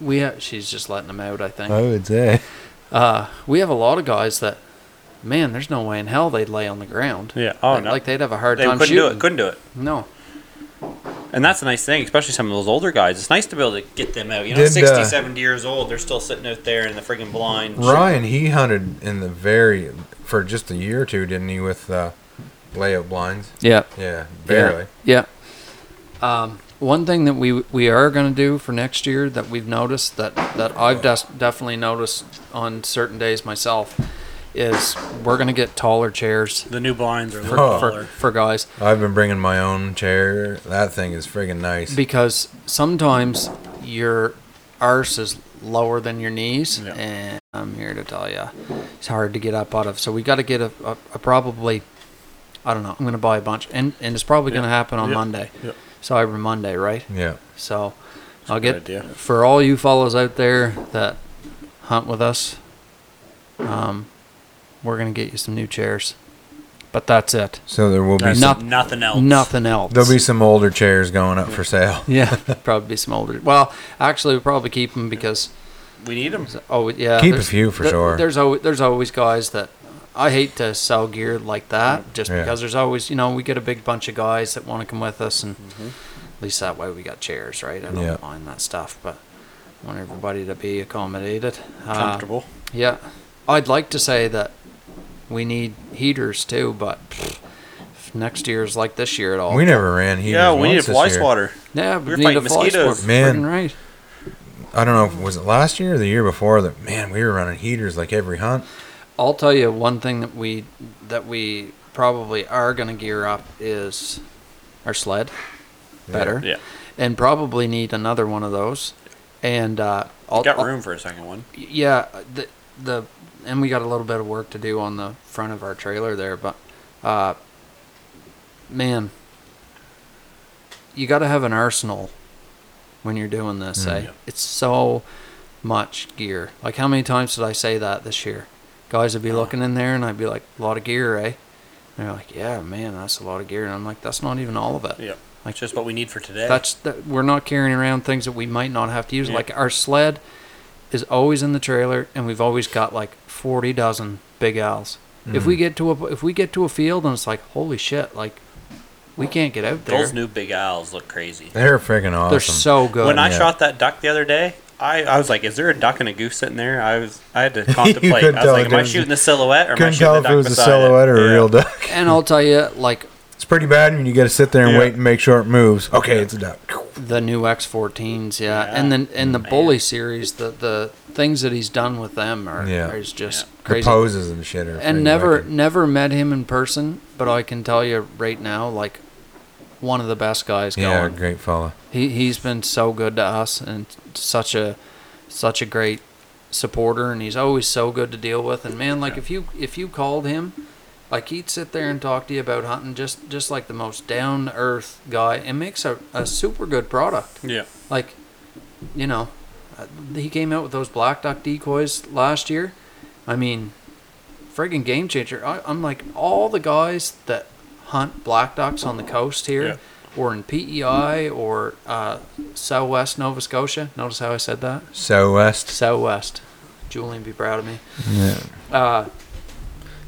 Speaker 2: we have she's just letting them out. I think
Speaker 5: I would say.
Speaker 2: we have a lot of guys that man, there's no way in hell they'd lay on the ground.
Speaker 3: Yeah. Oh,
Speaker 2: like,
Speaker 3: no.
Speaker 2: like they'd have a hard
Speaker 3: They
Speaker 2: time
Speaker 3: couldn't
Speaker 2: shooting.
Speaker 3: do it. Couldn't do it.
Speaker 2: No,
Speaker 3: And that's a nice thing, especially some of those older guys. It's nice to be able to get them out. You know,
Speaker 5: Did,
Speaker 3: 60,
Speaker 5: uh,
Speaker 3: 70 years old, they're still sitting out there in the friggin' blind.
Speaker 5: Ryan, he hunted in the very for just a year or two, didn't he? With uh, layout blinds.
Speaker 2: Yeah.
Speaker 5: Yeah, barely.
Speaker 2: Yeah. Um, one thing that we we are going to do for next year that we've noticed that that I've des- definitely noticed on certain days myself is we're going to get taller chairs
Speaker 3: The new blinds are a
Speaker 2: for,
Speaker 3: little
Speaker 5: Oh.
Speaker 2: for
Speaker 3: taller.
Speaker 2: for guys
Speaker 5: I've been bringing my own chair. That thing is friggin' nice.
Speaker 2: because sometimes your arse is lower than your knees,
Speaker 3: Yeah.
Speaker 2: and I'm here to tell you, it's hard to get up out of. So we got to get a, a, a probably, I don't know. I'm going to buy a bunch, and and it's probably going to happen on
Speaker 3: Yeah.
Speaker 2: Monday,
Speaker 3: Yeah.
Speaker 2: Cyber Monday, right?
Speaker 5: yeah.
Speaker 2: So I'll get
Speaker 3: idea.
Speaker 2: for all you fellows out there that hunt with us. Um, we're gonna get you some new chairs, but that's it.
Speaker 5: So there will be
Speaker 3: There's
Speaker 5: some,
Speaker 2: Noth-
Speaker 3: nothing else.
Speaker 2: Nothing else.
Speaker 5: there'll be some older chairs going up for sale.
Speaker 2: yeah, probably some older. Well, actually, we'll probably keep them because
Speaker 3: We need them.
Speaker 2: oh yeah,
Speaker 5: Keep a
Speaker 2: there's-
Speaker 5: few for sure.
Speaker 2: There's always there's always guys that I hate to sell gear like that just
Speaker 5: Yeah.
Speaker 2: because there's always you know we get a big bunch of guys that want to come with us and
Speaker 3: Mm-hmm.
Speaker 2: at least that way we got chairs right. I don't
Speaker 5: Yeah.
Speaker 2: mind that stuff, but I want everybody to be accommodated. Uh,
Speaker 3: Comfortable.
Speaker 2: Yeah. I'd like to say that we need heaters too, but pfft, if next year's like this year at all.
Speaker 5: We never ran heaters.
Speaker 3: yeah, we need a
Speaker 5: once this
Speaker 3: fly
Speaker 5: year.
Speaker 3: swatter.
Speaker 2: yeah,
Speaker 3: we're
Speaker 2: we need a
Speaker 3: fighting
Speaker 2: fly
Speaker 3: mosquitoes.
Speaker 2: swatter.
Speaker 5: Man.
Speaker 2: Friggin' Right.
Speaker 5: I don't know. if Was it last year or the year before that? Man, we were running heaters like every hunt.
Speaker 2: I'll tell you one thing that we that we probably are going to gear up is our sled better
Speaker 3: Yeah.
Speaker 2: and probably need another one of those. And uh I'll,
Speaker 3: Got
Speaker 2: I'll-
Speaker 3: room for a second one.
Speaker 2: yeah, the the and we got a little bit of work to do on the front of our trailer there, but uh, man, you got to have an arsenal when you're doing this. eh? It's so much gear. Like how many times did I say that this year? Guys would be looking in there, and I'd be like, "A lot of gear, eh?" And they're like, "Yeah, man, that's a lot of gear." And I'm like, "That's not even all of it."
Speaker 3: Yeah.
Speaker 2: Like-
Speaker 3: Like just what we need for today.
Speaker 2: That's that we're not carrying around things that we might not have to use.
Speaker 3: Yeah.
Speaker 2: Like our sled is always in the trailer, and we've always got like forty dozen big owls. If
Speaker 3: Mm.
Speaker 2: we get to a if we get to a field and it's like holy shit, like we can't get out there.
Speaker 3: Those new big owls look crazy.
Speaker 5: They're friggin' awesome.
Speaker 2: They're so good.
Speaker 3: when I
Speaker 5: yeah.
Speaker 3: shot that duck the other day, I, I was like, "Is there a duck and a goose sitting there?" I was I had to contemplate.
Speaker 5: couldn't
Speaker 3: I was
Speaker 5: tell
Speaker 3: like, "Am I
Speaker 5: the difference.
Speaker 3: shooting the silhouette or am I
Speaker 5: Couldn't
Speaker 3: shooting
Speaker 5: tell
Speaker 3: the
Speaker 5: if
Speaker 3: duck
Speaker 5: it was a
Speaker 3: beside
Speaker 5: silhouette
Speaker 3: it?
Speaker 5: or a
Speaker 3: Yeah.
Speaker 5: real duck.
Speaker 2: and I'll tell you, like
Speaker 5: It's pretty bad when you got to sit there and
Speaker 3: Yeah.
Speaker 5: wait and make sure it moves. Okay, it's a duck.
Speaker 2: the new X14s, yeah,
Speaker 3: Yeah.
Speaker 2: and then and the bully series, the the things that he's done with them are,
Speaker 5: Yeah.
Speaker 2: are is just
Speaker 5: The
Speaker 2: crazy.
Speaker 5: poses and shit are.
Speaker 2: and
Speaker 5: friggin'
Speaker 2: never
Speaker 5: wicked.
Speaker 2: never met him in person, but I can tell you right now, like one of the best guys
Speaker 5: Yeah,
Speaker 2: going.
Speaker 5: great fella.
Speaker 2: He he's been so good to us and such a such a great supporter, and he's always so good to deal with. And man, like if you if you called him, like he'd sit there and talk to you about hunting, just just like the most down to earth guy, and makes a, a super good product.
Speaker 3: Yeah.
Speaker 2: Like, you know, uh, he came out with those black duck decoys last year. I mean, friggin' game changer. I, I'm like, all the guys that hunt black ducks on the coast here or in PEI or uh, Southwest Nova Scotia. Notice how I said that?
Speaker 5: So West,
Speaker 2: Southwest. Julian, be proud of me.
Speaker 5: yeah.
Speaker 2: Uh,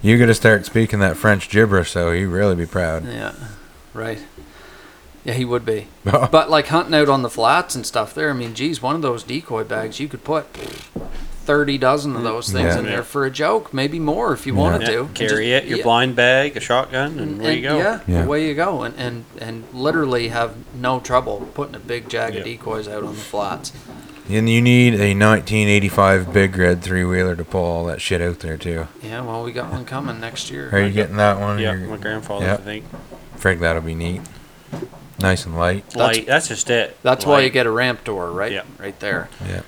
Speaker 5: you got to start speaking that French gibberish, so he'd really be proud.
Speaker 2: yeah, right. Yeah, he would be. But like hunting out on the flats and stuff there, I mean, geez, one of those decoy bags, you could put 30 dozen of those things
Speaker 5: Yeah.
Speaker 2: in
Speaker 3: Yeah.
Speaker 2: there for a joke, maybe more if you wanted
Speaker 3: Yeah,
Speaker 2: to.
Speaker 3: Carry
Speaker 2: Just-
Speaker 3: it, your
Speaker 2: yeah.
Speaker 3: blind bag, a shotgun, and,
Speaker 2: And-
Speaker 3: there you go.
Speaker 2: Yeah,
Speaker 5: Yeah.
Speaker 2: away you go, and, and and literally have no trouble putting a big jag of
Speaker 3: Yeah.
Speaker 2: decoys out on the flats.
Speaker 5: And you need a 1985 big red three wheeler to pull all that shit out there too.
Speaker 2: Yeah, well, we got one coming next year.
Speaker 5: Are you getting that one?
Speaker 3: Yeah,
Speaker 5: You're-
Speaker 3: my grandfather,
Speaker 5: Yeah.
Speaker 3: I think.
Speaker 5: Frig, that'll be neat. Nice and light.
Speaker 2: That's-
Speaker 3: Light. That's just it.
Speaker 2: That's why you
Speaker 3: Light.
Speaker 2: get a ramp door, right?
Speaker 3: Yeah.
Speaker 2: Right there.
Speaker 5: Yeah.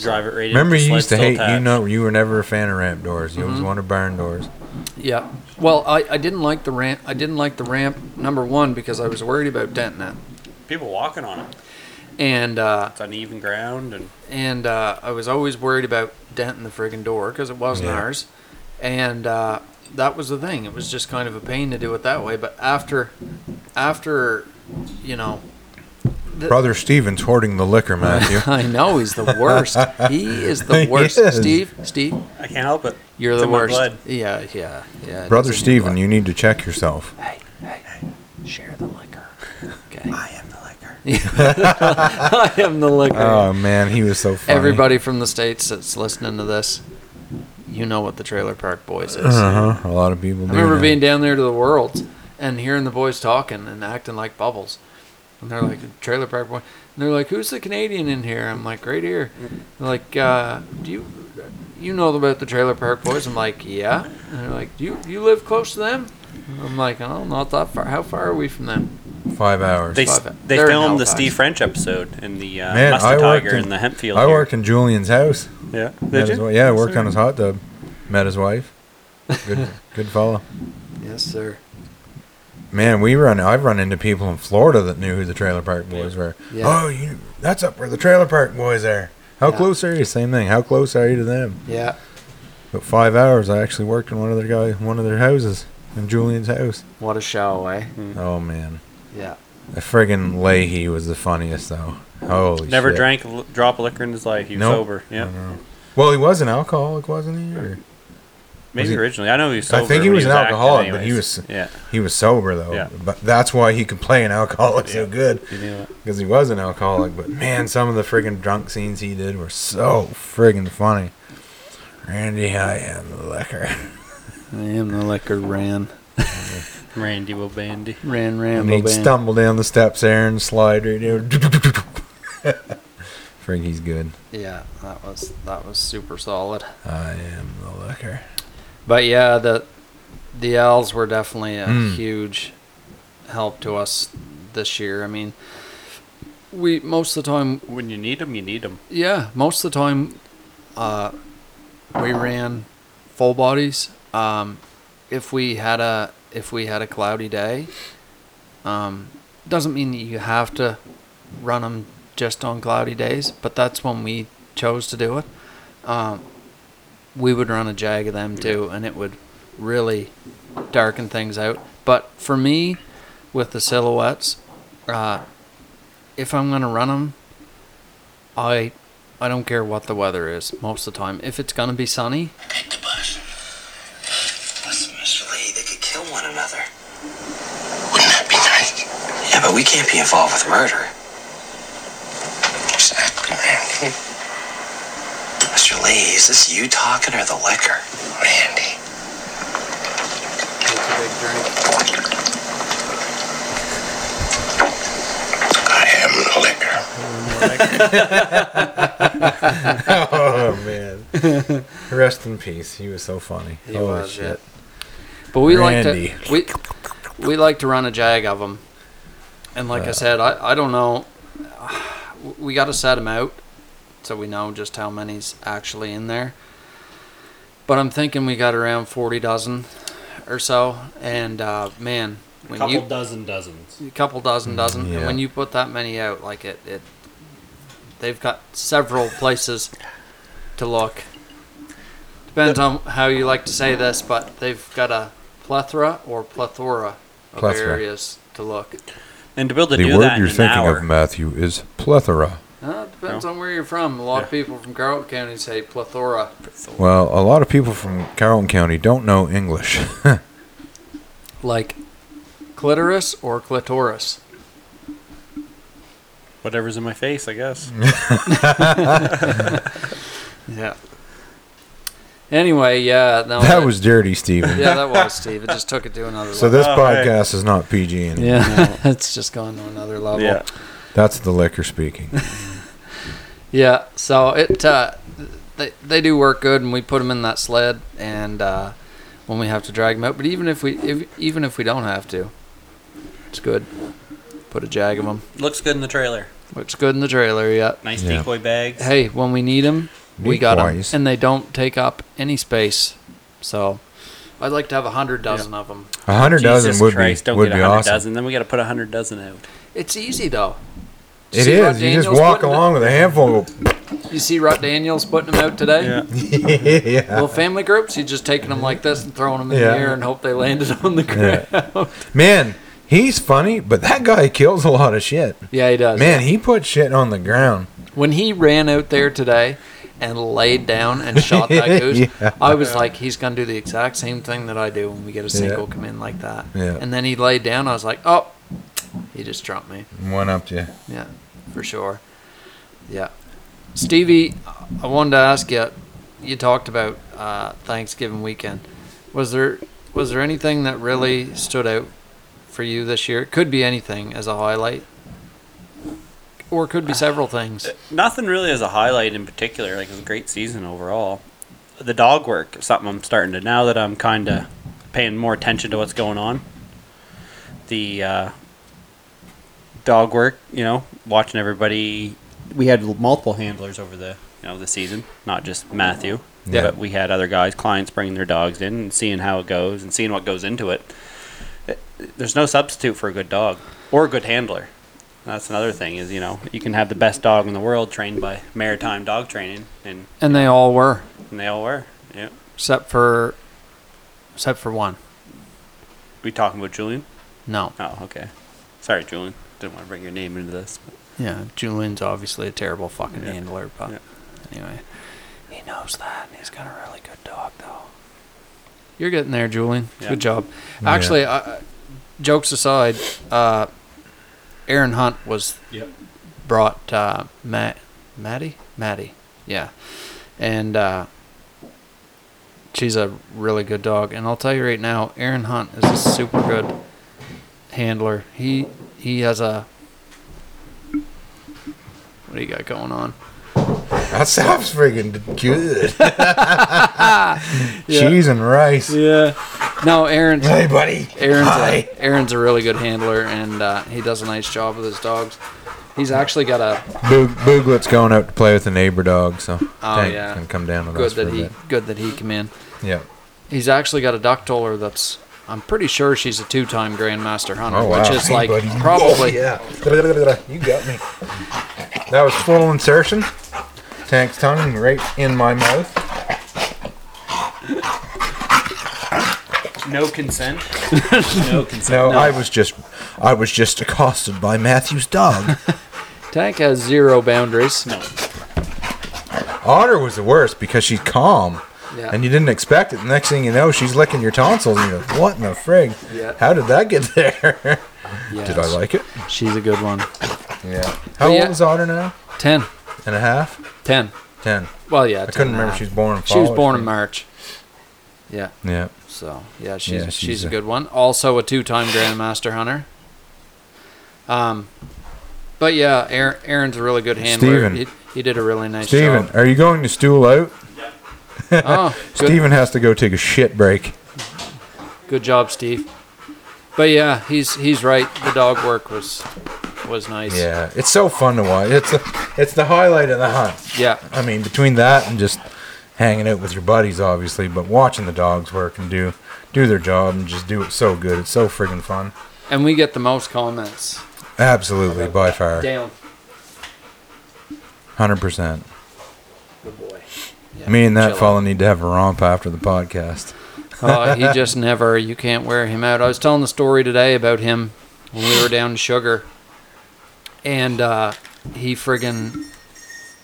Speaker 3: drive it right. into
Speaker 5: Remember,
Speaker 3: the
Speaker 5: you
Speaker 3: sled
Speaker 5: used to
Speaker 3: still
Speaker 5: hate. You
Speaker 3: attached.
Speaker 5: know, you were never a fan of ramp doors. You always wanted barn doors.
Speaker 2: Yeah. Well, I, I didn't like the ramp. I didn't like the ramp number one because I was worried about denting it,
Speaker 3: people walking on it.
Speaker 2: and uh,
Speaker 3: It's uneven ground, and
Speaker 2: and uh, I was always worried about denting the friggin' door because it wasn't
Speaker 5: Yeah.
Speaker 2: ours, and uh, that was the thing. It was just kind of a pain to do it that way. But after, after, you know, The-
Speaker 5: Brother Stevens hoarding the liquor, Matthew.
Speaker 2: I know he's the worst. he is the
Speaker 5: He
Speaker 2: worst.
Speaker 5: is.
Speaker 2: Steve, Steve,
Speaker 3: I can't help it.
Speaker 2: you're
Speaker 3: It's
Speaker 2: the
Speaker 3: in my
Speaker 2: worst.
Speaker 3: blood.
Speaker 2: Yeah, yeah, yeah. it
Speaker 5: Brother
Speaker 2: is in your
Speaker 5: Steven, you need to check yourself.
Speaker 2: blood. Hey, hey, share the liquor. Okay.
Speaker 3: I am the liquor.
Speaker 2: I am the liquor.
Speaker 5: Oh man, he was so funny.
Speaker 2: Everybody from the states that's listening to this, you know what the Trailer Park Boys is.
Speaker 5: Uh huh. A lot of people.
Speaker 2: I
Speaker 5: do
Speaker 2: remember
Speaker 5: now.
Speaker 2: being down there to the Worlds, and hearing the boys talking and acting like bubbles. And they're like, trailer park boy. And they're like, who's the Canadian in here? I'm like, right here. They're like, uh, do you you know about the trailer park boys? I'm like, yeah. And they're like, do you, you live close to them? I'm like, oh, not that far. How far are we from them?
Speaker 5: Five hours.
Speaker 3: They,
Speaker 2: Fuck it.
Speaker 3: they
Speaker 2: They're in
Speaker 3: filmed the
Speaker 2: Halifax.
Speaker 3: Steve French episode in the uh,
Speaker 5: Man, I
Speaker 3: Mustard
Speaker 5: worked
Speaker 3: Tiger
Speaker 5: in-
Speaker 3: in the hemp field.
Speaker 5: I
Speaker 3: here.
Speaker 5: worked in Julian's house.
Speaker 3: Yeah.
Speaker 5: Met
Speaker 3: Did
Speaker 5: his
Speaker 3: you?
Speaker 5: wi- yeah, I worked on his hot tub. Met his wife. Good, good fellow.
Speaker 2: Yes, sir.
Speaker 5: Man, we run. I've run into people in Florida that knew who the Trailer Park Boys were.
Speaker 2: Yeah.
Speaker 5: Oh, you, that's up where the Trailer Park Boys are. How
Speaker 2: Yeah.
Speaker 5: close are you? Same thing. How close are you to them?
Speaker 2: Yeah.
Speaker 5: But five hours. I actually worked in one of their guy, one of their houses, in Julian's house.
Speaker 2: What a show, eh?
Speaker 3: Hmm.
Speaker 5: Oh man,
Speaker 2: Yeah.
Speaker 5: a friggin' Leahy was the funniest though. Holy
Speaker 3: Never
Speaker 5: shit.
Speaker 3: drank a l- drop of liquor in his life. He was
Speaker 5: Nope.
Speaker 3: sober.
Speaker 5: I
Speaker 3: Yeah.
Speaker 5: know. Well, he was an alcoholic, wasn't he? Or-
Speaker 3: Maybe
Speaker 5: he-
Speaker 3: originally. I know he was
Speaker 5: I
Speaker 3: sober.
Speaker 5: think he
Speaker 3: when
Speaker 5: was an
Speaker 3: active
Speaker 5: alcoholic, but he
Speaker 3: anyways.
Speaker 5: was-
Speaker 3: Yeah.
Speaker 5: He was sober though.
Speaker 3: Yeah.
Speaker 5: But that's why he could play an alcoholic so
Speaker 3: Yeah.
Speaker 5: good.
Speaker 3: You knew it.
Speaker 5: because he was an alcoholic. But man, some of the friggin' drunk scenes he did were so friggin' funny. Randy, I am the liquor.
Speaker 2: I am the liquor ran.
Speaker 3: Randy Wobandy.
Speaker 2: Ran,
Speaker 5: And
Speaker 2: ran,
Speaker 5: he'd stumble down the steps there and slide right down. Frig, he's good.
Speaker 2: Yeah, that was that was super solid.
Speaker 5: I am the liquor.
Speaker 2: But yeah, the the owls were definitely a
Speaker 5: Mm.
Speaker 2: huge help to us this year. I mean, we most of the time,
Speaker 3: When you need him, you need him.
Speaker 2: yeah, most of the time, uh, we ran full bodies. Um, if we had a if we had a cloudy day, um, doesn't mean that you have to run them just on cloudy days, but that's when we chose to do it. Um, we would run a jag of them too, and it would really darken things out. But for me, with the silhouettes, uh, if I'm gonna run them, I I don't care what the weather is most of the time. If it's gonna be sunny,
Speaker 7: the bus. What's the Mr. Lee? They could kill one another. Wouldn't that be nice? Yeah, but we can't be involved with murder. Exactly, man. Mr. Lee, is this you talking or the liquor? Randy.
Speaker 2: it's a big drink.
Speaker 7: I am the liquor.
Speaker 5: oh man. Rest in peace. He was so funny.
Speaker 2: He
Speaker 5: Holy
Speaker 2: was,
Speaker 5: Oh, shit.
Speaker 2: But we
Speaker 5: Randy.
Speaker 2: like to we we like to run a jag of them, and
Speaker 5: Uh.
Speaker 2: like I said, I I don't know. We got to set them out so we know just how many's actually in there. But I'm thinking we got around forty dozen or so, and uh, man, when you
Speaker 3: dozen dozens.
Speaker 2: a couple dozen dozen and
Speaker 5: yeah.
Speaker 2: when you put that many out like it, it they've got several places to look depends on how you like to say this but they've got a plethora or plethora of
Speaker 5: Plethora.
Speaker 2: areas to look
Speaker 3: And to be able to
Speaker 5: The
Speaker 3: do
Speaker 5: word
Speaker 3: that
Speaker 5: you're
Speaker 3: in an
Speaker 5: thinking
Speaker 3: hour.
Speaker 5: of, Matthew, is plethora.
Speaker 2: uh, depends on where you're from a lot of people from Carroll County say plethora
Speaker 5: Well, a lot of people from Carrollton County don't know English.
Speaker 2: like clitoris or clitoris
Speaker 3: Whatever's in my face, I guess.
Speaker 2: yeah anyway yeah no,
Speaker 5: that was dirty, Steven.
Speaker 2: yeah that was Steve it just took it to another
Speaker 5: So
Speaker 2: level
Speaker 5: this
Speaker 3: Oh, hey.
Speaker 5: podcast is not PG anymore.
Speaker 2: yeah it's just gone to another level
Speaker 3: yeah.
Speaker 5: That's the liquor speaking.
Speaker 2: Yeah, so it uh, they they do work good, and we put them in that sled, and uh, when we have to drag them out, but even if we if, even if we don't have to, it's good. Put a jag of them.
Speaker 3: Mm-hmm. Looks good in the trailer.
Speaker 2: Looks good in the trailer. Yeah.
Speaker 3: Nice
Speaker 5: Yeah.
Speaker 3: decoy bags.
Speaker 2: Hey, when we need them, we got them,
Speaker 5: Decoys.
Speaker 2: and they don't take up any space. So, I'd like to have a hundred dozen of 'em. of them.
Speaker 5: A hundred dozen would be
Speaker 3: don't
Speaker 5: would
Speaker 3: get
Speaker 5: be
Speaker 3: a hundred
Speaker 5: awesome.
Speaker 3: dozen. Then we got to put a hundred dozen out.
Speaker 2: It's easy though.
Speaker 5: It
Speaker 2: See
Speaker 5: is.
Speaker 2: Rod
Speaker 5: You just
Speaker 2: Daniels
Speaker 5: walk
Speaker 2: putting it-
Speaker 5: along with a handful. Of,
Speaker 2: You see Rod Daniels putting them out today.
Speaker 5: yeah.
Speaker 2: Little family groups, he's just taking them like this and throwing them in
Speaker 5: Yeah.
Speaker 2: the air and hope they landed on the ground. Yeah,
Speaker 5: Man, he's funny, but that guy kills a lot of shit.
Speaker 2: he does.
Speaker 5: Man, he put shit on the ground.
Speaker 2: When he ran out there today and laid down and shot that goose,
Speaker 5: Yeah.
Speaker 2: I was like, he's going to do the exact same thing that I do when we get a
Speaker 5: Yeah.
Speaker 2: single come in like that.
Speaker 5: Yeah.
Speaker 2: And then he laid down. I was like, oh, he just trumped me.
Speaker 5: One up to you.
Speaker 2: Yeah, for sure. Yeah. Stevie, I wanted to ask you. You talked about uh, Thanksgiving weekend. Was there was there anything that really stood out for you this year? It could be anything as a highlight, or it could be several things.
Speaker 3: Nothing really as a highlight in particular. Like it was a great season overall. The dog work is something I'm starting to now that I'm kind of paying more attention to what's going on. The uh, dog work, you know, watching everybody. We had multiple handlers over the you know the season, not just Matthew.
Speaker 5: Yeah.
Speaker 3: But we had other guys, clients bringing their dogs in and seeing how it goes and seeing what goes into it. It- There's no substitute for a good dog or a good handler. That's another thing is you know you can have the best dog in the world trained by maritime dog training, and,
Speaker 2: And they all were,
Speaker 3: and they all were. Yeah,
Speaker 2: except for, except for one.
Speaker 3: we talking about Julian?
Speaker 2: No,
Speaker 3: Oh, okay. Sorry, Julian. Didn't want to bring your name into this. but-
Speaker 2: yeah, Julian's obviously a terrible fucking
Speaker 3: Yeah.
Speaker 2: handler, but
Speaker 3: Yeah.
Speaker 2: anyway, he knows that. and He's got a really good dog though. You're getting there, Julian.
Speaker 3: Yeah.
Speaker 2: Good job. Actually, I I- jokes aside, uh, Aaron Hunt was
Speaker 3: Yep.
Speaker 2: brought uh, Matt, Maddie, Maddie, yeah, and uh, she's a really good dog. And I'll tell you right now, Aaron Hunt is a super good handler. He he has a what do you got going on?
Speaker 5: That sounds friggin' good. Cheese and rice.
Speaker 2: Yeah. No, Aaron's
Speaker 5: Hey, buddy.
Speaker 2: Aaron's
Speaker 5: Hi.
Speaker 2: a, Aaron's a really good handler, and uh, he does a nice job with his dogs. He's actually got a
Speaker 5: Boog- Booglet's going out to play with a neighbor dog, so
Speaker 2: Oh,
Speaker 5: Tank
Speaker 2: yeah.
Speaker 5: can come down with
Speaker 2: good
Speaker 5: us for
Speaker 2: that
Speaker 5: a
Speaker 2: he
Speaker 5: bit.
Speaker 2: good that he came in.
Speaker 5: Yeah.
Speaker 2: He's actually got a duck toller that's I'm pretty sure she's a two-time grandmaster hunter,
Speaker 5: Oh wow.
Speaker 2: which is
Speaker 5: Hey,
Speaker 2: like
Speaker 5: buddy. Oh,
Speaker 2: probably
Speaker 5: yeah. You got me. That was full insertion. Tank's tongue right in my mouth.
Speaker 3: No consent. no consent.
Speaker 5: No, I was just, I was just accosted by Matthew's dog.
Speaker 2: Tank has zero boundaries.
Speaker 3: No.
Speaker 5: Otter was the worst because she's calm.
Speaker 2: Yeah.
Speaker 5: And you didn't expect it. The next thing you know, she's licking your tonsils. And you're like, what in the frig?
Speaker 2: Yeah.
Speaker 5: How did that get there? Did I
Speaker 2: Yes.
Speaker 5: like it?
Speaker 2: She's a good one.
Speaker 5: Yeah. How
Speaker 2: yeah.
Speaker 5: old is Otter now?
Speaker 2: Ten.
Speaker 5: And a half?
Speaker 2: Ten.
Speaker 5: Ten.
Speaker 2: Well, yeah.
Speaker 5: I couldn't remember. She
Speaker 2: She's
Speaker 5: was born in
Speaker 2: she was
Speaker 5: fall,
Speaker 2: born
Speaker 5: I
Speaker 2: in March. Yeah.
Speaker 5: think. Yeah.
Speaker 2: So yeah, she's
Speaker 5: Yeah,
Speaker 2: she's,
Speaker 5: she's
Speaker 2: a,
Speaker 5: a-
Speaker 2: good one. Also a two-time grandmaster hunter. Um, but yeah, Aaron, Aaron's a really good handler.
Speaker 5: Steven.
Speaker 2: He, he did a really nice
Speaker 5: Steven,
Speaker 2: job.
Speaker 5: are you going to stool out?
Speaker 2: Oh, good,
Speaker 5: Steven has to go take a shit break.
Speaker 2: good job, Steve. But yeah, he's he's right. The dog work was was nice.
Speaker 5: Yeah, it's so fun to watch. It's a, it's the highlight of the hunt.
Speaker 2: Yeah.
Speaker 5: I mean, between that and just hanging out with your buddies, obviously, but watching the dogs work and do do their job and just do it so good. It's so friggin' fun.
Speaker 2: And we get the most comments.
Speaker 5: Absolutely, by far,
Speaker 2: Down.
Speaker 5: hundred percent.
Speaker 2: Good boy. Yeah,
Speaker 5: Me and that
Speaker 2: chill
Speaker 5: fella need to have a romp after the podcast.
Speaker 2: Oh, he just never. You can't wear him out. I was telling the story today about him when we were down in Sugar, and uh, he friggin'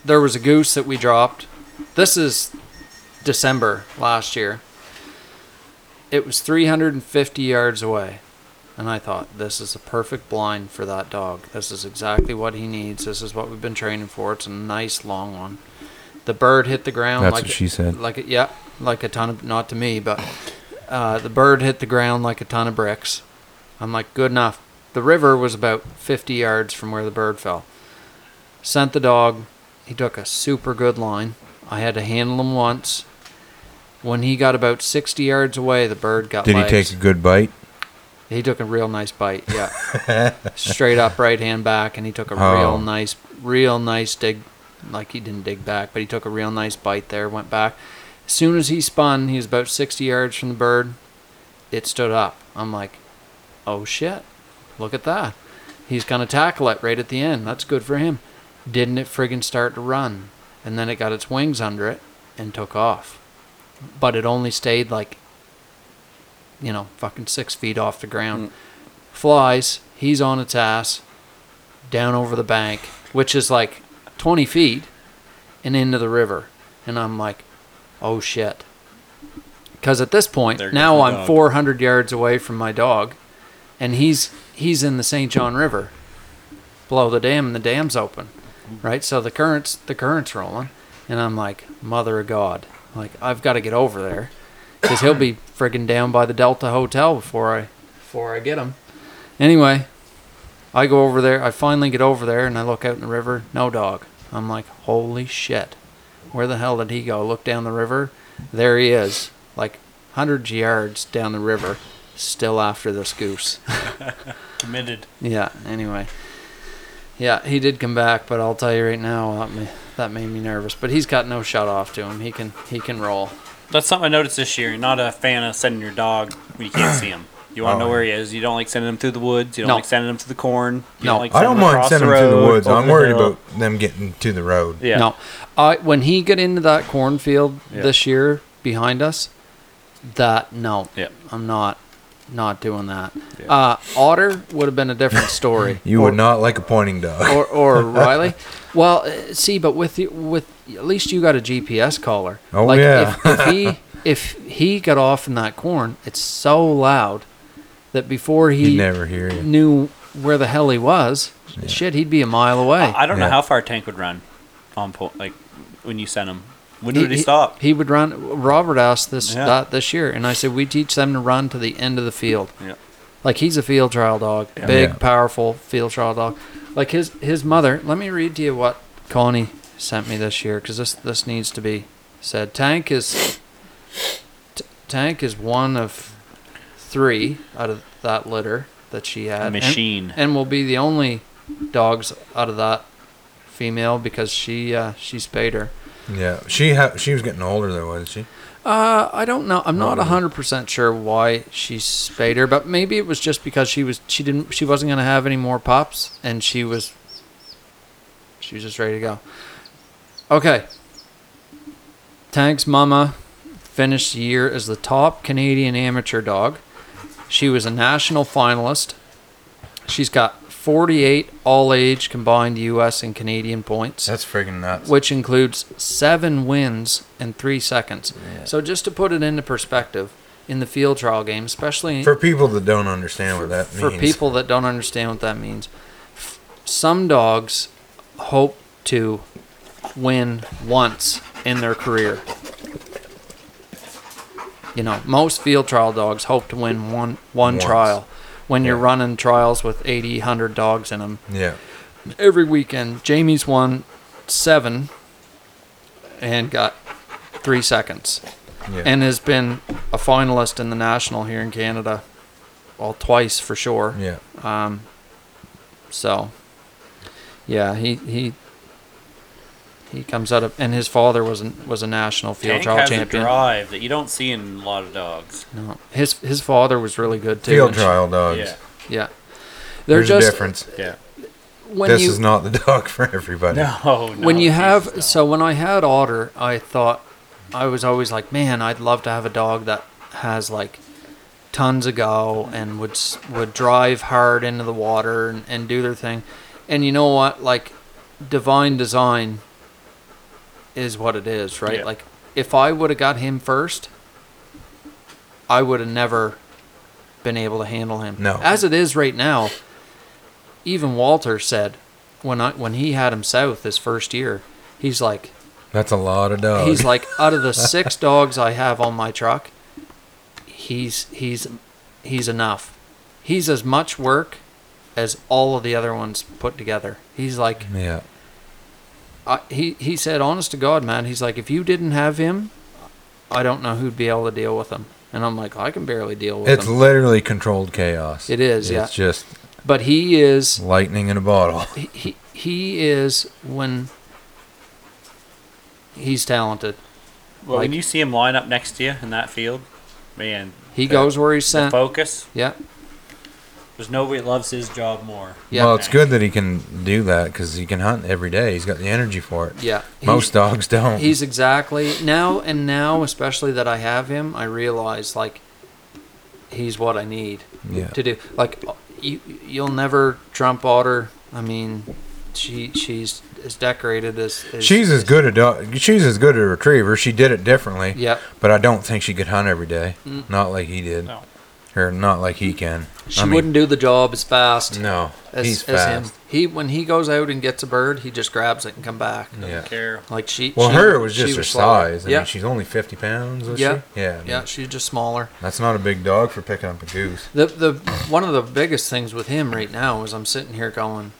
Speaker 2: there was a goose that we dropped. This is December last year. It was 350 yards away, and I thought this is a perfect blind for that dog. This is exactly what he needs. This is what we've been training for. It's a nice long one. The bird hit the ground.
Speaker 5: That's
Speaker 2: like
Speaker 5: what
Speaker 2: it-
Speaker 5: she said.
Speaker 2: Like it, yeah, like a ton of not to me, but uh, the bird hit the ground like a ton of bricks. I'm like, good enough. The river was about 50 yards from where the bird fell. Sent the dog. He took a super good line. I had to handle him once. When he got about 60 yards away, the bird got
Speaker 5: Did he
Speaker 2: legs.
Speaker 5: take a good bite?
Speaker 2: He took a real nice bite. Yeah, straight up right hand back, and he took a real
Speaker 5: Oh.
Speaker 2: nice, real nice dig. Like he didn't dig back, but he took a real nice bite there. Went back. As soon as he spun, he was about sixty yards from the bird. It stood up. I'm like, oh shit, look at that. He's gonna tackle it right at the end. That's good for him. Didn't it friggin' start to run? And then it got its wings under it and took off. But it only stayed like you know, fucking six feet off the ground. Flies, he's on its ass, down over the bank, which is like 20 feet, and into the river. And I'm like, oh shit. Because at this point,
Speaker 3: There goes
Speaker 2: now
Speaker 3: the
Speaker 2: I'm
Speaker 3: dog.
Speaker 2: 400 yards away from my dog, and he's he's in the St. John River, below the dam, and the dam's open, right? So the currents the currents rolling, and I'm like, mother of God, like I've got to get over there because he'll be friggin' down by the Delta Hotel before I before I get him. Anyway, I go over there. I finally get over there and I look out in the river. No dog. I'm like, holy shit. Where the hell did he go? Look down the river. There he is, like hundreds of yards down the river, still after this goose.
Speaker 3: Committed.
Speaker 2: yeah, anyway. Yeah, he did come back, but I'll tell you right now, that, ma- that made me nervous. But he's got no shot off to him. He can he can roll.
Speaker 3: That's something I noticed this year. You're not a fan of sending your dog when you can't see him. You want to know
Speaker 5: Oh.
Speaker 3: where he is. You don't like sending him through the woods. You don't
Speaker 2: No.
Speaker 3: like sending him through the corn. You
Speaker 2: No.
Speaker 3: don't like
Speaker 5: I don't
Speaker 3: sending him
Speaker 5: mind
Speaker 3: across
Speaker 5: sending
Speaker 3: the
Speaker 5: them to the
Speaker 3: road,
Speaker 5: woods.
Speaker 3: over
Speaker 5: I'm
Speaker 3: the
Speaker 5: worried
Speaker 3: hill.
Speaker 5: about them getting to the road.
Speaker 3: Yeah.
Speaker 2: No, I when he got into that cornfield
Speaker 3: Yeah.
Speaker 2: this year behind us, that no,
Speaker 3: Yeah.
Speaker 2: I'm not not doing that.
Speaker 3: Yeah.
Speaker 2: Uh, otter would have been a different story.
Speaker 5: You
Speaker 2: or,
Speaker 5: would not like a pointing dog.
Speaker 2: or or Riley. Well, uh, see, but with you, with at least you got a GPS caller.
Speaker 5: Oh,
Speaker 2: like,
Speaker 5: yeah.
Speaker 2: If, if he if he got off in that corn, it's so loud that before he
Speaker 5: He'd never hear you.
Speaker 2: knew where the hell he was, shit, he'd be a mile away.
Speaker 3: I don't know
Speaker 5: Yeah.
Speaker 3: how far Tank would run on po- like when you sent him. When would he,
Speaker 2: he-
Speaker 3: stop?
Speaker 2: He would run. Robert asked this
Speaker 3: Yeah.
Speaker 2: that this year, and I said we teach them to run to the end of the field.
Speaker 3: Yeah.
Speaker 2: Like he's a field trial dog, big,
Speaker 5: Yeah.
Speaker 2: powerful field trial dog. Like his his mother. Let me read to you what Connie sent me this year because this this needs to be said. Tank is t- Tank is one of three out of that litter that she
Speaker 3: Uh,
Speaker 2: had. and-
Speaker 3: Machine.
Speaker 2: and will be the only dogs out of that female because she uh, she spayed her.
Speaker 5: Yeah, she ha- she was getting older though, wasn't she?
Speaker 2: Uh, I don't know. I'm not 100% sure why she spayed her, but maybe it was just because she was she didn't she wasn't going to have any more pups and she was she was just ready to go. Okay. Tank's mama finished the year as the top Canadian amateur dog. She was a national finalist. She's got 48 all-age combined US and Canadian points
Speaker 5: That's friggin' nuts.
Speaker 2: which includes seven wins in three seconds. So just to put it into perspective, in the field trial game, especially
Speaker 5: For people that don't understand what that
Speaker 2: for
Speaker 5: means,
Speaker 2: people that don't understand what that means, f- some dogs hope to win once in their career. You know, most field trial dogs hope to win one one
Speaker 5: Once.
Speaker 2: trial. When you're running trials with 80, 100 dogs in them,
Speaker 5: yeah,
Speaker 2: every weekend. Jamie's won seven and got three seconds,
Speaker 5: yeah,
Speaker 2: and has been a finalist in the national here in Canada, well twice for sure.
Speaker 5: yeah.
Speaker 2: So, yeah, he he he comes out of, and his father was an, was a national field
Speaker 3: Tank
Speaker 2: trial
Speaker 3: has
Speaker 2: champion.
Speaker 3: a drive that you don't see in a lot of dogs.
Speaker 2: No, his his father was really good too.
Speaker 5: Field
Speaker 2: and she-
Speaker 5: trial dogs.
Speaker 3: Yeah.
Speaker 2: Yeah, they're
Speaker 5: There's
Speaker 2: just
Speaker 5: a difference.
Speaker 3: Yeah.
Speaker 2: when
Speaker 5: This
Speaker 2: you
Speaker 5: is not the dog for everybody.
Speaker 3: No. Oh, no
Speaker 2: when you
Speaker 3: Jesus,
Speaker 2: have
Speaker 3: no.
Speaker 2: so when I had otter, I thought I was always like, man, I'd love to have a dog that has like tons of go and would s- would drive hard into the water and, and do their thing. And you know what? Like divine design is what it is, right?
Speaker 3: Yeah.
Speaker 2: Like if I would have got him first, I would have never been able to handle him.
Speaker 5: No.
Speaker 2: As it is right now, even Walter said when I when he had him south his first year, he's like
Speaker 5: That's a lot of dogs.
Speaker 2: he's like out of the six dogs I have on my truck, he's he's he's enough. He's as much work as all of the other ones put together. He's like
Speaker 5: yeah,
Speaker 2: I, he he said, honest to God, man, he's like, if you didn't have him, I don't know who'd be able to deal with him. And I'm like, I can barely deal with
Speaker 5: it's
Speaker 2: him.
Speaker 5: literally controlled chaos.
Speaker 2: It is,
Speaker 5: It's
Speaker 2: yeah.
Speaker 5: just
Speaker 2: But he is
Speaker 5: lightning in a bottle.
Speaker 2: he- he he is when he's talented.
Speaker 3: Well,
Speaker 2: like-
Speaker 3: when you see him line up next to you in that field, man,
Speaker 2: He goes where he's sent.
Speaker 3: focus.
Speaker 2: Yeah,
Speaker 3: There's nobody that loves his job more.
Speaker 2: yeah,
Speaker 5: Well, it's good that he can do that because he can hunt every day. He's got the energy for it.
Speaker 2: yeah.
Speaker 5: Most dogs don't.
Speaker 2: He's exactly now and now, especially that I have him, I realize like he's what I need
Speaker 5: yeah.
Speaker 2: to do. Like you, you'll never trump Otter. I mean, she she's as decorated as, as
Speaker 5: She's as good a dog. She's as good a retriever. She did it differently.
Speaker 2: Yeah.
Speaker 5: But I don't think she could hunt every day. Not like he did.
Speaker 3: No.
Speaker 5: Or not like he can.
Speaker 2: Mm. She
Speaker 5: I mean,
Speaker 2: wouldn't do the job as fast.
Speaker 5: No.
Speaker 2: as,
Speaker 5: he's
Speaker 2: as
Speaker 5: fast.
Speaker 2: him. He when he goes out and gets a bird, he just grabs it and come back.
Speaker 5: Yeah.
Speaker 3: Care.
Speaker 2: Like she.
Speaker 5: Well,
Speaker 2: she-
Speaker 5: her was
Speaker 2: she
Speaker 5: just her
Speaker 2: smaller.
Speaker 5: size. I
Speaker 2: yeah.
Speaker 5: mean, she's only 50 pounds, was
Speaker 2: Yeah.
Speaker 5: she? Yeah. I mean,
Speaker 2: yeah, she's just smaller.
Speaker 5: That's not a big dog for picking up a goose.
Speaker 2: The the one of the biggest things with him right now is I'm sitting here going,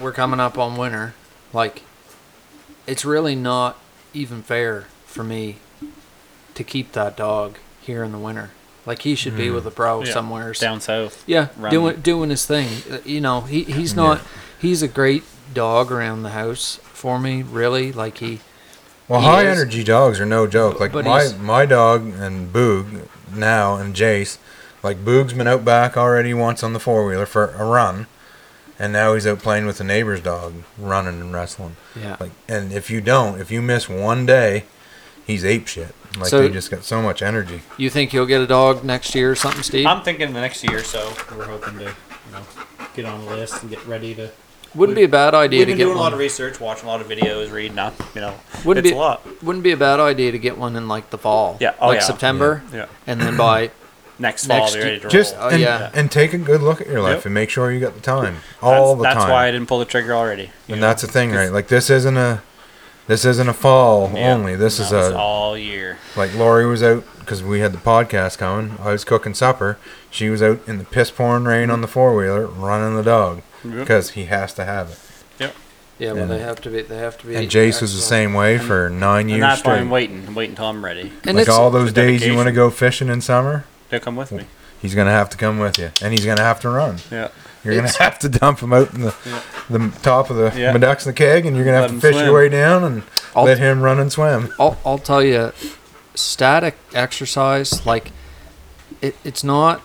Speaker 2: we're coming up on winter, like it's really not even fair for me to keep that dog here in the winter. Like he should be with a pro
Speaker 3: Yeah.
Speaker 2: somewhere. s-
Speaker 3: Down south.
Speaker 2: yeah,
Speaker 3: run.
Speaker 2: doing doing his thing. Uh, You know, he he's not. He's a great dog around the house for me. Really, like he.
Speaker 5: Well,
Speaker 2: He
Speaker 5: high
Speaker 2: is.
Speaker 5: energy dogs are no joke. Like
Speaker 2: But
Speaker 5: my
Speaker 2: he's-
Speaker 5: my dog and Boog now and Jace, like Boog's been out back already once on the four wheeler for a run, and now he's out playing with the neighbor's dog, running and wrestling.
Speaker 2: Yeah.
Speaker 5: Like, and if you don't, if you miss one day, he's ape shit. Like
Speaker 2: So-
Speaker 5: they just got so much energy.
Speaker 3: Oh,
Speaker 2: You think you'll get a dog next year or something, Steve?
Speaker 3: I'm thinking the next year or so. We're hoping to, you know, get on the list and get ready to.
Speaker 2: Wouldn't be a bad idea
Speaker 3: We've
Speaker 2: to
Speaker 3: been
Speaker 2: get
Speaker 3: doing
Speaker 2: one.
Speaker 3: a lot of research, watching a lot of videos, reading up. You know,
Speaker 2: Wouldn't
Speaker 3: it's
Speaker 2: be-
Speaker 3: a lot.
Speaker 2: Wouldn't be a bad idea to get one in like the fall.
Speaker 3: Yeah, oh,
Speaker 2: like
Speaker 3: yeah.
Speaker 2: September.
Speaker 3: Yeah.
Speaker 2: And then by
Speaker 3: Next fall,
Speaker 2: Next
Speaker 3: be ready to
Speaker 5: Just
Speaker 3: roll.
Speaker 2: Oh,
Speaker 5: and,
Speaker 2: yeah.
Speaker 5: and take a good look at your life
Speaker 3: Yep.
Speaker 5: and make sure you got the time all
Speaker 3: that's,
Speaker 5: the
Speaker 3: that's
Speaker 5: time.
Speaker 3: why I didn't pull the trigger already. you
Speaker 5: and
Speaker 3: know.
Speaker 5: that's the thing, right? Like this isn't a this isn't a fall
Speaker 3: Yeah.
Speaker 5: only. This
Speaker 3: No,
Speaker 5: is
Speaker 3: it's
Speaker 5: a
Speaker 3: all year.
Speaker 5: Like Lori was out because we had the podcast coming. I was cooking supper. She was out in the piss pouring rain on the four wheeler running the dog
Speaker 3: Yep.
Speaker 5: because he has to have it.
Speaker 2: yeah, well
Speaker 5: And-
Speaker 2: they have to be they have to be.
Speaker 5: And Jace was the same way for nine
Speaker 3: And
Speaker 5: years
Speaker 3: that's why I'm
Speaker 5: straight.
Speaker 3: waiting. I'm waiting until I'm ready.
Speaker 2: And
Speaker 5: Like
Speaker 2: it's
Speaker 5: all those days you
Speaker 3: dedication.
Speaker 5: want to go fishing in summer,
Speaker 3: They'll come with me.
Speaker 5: he's gonna have to come with you, and he's gonna have to run.
Speaker 3: Yeah.
Speaker 5: You're gonna
Speaker 2: It's-
Speaker 5: have to dump him out in the the top of the
Speaker 3: Yeah.
Speaker 5: Meduxna keg, and you're gonna
Speaker 3: Let
Speaker 5: have
Speaker 3: him
Speaker 5: to fish
Speaker 3: swim.
Speaker 5: your way down and
Speaker 2: I'll-
Speaker 5: let him run and swim.
Speaker 2: I'll, I'll tell you, static exercise, like, it, it's not.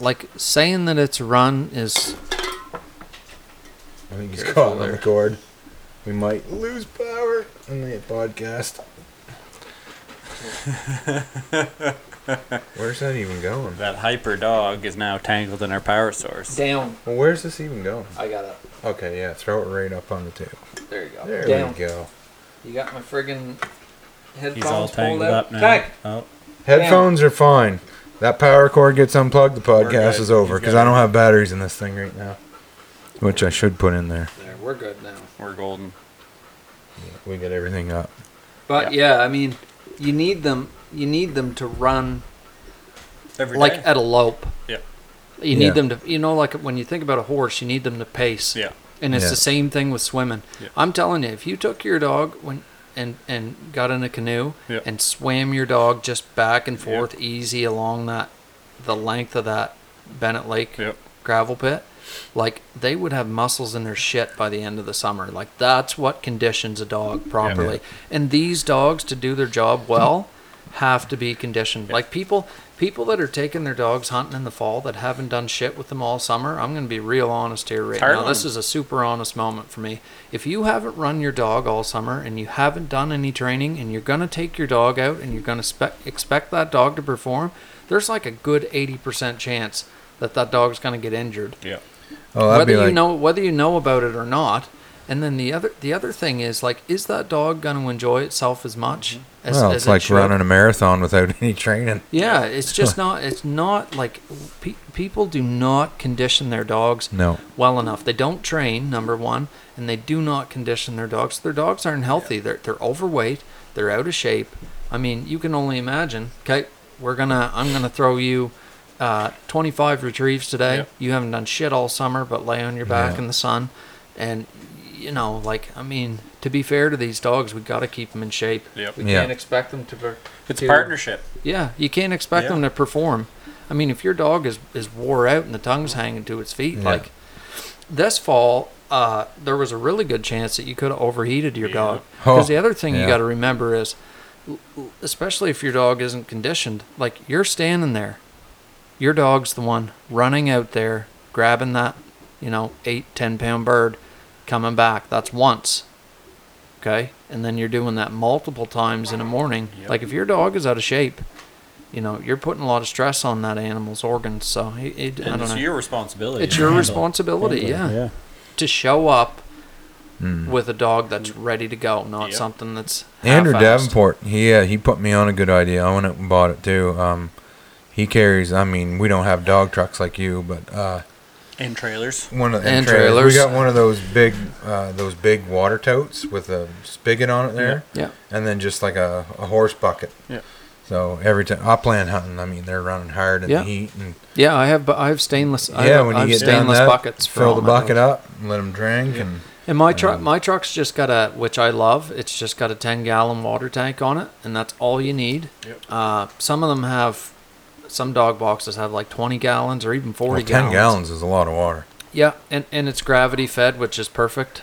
Speaker 2: Like, saying that it's run is.
Speaker 5: I think he's caught on the cord. We might lose power in the podcast. where's that even going?
Speaker 3: That hyper dog is now tangled in our power source.
Speaker 2: Down.
Speaker 5: Well, where's this even going?
Speaker 2: I got up.
Speaker 5: Okay, yeah, throw it right up on the table.
Speaker 2: There you go.
Speaker 5: There
Speaker 2: Down.
Speaker 5: we go.
Speaker 2: You got my friggin' headphones
Speaker 3: He's all tangled
Speaker 2: pulled out.
Speaker 3: up now.
Speaker 2: Tag.
Speaker 3: Oh,
Speaker 5: Headphones are fine. That power cord gets unplugged, the podcast
Speaker 3: good.
Speaker 5: is over
Speaker 3: He's
Speaker 5: because
Speaker 3: got
Speaker 5: I don't have batteries in this thing right now. Which I should put in there.
Speaker 2: There, we're good now.
Speaker 3: we're golden.
Speaker 5: We get everything up.
Speaker 2: But yeah. I mean, you need them. You need them to run
Speaker 3: Every
Speaker 2: like uh, at a lope.
Speaker 3: Yeah.
Speaker 2: You
Speaker 5: Yeah.
Speaker 2: need them to, you know, like when you think about a horse, you need them to pace.
Speaker 3: Yeah.
Speaker 2: And it's
Speaker 5: Yeah.
Speaker 2: the same thing with swimming.
Speaker 3: Yeah.
Speaker 2: I'm telling you, if you took your dog when and and got in a canoe
Speaker 3: Yeah.
Speaker 2: and swam your dog just back and forth easy along that the length of that Bennett Lake
Speaker 3: Yep.
Speaker 2: gravel pit, like they would have muscles in their shit by the end of the summer. Like that's what conditions a dog properly. And these dogs to do their job well have to be conditioned. Like people people that are taking their dogs hunting in the fall that haven't done shit with them all summer, I'm gonna be real honest here right
Speaker 3: hard
Speaker 2: now.
Speaker 3: on
Speaker 2: This
Speaker 3: them.
Speaker 2: is a super honest moment for me. If you haven't run your dog all summer and you haven't done any training and you're gonna take your dog out and you're gonna spe- expect that dog to perform, there's like a good eighty percent chance that that dog's gonna get injured
Speaker 3: Yeah.
Speaker 5: Oh, that'd
Speaker 2: whether
Speaker 5: be like,
Speaker 2: you know whether you know about it or not. And then the other the other thing is like, is that dog going to enjoy itself as much as,
Speaker 5: well,
Speaker 2: as
Speaker 5: it's
Speaker 2: it
Speaker 5: like
Speaker 2: should?
Speaker 5: running a marathon without any training.
Speaker 2: Yeah, it's just not. It's not like pe- people do not condition their dogs
Speaker 5: No.
Speaker 2: well enough. They don't train number one, and they do not condition their dogs. Their dogs aren't healthy. They're they're overweight. They're out of shape. I mean, you can only imagine. Okay, we're gonna. I'm gonna throw you. Uh, 25 retrieves today.
Speaker 3: Yeah.
Speaker 2: You haven't done shit all summer, but lay on your back in the sun, and you know, like, I mean, to be fair to these dogs, we got to keep them in shape.
Speaker 3: Yep.
Speaker 2: We
Speaker 5: Yeah.
Speaker 2: can't expect them to. per-
Speaker 3: It's
Speaker 2: to-
Speaker 3: a partnership.
Speaker 2: yeah, you can't expect
Speaker 3: Yeah.
Speaker 2: them to perform. I mean, if your dog is, is wore out and the tongue's hanging to its feet,
Speaker 5: Yeah.
Speaker 2: like this fall, uh, there was a really good chance that you could have overheated your dog.
Speaker 5: Oh,
Speaker 2: Because the other thing you
Speaker 5: yeah.
Speaker 2: got to remember is, l- l- especially if your dog isn't conditioned, like you're standing there, your dog's the one running out there, grabbing that, you know, eight, 10 pound bird, coming back. That's once. Okay. And then you're doing that multiple times in a morning. Like if your dog is out of shape, you know, you're putting a lot of stress on that animal's organs. So it, it, I
Speaker 3: And
Speaker 2: don't
Speaker 3: it's
Speaker 2: know.
Speaker 3: your responsibility.
Speaker 2: it's
Speaker 3: to
Speaker 2: your
Speaker 3: handle-
Speaker 2: responsibility, yeah,
Speaker 4: Yeah.
Speaker 2: to show up
Speaker 5: Hmm.
Speaker 2: with a dog that's ready to go, not
Speaker 3: Yep.
Speaker 2: something that's
Speaker 5: Andrew
Speaker 2: half-assed.
Speaker 5: Davenport, he uh, he put me on a good idea. I went out and bought it too. Um, he carries. I mean, we don't have dog trucks like you, but uh,
Speaker 3: in trailers.
Speaker 5: one of the
Speaker 2: And
Speaker 5: trailers.
Speaker 2: trailers.
Speaker 5: We got one of those big, uh, those big water totes with a spigot on it there,
Speaker 2: Yeah.
Speaker 5: and then just like a, a horse bucket.
Speaker 3: Yeah.
Speaker 5: So every time upland hunting, I mean, they're running hard in
Speaker 2: Yeah.
Speaker 5: the heat, and
Speaker 2: Yeah, I have. bu- I have stainless. I
Speaker 5: yeah,
Speaker 2: have,
Speaker 5: when
Speaker 2: I
Speaker 5: you
Speaker 2: have
Speaker 5: get done
Speaker 2: stainless
Speaker 5: that,
Speaker 2: buckets. For
Speaker 5: fill
Speaker 2: all
Speaker 5: the
Speaker 2: my
Speaker 5: bucket
Speaker 2: dogs.
Speaker 5: up, and let them drink, and
Speaker 2: And my truck,
Speaker 5: Um,
Speaker 2: my truck's just got a, which I love. It's just got a ten gallon water tank on it, and that's all you need. Yep. Uh, some of them have, some dog boxes have like twenty gallons or even
Speaker 5: well,
Speaker 2: forty
Speaker 5: ten
Speaker 2: gallons.
Speaker 5: gallons is a lot of water.
Speaker 2: Yeah, and and it's gravity fed, which is perfect.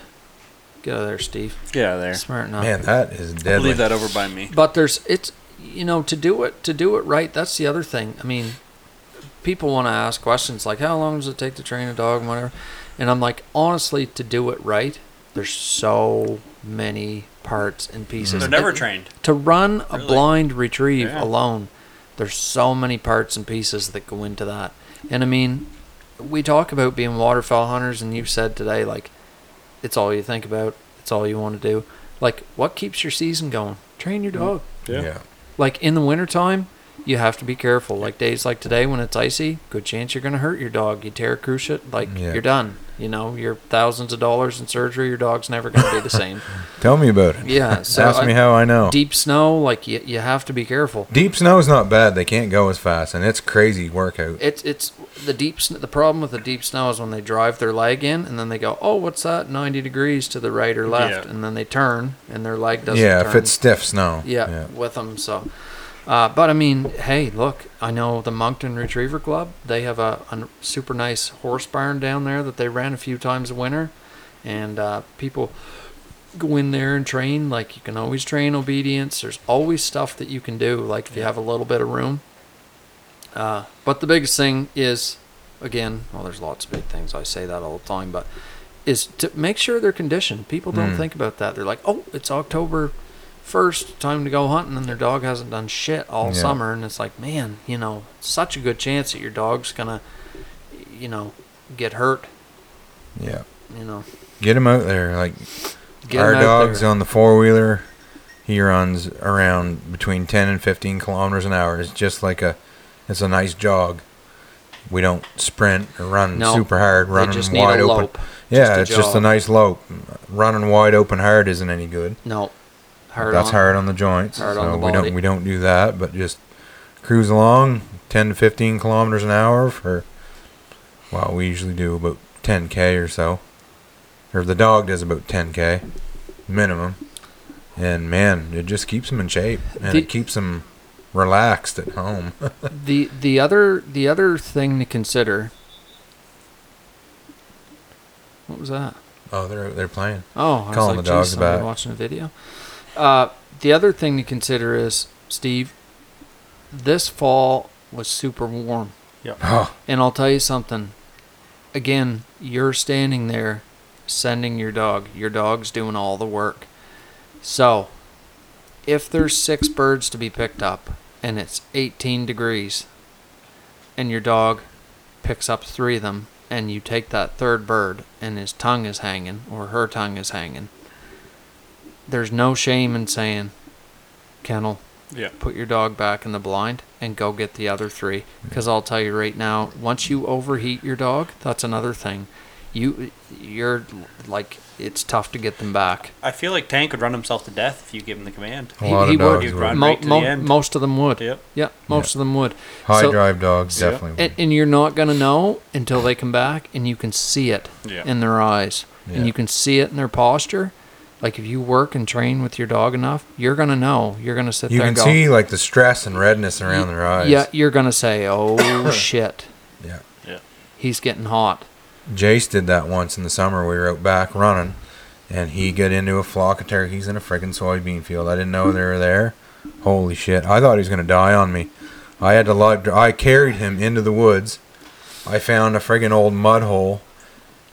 Speaker 2: Get out of there, Steve.
Speaker 3: Get out of there.
Speaker 2: Smart enough.
Speaker 5: Man, that is deadly.
Speaker 3: Leave that over by me.
Speaker 2: But there's it's you know to do it to do it right. That's the other thing. I mean, people want to ask questions like how long does it take to train a dog, and whatever. And I'm like, honestly, to do it right, there's so many parts and pieces.
Speaker 3: They're never
Speaker 2: And
Speaker 3: trained.
Speaker 2: to run a
Speaker 3: Really?
Speaker 2: blind retrieve
Speaker 3: Yeah.
Speaker 2: alone. There's so many parts and pieces that go into that. And I mean, we talk about being waterfowl hunters, and you said today like, it's all you think about. It's all you want to do. Like, what keeps your season going? Train
Speaker 3: Mm.
Speaker 2: your dog
Speaker 5: Yeah.
Speaker 2: like in the wintertime you have to be careful like days like today when it's icy good chance you're going to hurt your dog you tear a cruciate like
Speaker 5: Yeah.
Speaker 2: you're done you know you're thousands of dollars in surgery your dog's never going to be the same
Speaker 5: Tell me about it.
Speaker 2: yeah so
Speaker 5: Ask
Speaker 2: I-
Speaker 5: me how I know.
Speaker 2: deep snow like you, you have to be careful
Speaker 5: Deep snow's not bad. They can't go as fast, and it's crazy workout.
Speaker 2: it's it's the deep sn- the problem with the deep snow is when they drive their leg in and then they go oh what's that 90 degrees to the right or left
Speaker 3: Yeah.
Speaker 2: and then they turn and their leg doesn't
Speaker 5: Yeah,
Speaker 2: turn.
Speaker 5: if it's stiff snow.
Speaker 2: yeah, with them. So, uh, but I mean, hey, look, I know the Moncton Retriever Club. They have a, a super nice horse barn down there that they ran a few times a winter, and uh, people go in there and train. Like you can always train obedience. There's always stuff that you can do. Like if you have a little bit of room. Uh, but the biggest thing is, again, well, there's lots of big things. I say that all the time, but is to make sure they're conditioned. People
Speaker 5: Hmm.
Speaker 2: don't think about that. They're like, oh, it's October first, time to go hunting, and their dog hasn't done shit all
Speaker 5: Yeah.
Speaker 2: summer, and it's like, man, you know, such a good chance that your dog's gonna, you know, get hurt.
Speaker 5: Yeah.
Speaker 2: You know,
Speaker 5: Get him out there. Like
Speaker 2: get
Speaker 5: our
Speaker 2: 'em out
Speaker 5: dog's
Speaker 2: there.
Speaker 5: on the four wheeler. He runs around between ten and fifteen kilometers an hour. It's just like a, it's a nice jog. We don't sprint or run
Speaker 2: No,
Speaker 5: super hard.
Speaker 2: they
Speaker 5: Running
Speaker 2: just need a
Speaker 5: wide open.
Speaker 2: lope,
Speaker 5: Yeah,
Speaker 2: just a
Speaker 5: it's just a
Speaker 2: jog.
Speaker 5: nice lope. Running wide open hard isn't any good.
Speaker 2: No, hard
Speaker 5: That's
Speaker 2: on.
Speaker 5: hard on the joints.
Speaker 2: Hard
Speaker 5: so
Speaker 2: on the
Speaker 5: we
Speaker 2: body.
Speaker 5: don't we don't do that, but just cruise along, ten to fifteen kilometers an hour for. Well, we usually do about ten k or so, or the dog does about ten k, minimum. And man, it just keeps them in shape, and
Speaker 2: The-
Speaker 5: it keeps them relaxed at home.
Speaker 2: the the other the other thing to consider. What was that?
Speaker 5: oh, they're out there playing.
Speaker 2: Oh, I was like,
Speaker 5: Calling the dogs
Speaker 2: geez, somebody
Speaker 5: back.
Speaker 2: watching a video. Uh, the other thing to consider is, Steve, this fall was super warm.
Speaker 5: Oh,
Speaker 2: And I'll tell you something. Again, you're standing there sending your dog. Your dog's doing all the work. So, if there's six birds to be picked up and it's 18 degrees and your dog picks up three of them and you take that third bird and his tongue is hanging or her tongue is hanging, there's no shame in saying, Kennel,
Speaker 3: Yeah.
Speaker 2: put your dog back in the blind and go get the other three because i'll tell you right now once you overheat your dog that's another thing you you're like it's tough to get them back
Speaker 3: I feel like Tank would run himself to death if you give him the command.
Speaker 5: a lot of
Speaker 2: would.
Speaker 5: dogs
Speaker 3: You'd
Speaker 5: would.
Speaker 3: run
Speaker 2: Mo-
Speaker 3: right to the
Speaker 2: mo-
Speaker 3: end.
Speaker 2: most of them would
Speaker 3: Yep.
Speaker 2: yeah most of them would
Speaker 5: high
Speaker 2: So-
Speaker 5: drive dogs
Speaker 3: Yeah.
Speaker 5: definitely. would.
Speaker 2: and, and you're not going to know until they come back and you can see it
Speaker 3: Yeah.
Speaker 2: in their eyes
Speaker 5: Yeah.
Speaker 2: and you can see it in their posture like if you work and train with your dog enough you're going to know you're going to sit
Speaker 5: you
Speaker 2: there and
Speaker 5: can
Speaker 2: go
Speaker 5: see like the stress and redness around their eyes.
Speaker 2: yeah you're going to say oh shit
Speaker 5: Yeah.
Speaker 2: he's getting hot
Speaker 5: Jace did that once in the summer. We were out back running, and he got into a flock of turkeys in a freaking soybean field. I didn't know they were there. Holy shit! I thought he was gonna die on me. I had to lug. I carried him into the woods. I found a friggin' old mud hole,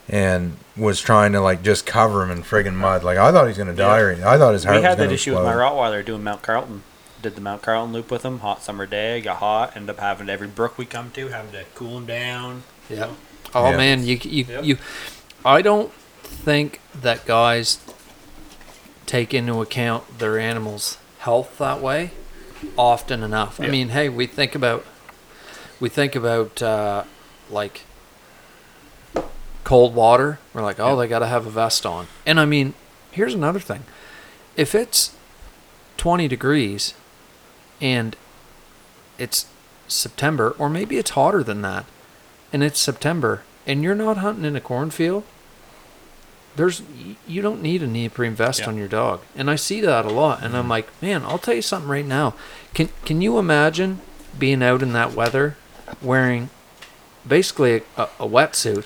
Speaker 5: and was trying to like just cover him in friggin' mud. Like I thought he was gonna die.
Speaker 3: Yeah.
Speaker 5: Right. I thought his heart.
Speaker 3: we
Speaker 5: was
Speaker 3: had that
Speaker 5: gonna
Speaker 3: issue with my
Speaker 5: explode.
Speaker 3: Rottweiler doing Mount Carlton. Did the Mount Carlton loop with him. Hot summer day, got hot. Ended up having every brook we come to, having to cool him down.
Speaker 2: Yeah. Oh
Speaker 5: Yeah.
Speaker 2: man, you you
Speaker 3: Yep.
Speaker 2: you. I don't think that guys take into account their animals' health that way often enough. I
Speaker 3: Yeah.
Speaker 2: mean, hey, we think about we think about uh, like cold water. We're like, oh, they got to have a vest on. And I mean, here's another thing: if it's 20 degrees and it's September, or maybe it's hotter than that, and it's September, and you're not hunting in a cornfield, there's y- you don't need a neoprene vest on your dog. And I see that a lot, and
Speaker 3: Mm-hmm.
Speaker 2: I'm like, man, I'll tell you something right now. Can can you imagine being out in that weather, wearing basically a, a wetsuit?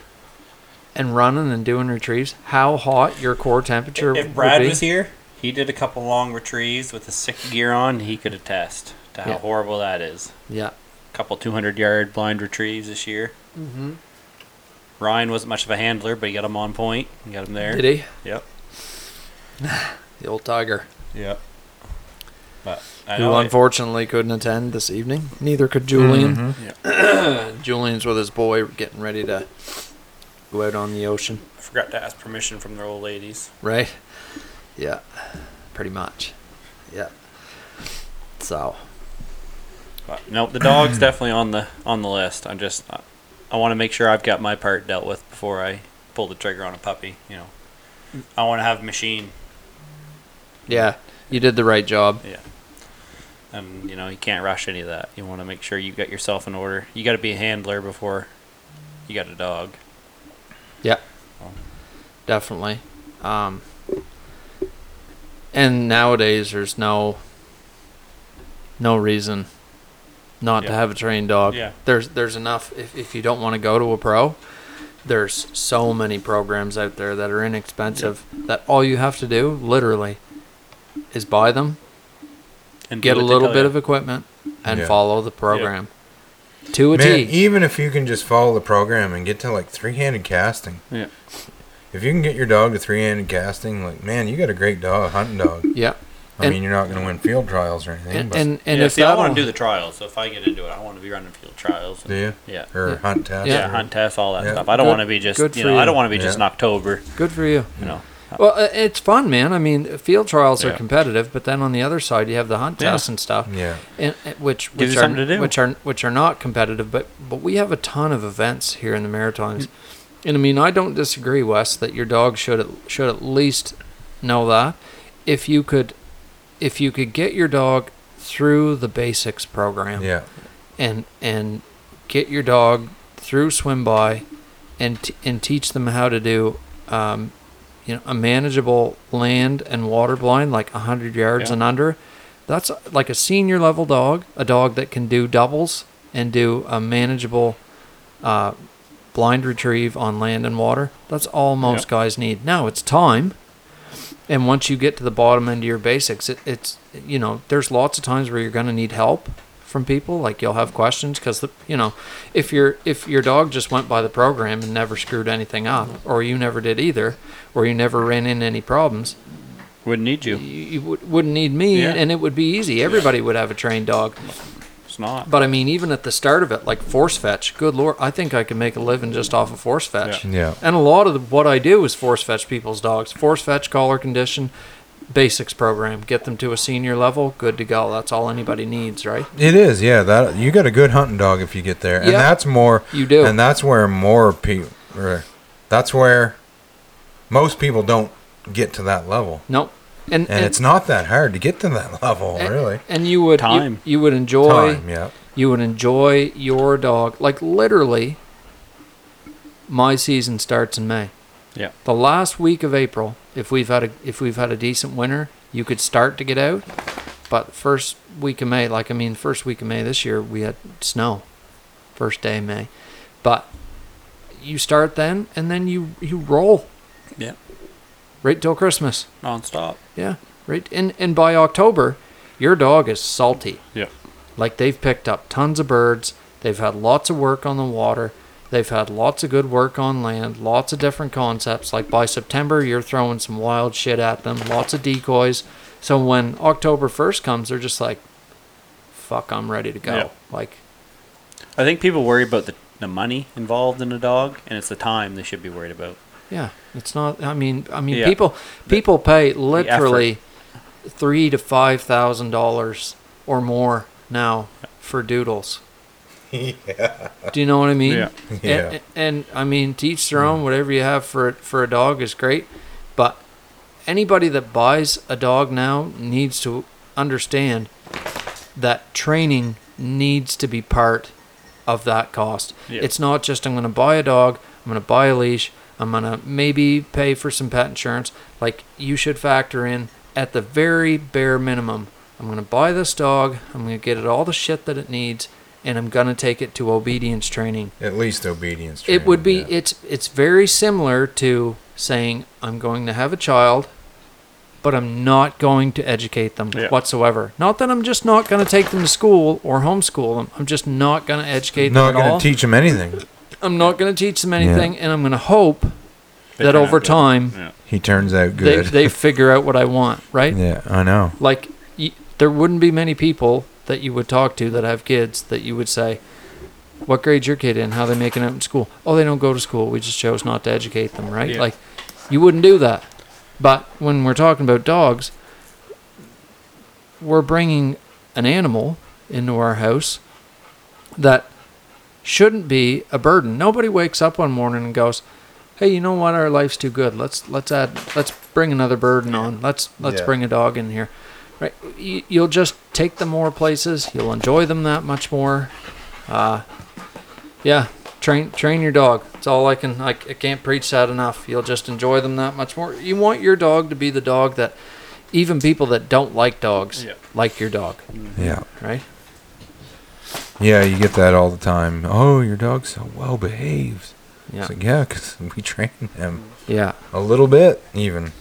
Speaker 2: And running and doing retrieves, how hot your core temperature
Speaker 3: If
Speaker 2: would
Speaker 3: Brad
Speaker 2: be.
Speaker 3: was here, he did a couple long retrieves with the sick gear on. He could attest to how
Speaker 2: Yeah.
Speaker 3: horrible that is.
Speaker 2: Yeah,
Speaker 3: couple 200 yard blind retrieves this year. Mm-hmm. Ryan wasn't much of a handler, but he got him on point. He got him there.
Speaker 2: did he?
Speaker 3: Yep.
Speaker 2: The old tiger,
Speaker 3: Yep. But I
Speaker 2: who
Speaker 3: know it-
Speaker 2: unfortunately couldn't attend this evening. Neither could Julian. Julian's with his boy, getting ready to go out on the ocean.
Speaker 3: I forgot to ask permission from their old ladies.
Speaker 2: Right? Yeah, pretty much. Yeah. So
Speaker 3: But no, the dog's definitely on the on the list. I'm just I, I want to make sure I've got my part dealt with before I pull the trigger on a puppy. You know, I want to have a machine,
Speaker 2: yeah, you did the right job.
Speaker 3: and you know you can't rush any of that. You want to make sure you got yourself in order. You got to be a handler before you got a dog.
Speaker 2: Yeah, definitely. Um, and nowadays, there's no no reason not to
Speaker 3: Yeah.
Speaker 2: have a trained dog.
Speaker 3: Yeah.
Speaker 2: There's there's enough if, if you don't want to go to a pro, there's so many programs out there that are inexpensive that all you have to do literally is buy them,
Speaker 3: And
Speaker 2: get
Speaker 3: do
Speaker 2: a
Speaker 3: what they
Speaker 2: little
Speaker 3: tell
Speaker 2: bit
Speaker 3: you.
Speaker 2: of equipment and
Speaker 5: Yeah.
Speaker 2: follow the program. To a T.
Speaker 5: Man, even if you can just follow the program and get to like three-handed casting.
Speaker 3: Yeah.
Speaker 5: If you can get your dog to three-handed casting, like man, you got a great dog, hunting dog.
Speaker 2: yeah.
Speaker 5: I
Speaker 2: And-
Speaker 5: mean, you're not going to win field trials or anything,
Speaker 2: And
Speaker 5: but
Speaker 2: and, and
Speaker 3: yeah,
Speaker 2: if oh.
Speaker 3: see, I
Speaker 2: that
Speaker 3: want
Speaker 2: one,
Speaker 3: to do the trials. So if I get into it, I want to be running field trials.
Speaker 5: do you?
Speaker 3: Yeah.
Speaker 5: Or
Speaker 2: Yeah.
Speaker 5: hunt test?
Speaker 3: Yeah,
Speaker 5: or-
Speaker 3: hunt tests, all that
Speaker 5: Yeah.
Speaker 3: stuff. I don't
Speaker 2: Good-
Speaker 3: want to be just,
Speaker 2: good
Speaker 3: you
Speaker 2: for
Speaker 3: know, I
Speaker 2: you.
Speaker 3: don't want to be just in
Speaker 5: Yeah.
Speaker 3: October,
Speaker 2: good for you.
Speaker 3: you know.
Speaker 2: Well, i- it's fun, man. I mean, field trials
Speaker 3: Yeah.
Speaker 2: are competitive, but then on the other side, you have the hunt
Speaker 3: Yeah.
Speaker 2: tests and stuff.
Speaker 5: Yeah.
Speaker 2: and, and- which
Speaker 3: Gives
Speaker 2: which
Speaker 3: you
Speaker 2: are
Speaker 3: something to do.
Speaker 2: which are which are not competitive, but but we have a ton of events here in the Maritimes, and I mean, I don't disagree, Wes, that your dog should at, should at least know that if you could if you could get your dog through the basics program
Speaker 5: Yeah.
Speaker 2: and and get your dog through swim by and t- and teach them how to do um, you know a manageable land and water blind like 100 yards
Speaker 3: Yeah.
Speaker 2: and under that's like a senior level dog a dog that can do doubles and do a manageable uh, blind retrieve on land and water that's all most
Speaker 3: Yeah.
Speaker 2: guys need now it's time and once you get to the bottom end of your basics, it, it's you know there's lots of times where you're going to need help from people. Like you'll have questions because you know if your if your dog just went by the program and never screwed anything up, or you never did either, or you never ran into any problems,
Speaker 3: Wouldn't need
Speaker 2: you,
Speaker 3: you.
Speaker 2: you would, wouldn't need me,
Speaker 3: Yeah.
Speaker 2: and it would be easy. Everybody would have a trained dog.
Speaker 3: It's not.
Speaker 2: But I mean, even at the start of it, like force fetch, good lord, I think I could make a living just off of force fetch.
Speaker 3: Yeah.
Speaker 5: Yeah.
Speaker 2: And a lot of the, what I do is force fetch people's dogs. Force fetch, collar condition, basics program. Get them to a senior level, good to go. That's all anybody needs, right?
Speaker 5: It is, yeah. That you got a good hunting dog if you get there, and
Speaker 2: Yeah.
Speaker 5: that's more.
Speaker 2: You do.
Speaker 5: and that's where more people. That's where most people don't get to that level,
Speaker 2: Nope. And,
Speaker 5: and it's not that hard to get to that level,
Speaker 2: and-
Speaker 5: really.
Speaker 2: And you would you-
Speaker 3: Time.
Speaker 2: You, would enjoy
Speaker 5: Time, yeah,
Speaker 2: you would enjoy your dog. Like literally, my season starts in May.
Speaker 3: Yeah.
Speaker 2: The last week of April, if we've had a if we've had a decent winter, you could start to get out. But first week of May, like I mean, first week of May this year, we had snow. First day of May, but you start then, and then you you roll
Speaker 3: Yeah.
Speaker 2: right till Christmas.
Speaker 3: Non-stop.
Speaker 2: Yeah, right. And and by October, your dog is salty.
Speaker 3: Yeah.
Speaker 2: Like they've picked up tons of birds. They've had lots of work on the water. They've had lots of good work on land, lots of different concepts. Like by September, you're throwing some wild shit at them, lots of decoys. So when October 1st comes, they're just like, fuck, I'm ready to go.
Speaker 3: Yeah.
Speaker 2: Like,
Speaker 3: I think people worry about the, the money involved in a dog, and it's the time they should be worried about.
Speaker 2: yeah, it's not, I mean, I mean,
Speaker 3: Yeah.
Speaker 2: people, people pay literally
Speaker 3: effort.
Speaker 2: three to $5,000 or more now for doodles. Do you know what I mean?
Speaker 3: Yeah.
Speaker 2: And,
Speaker 5: Yeah.
Speaker 2: and I mean, to each their own. Whatever you have for for a dog is great, but anybody that buys a dog now needs to understand that training needs to be part of that cost.
Speaker 3: Yeah.
Speaker 2: It's not just I'm going to buy a dog, I'm going to buy a leash, I'm going to maybe pay for some pet insurance. Like you should factor in at the very bare minimum. I'm going to buy this dog, I'm going to get it all the shit that it needs and I'm going to take it to obedience training.
Speaker 5: At least obedience.
Speaker 2: it would be
Speaker 5: training, yeah.
Speaker 2: it's it's very similar to saying I'm going to have a child but I'm not going to educate them
Speaker 3: Yeah.
Speaker 2: whatsoever. Not that I'm just not going to take them to school or homeschool them. I'm just not going to educate
Speaker 5: Not
Speaker 2: them at
Speaker 5: going
Speaker 2: all.
Speaker 5: to teach them anything.
Speaker 2: I'm not going to teach them anything, and I'm going to hope that
Speaker 3: turn
Speaker 2: over
Speaker 3: out good.
Speaker 2: time
Speaker 3: Yeah.
Speaker 5: He turns out
Speaker 2: they,
Speaker 5: good.
Speaker 2: they figure out what I want, right?
Speaker 5: yeah, I know.
Speaker 2: Like, y- there wouldn't be many people that you would talk to that have kids that you would say, What grade's your kid in? How they making out in school? Oh, they don't go to school. We just chose not to educate them, right?
Speaker 3: Yeah.
Speaker 2: Like, you wouldn't do that. But when we're talking about dogs, we're bringing an animal into our house that shouldn't be a burden. Nobody wakes up one morning and goes, "Hey, you know what? Our life's too good. Let's let's add let's bring another burden on. Let's let's
Speaker 5: Yeah.
Speaker 2: bring a dog in here." Right? You, you'll just take them more places. You'll enjoy them that much more. Uh, yeah. Train train your dog. That's all I can. I, I can't preach that enough. You'll just enjoy them that much more. You want your dog to be the dog that even people that don't like dogs
Speaker 3: Yeah.
Speaker 2: like your dog,
Speaker 5: Yeah.
Speaker 2: right?
Speaker 5: Yeah, you get that all the time. Oh, your dog's so well behaved.
Speaker 2: Yeah.
Speaker 5: It's like, yeah, 'cause we train him
Speaker 2: Yeah.
Speaker 5: a little bit, even.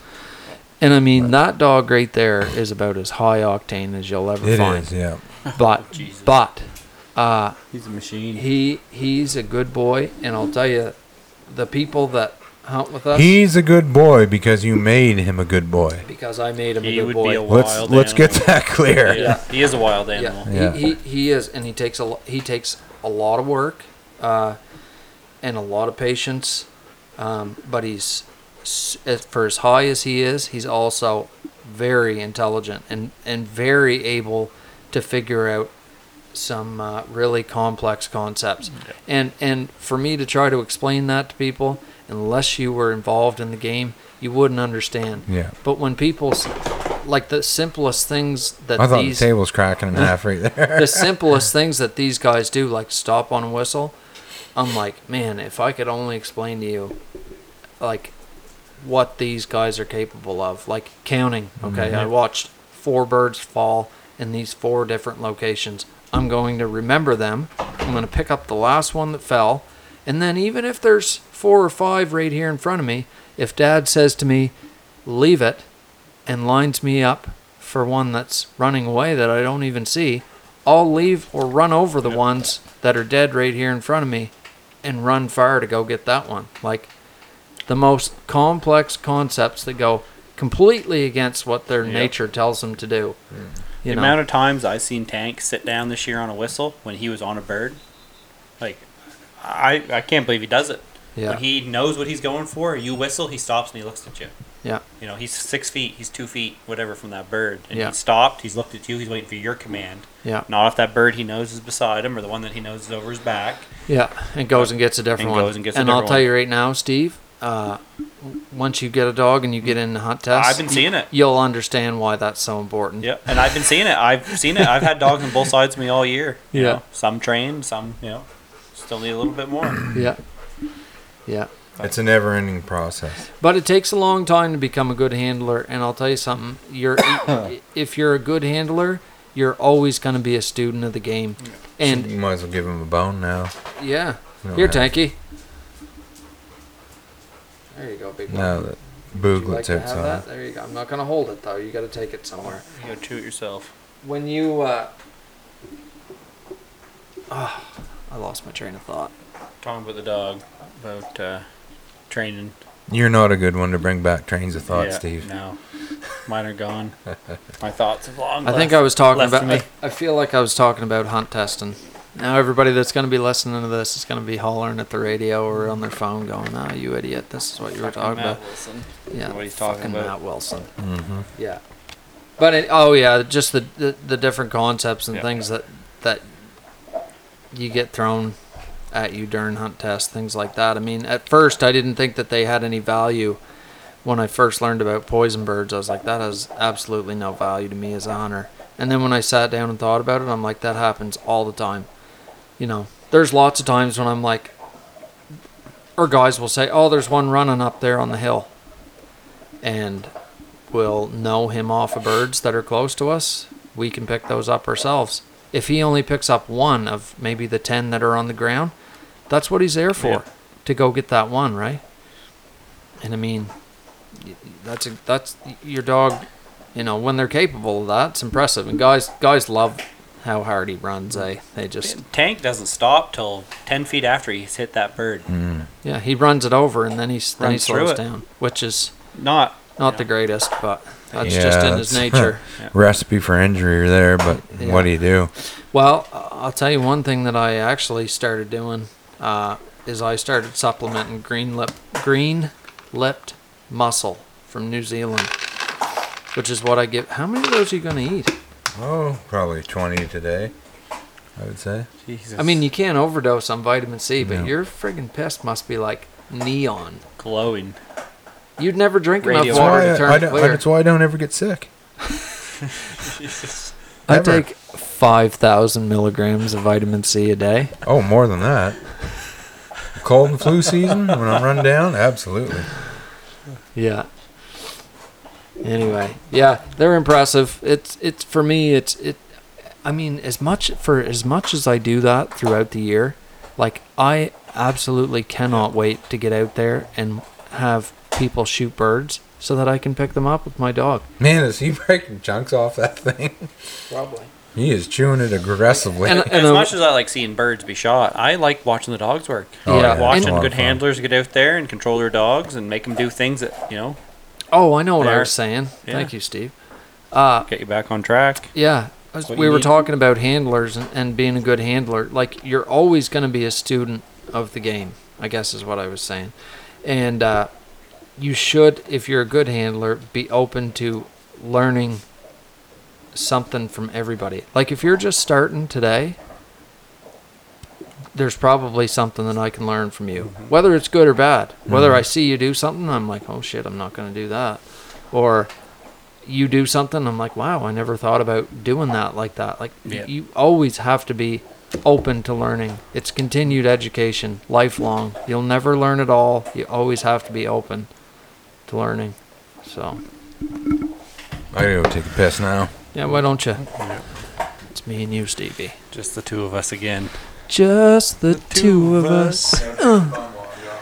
Speaker 2: And I mean, that dog right there is about as high octane as you'll ever
Speaker 5: It is,
Speaker 2: find.
Speaker 5: yeah.
Speaker 2: But,
Speaker 3: Jesus.
Speaker 2: but uh,
Speaker 3: He's a machine.
Speaker 2: he he's a good boy, and I'll tell you, the people that hunt with us
Speaker 5: He's a good boy because you made him a good boy.
Speaker 2: because I made him a
Speaker 3: He
Speaker 2: good
Speaker 3: would
Speaker 2: boy.
Speaker 3: be a
Speaker 5: Let's
Speaker 3: wild
Speaker 5: let's get
Speaker 3: animal.
Speaker 5: that clear.
Speaker 3: Yeah. He is a wild animal.
Speaker 2: yeah,
Speaker 5: Yeah.
Speaker 2: He, he he is, and he takes a lo- he takes a lot of work, uh, and a lot of patience. Um, but he's s- as- for as high as he is, he's also very intelligent and and very able to figure out some uh, really complex concepts. And and for me to try to explain that to people, unless you were involved in the game, you wouldn't understand.
Speaker 5: Yeah.
Speaker 2: But when people s- like the simplest things that
Speaker 5: I thought
Speaker 2: these
Speaker 5: the table was cracking in half right there.
Speaker 2: the simplest things that these guys do, like stop on a whistle, I'm like, man, if I could only explain to you, like, what these guys are capable of, like counting. Okay, I watched four birds fall in these four different locations. I'm going to remember them. I'm going to pick up the last one that fell, and then even if there's four or five right here in front of me, if Dad says to me, "Leave it," and lines me up for one that's running away that I don't even see, I'll leave or run over the ones that are dead right here in front of me and run fire to go get that one. Like the most complex concepts that go completely against what their nature tells them to do.
Speaker 3: Hmm.
Speaker 2: You
Speaker 3: the
Speaker 2: know,
Speaker 3: amount of times I've seen Tank sit down this year on a whistle when he was on a bird, like I I can't believe he does it.
Speaker 2: yeah,
Speaker 3: When he knows what he's going for, you whistle, he stops and he looks at you.
Speaker 2: yeah,
Speaker 3: You know, he's six feet, he's two feet, whatever from that bird. And
Speaker 2: Yeah.
Speaker 3: he stopped, he's looked at you, he's waiting for your command.
Speaker 2: yeah,
Speaker 3: Not if that bird he knows is beside him or the one that he knows is over his back.
Speaker 2: yeah, and goes and gets a different
Speaker 3: And
Speaker 2: one.
Speaker 3: goes and gets a
Speaker 2: and I'll
Speaker 3: different
Speaker 2: tell
Speaker 3: one.
Speaker 2: you right now, Steve. Uh, w- once you get a dog and you get in the hunt test,
Speaker 3: I've been seeing it.
Speaker 2: You'll understand why that's so important.
Speaker 3: Yeah, and I've been seeing it. I've seen it. I've had dogs on both sides of me all year. you
Speaker 2: Yeah.
Speaker 3: know. some trained, some you know, still need a little bit more.
Speaker 2: Yeah, yeah.
Speaker 5: It's a never ending process.
Speaker 2: But it takes a long time to become a good handler, and I'll tell you something. You're if you're a good handler, you're always going to be a student of the game. And
Speaker 5: You might as well give him a bone now.
Speaker 2: yeah,
Speaker 5: No,
Speaker 2: here,
Speaker 5: I-
Speaker 2: Tanky. There you go, big boy.
Speaker 5: Now that
Speaker 2: Would you like
Speaker 5: Booglet's
Speaker 2: to have
Speaker 5: outside.
Speaker 2: that? There you go. I'm not going to hold it though. You got to take it somewhere.
Speaker 3: You go chew it yourself.
Speaker 2: When you, uh, Ah, I lost my train of thought.
Speaker 3: Talking about the dog, about uh, training.
Speaker 5: You're not a good one to bring back trains of thought,
Speaker 3: Yeah,
Speaker 5: Oh, Steve.
Speaker 3: No, mine are gone. My thoughts have long.
Speaker 2: I think
Speaker 3: left-
Speaker 2: I was talking
Speaker 3: left
Speaker 2: about.
Speaker 3: me.
Speaker 2: I, I feel like I was talking about hunt testing. Now everybody that's going to be listening to this is going to be hollering at the radio or on their phone, going, "Oh, you idiot! This is what you were
Speaker 3: Fucking
Speaker 2: talking
Speaker 3: Matt
Speaker 2: about."
Speaker 3: Wilson.
Speaker 2: Yeah,
Speaker 3: what he's talking
Speaker 2: fucking
Speaker 3: about.
Speaker 2: Matt Wilson. Yeah, but it, oh yeah, just the, the the different concepts and
Speaker 3: Yeah.
Speaker 2: things that that you get thrown at you during hunt tests, things like that. I mean, at first I didn't think that they had any value. When I first learned about poison birds, I was like, that has absolutely no value to me as a hunter. And then when I sat down and thought about it, I'm like, that happens all the time. You know, there's lots of times when I'm like, or guys will say, oh, there's one running up there on the hill. And will know him off of birds that are close to us, we can pick those up ourselves. If he only picks up one of maybe the 10 that are on the ground, that's what he's there for, to go get that one, right? And I mean, y- that's a, that's your dog, you know, when they're capable of that, it's impressive. And guys guys love how hard he runs, eh? They just
Speaker 3: Tank doesn't stop till ten feet after he's hit that bird.
Speaker 2: yeah, he runs it over and then he's then he
Speaker 3: Runs through
Speaker 2: slows
Speaker 3: it.
Speaker 2: down, which is
Speaker 3: Not
Speaker 2: not the greatest, but that's just in his
Speaker 5: that's-
Speaker 2: nature.
Speaker 5: Recipe for injury there, but
Speaker 2: Yeah.
Speaker 5: what do you do?
Speaker 2: Well, I- I'll tell you one thing that I actually started doing uh, is I started supplementing green lip green lipped mussel from New Zealand, which is what I give. How many of those are you going to eat?
Speaker 5: Oh, probably 20 today, I would say.
Speaker 2: I mean, you can't overdose on vitamin C, but your friggin' piss must be like neon.
Speaker 3: glowing.
Speaker 2: You'd never drink
Speaker 3: Radio.
Speaker 2: enough
Speaker 5: That's
Speaker 2: water
Speaker 5: why
Speaker 2: to
Speaker 5: I,
Speaker 2: turn
Speaker 5: I
Speaker 2: it
Speaker 5: don't-
Speaker 2: clear.
Speaker 5: that's why I don't ever get sick.
Speaker 2: I
Speaker 5: Ever.
Speaker 2: take five thousand milligrams of vitamin C a day.
Speaker 5: Oh, more than that. Cold and flu season, when I'm run down, absolutely.
Speaker 2: Yeah. Anyway, yeah, they're impressive. It's it's for me. It's it. I mean, as much for as much as I do that throughout the year, like I absolutely cannot wait to get out there and have people shoot birds so that I can pick them up with my dog.
Speaker 5: Man, is he breaking chunks off that thing?
Speaker 2: Probably.
Speaker 5: He is chewing it aggressively.
Speaker 2: And, uh,
Speaker 3: As
Speaker 2: and
Speaker 3: much as I like seeing birds be shot, I like watching the dogs work.
Speaker 2: Oh,
Speaker 3: I
Speaker 2: yeah.
Speaker 3: like
Speaker 2: Yeah, it's
Speaker 5: a
Speaker 3: watching
Speaker 5: lot of
Speaker 3: good
Speaker 5: fun.
Speaker 3: handlers get out there and control their dogs and make them do things that you know
Speaker 2: oh, I know what I
Speaker 3: There.
Speaker 2: was saying.
Speaker 3: Yeah.
Speaker 2: Thank you, Steve.
Speaker 3: get you back on track.
Speaker 2: Yeah. I was-
Speaker 3: What
Speaker 2: we
Speaker 3: you
Speaker 2: were
Speaker 3: need.
Speaker 2: talking about handlers and, and being a good handler. Like, you're always going to be a student of the game, I guess is what I was saying. And uh, you should, if you're a good handler, be open to learning something from everybody. Like, if you're just starting today, there's probably something that I can learn from you, whether it's good or bad. Whether I see you do something, I'm like, oh shit, I'm not going to do that. Or you do something, I'm like, wow, I never thought about doing that like that. Like, y-
Speaker 3: Yeah.
Speaker 2: you always have to be open to learning. It's continued education, lifelong. You'll never learn it all. You always have to be open to learning. So,
Speaker 5: I gotta go take a piss now.
Speaker 2: yeah, why don't you? It's me and you, Stevie.
Speaker 3: Just the two of us again.
Speaker 2: Just the, two, of us. Uh,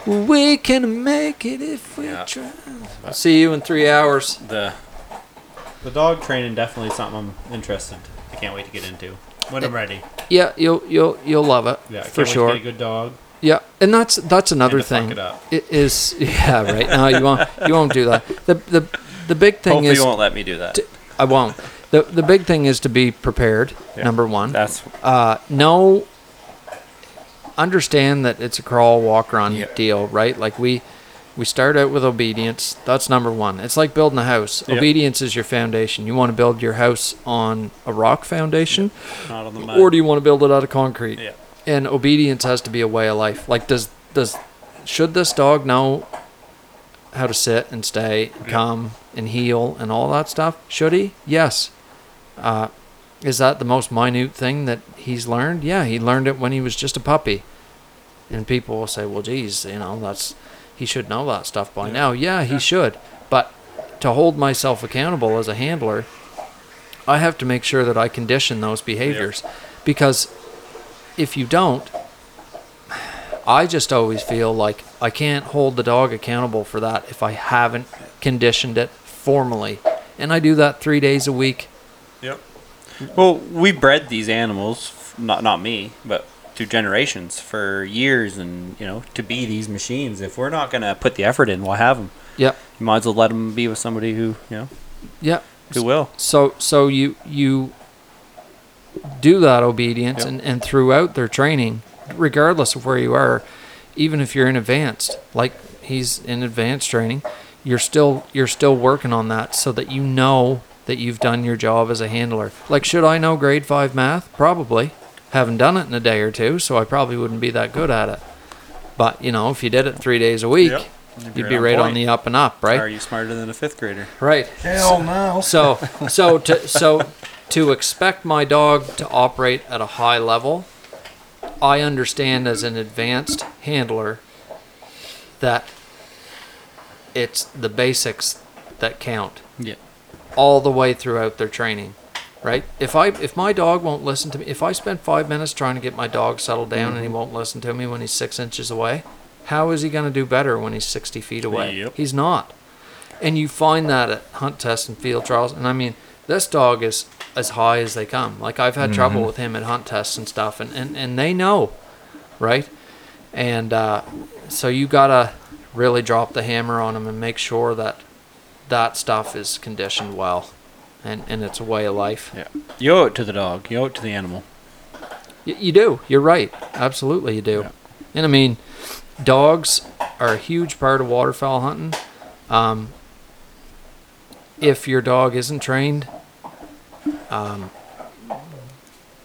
Speaker 2: we can make it if we
Speaker 3: Yeah.
Speaker 2: try. I'll see you in three hours.
Speaker 3: The the dog training definitely is something I'm interested. I can't wait to get into when I'm ready.
Speaker 2: Yeah, you'll you'll you'll love it
Speaker 3: Yeah, I can't
Speaker 2: for
Speaker 3: wait
Speaker 2: sure.
Speaker 3: To get a good dog.
Speaker 2: Yeah, and that's that's another
Speaker 3: to fuck
Speaker 2: thing.
Speaker 3: it up.
Speaker 2: It is yeah right now you won't you won't do that. The the the big thing
Speaker 3: Hopefully,
Speaker 2: is
Speaker 3: you won't let me do that.
Speaker 2: to- I won't. The the big thing is to be prepared.
Speaker 3: Yeah.
Speaker 2: Number one.
Speaker 3: That's
Speaker 2: uh, no understand that it's a crawl walk run deal right like we we start out with obedience that's number one it's like building a house
Speaker 3: Yeah.
Speaker 2: obedience is your foundation you want to build your house on a rock foundation
Speaker 3: not on the mud.
Speaker 2: or do you want to build it out of concrete
Speaker 3: Yeah.
Speaker 2: and obedience has to be a way of life like does does should this dog know how to sit and stay and come and heal and all that stuff should he yes Uh, is that the most minute thing that he's learned? Yeah, he learned it when he was just a puppy. And people will say, "Well, geez, you know, that's he should know that stuff by now." Yeah, he should. But to hold myself accountable as a handler, I have to make sure that I condition those behaviors because if you don't, I just always feel like I can't hold the dog accountable for that if I haven't conditioned it formally. And I do that 3 days a week.
Speaker 3: Yep. Well, we bred these animals, f- not not me, but through generations for years, and you know, to be these machines. If we're not gonna put the effort in, we'll have them.
Speaker 2: Yep.
Speaker 3: You might as well let them be with somebody who you know
Speaker 2: Yep.
Speaker 3: who will.
Speaker 2: so so you you do that obedience
Speaker 3: Yep.
Speaker 2: and, and throughout their training regardless of where you are even if you're in advanced like he's in advanced training you're still you're still working on that so that you know that you've done your job as a handler like should i know grade 5 math probably haven't done it in a day or two, so I probably wouldn't be that good at it. But you know, if you did it three days a week,
Speaker 3: Yep.
Speaker 2: you'd be right on
Speaker 3: point.
Speaker 2: the up and up, right?
Speaker 3: Are you smarter than a fifth grader?
Speaker 2: Right.
Speaker 5: Hell no.
Speaker 2: So so to so to expect my dog to operate at a high level, I understand as an advanced handler that it's the basics that count
Speaker 3: Yeah.
Speaker 2: all the way throughout their training. Right? If I if my dog won't listen to me, if I spend five minutes trying to get my dog settled down and he won't listen to me when he's six inches away, how is he going to do better when he's sixty feet away?
Speaker 3: Yep.
Speaker 2: He's not. And you find that at hunt tests and field trials. And I mean, this dog is as high as they come. Like I've had trouble with him at hunt tests and stuff, and and, and they know, right? And uh, so you gotta really drop the hammer on him and make sure that that stuff is conditioned well and, and it's a way of life.
Speaker 3: Yeah. You owe it to the dog. You owe it to the animal.
Speaker 2: Y- you do. You're right. Absolutely, you do. And I mean, dogs are a huge part of waterfowl hunting. Um, if your dog isn't trained, um,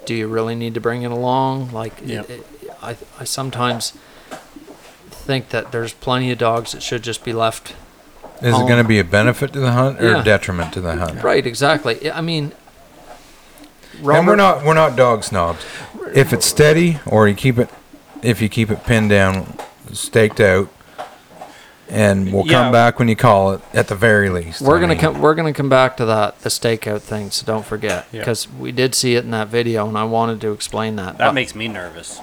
Speaker 2: do you really need to bring it along? Like, it-
Speaker 3: Yep.
Speaker 2: it- I, I sometimes think that there's plenty of dogs that should just be left
Speaker 5: Is it going to be a benefit to the hunt or
Speaker 2: Yeah.
Speaker 5: a detriment to the hunt?
Speaker 2: right. Exactly. Yeah, I mean,
Speaker 5: And we're
Speaker 2: Robert-
Speaker 5: not we're not dog snobs. If it's steady or you keep it, if you keep it pinned down, staked out, and we'll
Speaker 3: Yeah.
Speaker 5: come back when you call it at the very least.
Speaker 2: We're
Speaker 5: I
Speaker 2: gonna
Speaker 5: mean,
Speaker 2: come. We're gonna come back to that the stakeout thing. So don't forget
Speaker 3: Yeah.
Speaker 2: because we did see it in that video, and I wanted to explain that.
Speaker 3: That
Speaker 2: But-
Speaker 3: makes me nervous.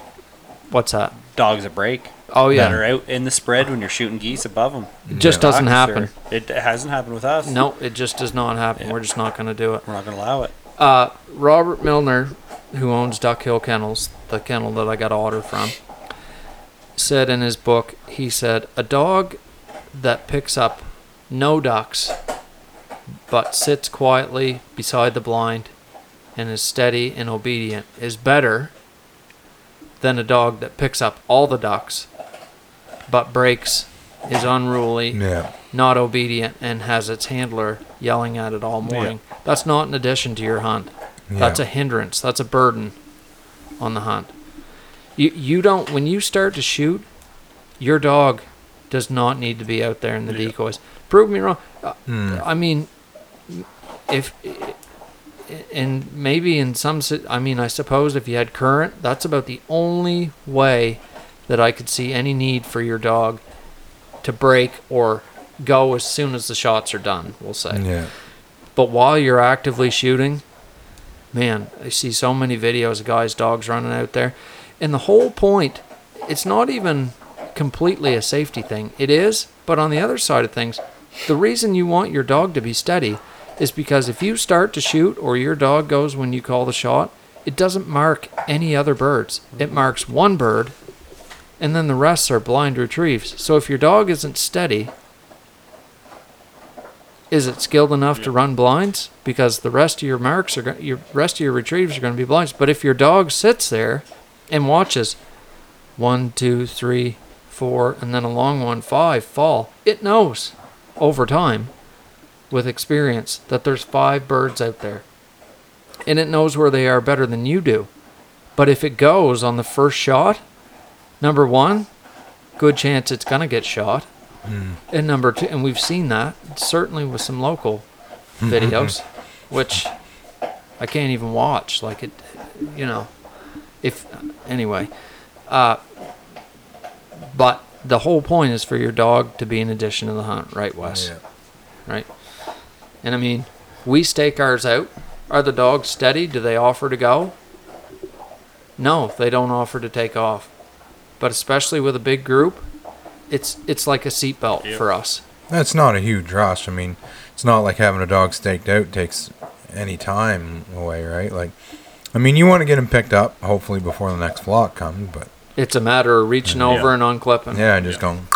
Speaker 2: what's that?
Speaker 3: Dogs a break.
Speaker 2: Oh
Speaker 3: That are
Speaker 2: yeah,
Speaker 3: out in the spread when you're shooting geese above them.
Speaker 2: it just doesn't happen.
Speaker 3: It hasn't happened with us.
Speaker 2: No, it just does not happen. We're just not gonna do it.
Speaker 3: We're not going to allow it.
Speaker 2: Uh, Robert Milner, who owns Duck Hill Kennels, the kennel that I got order from, said in his book, he said, a dog that picks up no ducks but sits quietly beside the blind and is steady and obedient is better than a dog that picks up all the ducks but breaks, is unruly,
Speaker 5: Yeah.
Speaker 2: not obedient and has its handler yelling at it all morning. That's not an addition to your hunt. That's
Speaker 5: Yeah.
Speaker 2: a hindrance. That's a burden on the hunt. You you don't when you start to shoot, your dog does not need to be out there in the decoys. Prove me wrong. Uh,
Speaker 5: Hmm.
Speaker 2: I mean, if and maybe in some si- I mean I suppose if you had current, that's about the only way that I could see any need for your dog to break or go as soon as the shots are done, we'll say.
Speaker 5: Yeah.
Speaker 2: But while you're actively shooting, man, I see so many videos of guys' dogs running out there. And the whole point, it's not even completely a safety thing. It is, but on the other side of things, the reason you want your dog to be steady is because if you start to shoot or your dog goes when you call the shot, it doesn't mark any other birds. It marks one bird, and then the rest are blind retrieves. So if your dog isn't steady, is it skilled enough to run blinds? Because the rest of your marks are go- your rest of your retrieves are going to be blinds. But if your dog sits there and watches one, two, three, four, and then a long one, five fall, it knows over time with experience that there's five birds out there, and it knows where they are better than you do. But if it goes on the first shot, number one, good chance it's going to get shot. And number two, and we've seen that certainly with some local videos, which I can't even watch. Like it, you know, if anyway. Uh, but the whole point is for your dog to be an addition to the hunt, right, Wes?
Speaker 5: Yeah.
Speaker 2: Right. And I mean, we stake ours out. Are the dogs steady? Do they offer to go? No, they don't offer to take off. But especially with a big group, it's it's like a seatbelt for us.
Speaker 5: That's not a huge rush. I mean, it's not like having a dog staked out takes any time away, right? Like, I mean, you want to get him picked up hopefully before the next flock comes, but
Speaker 2: It's a matter of reaching over and unclipping.
Speaker 5: yeah, just going.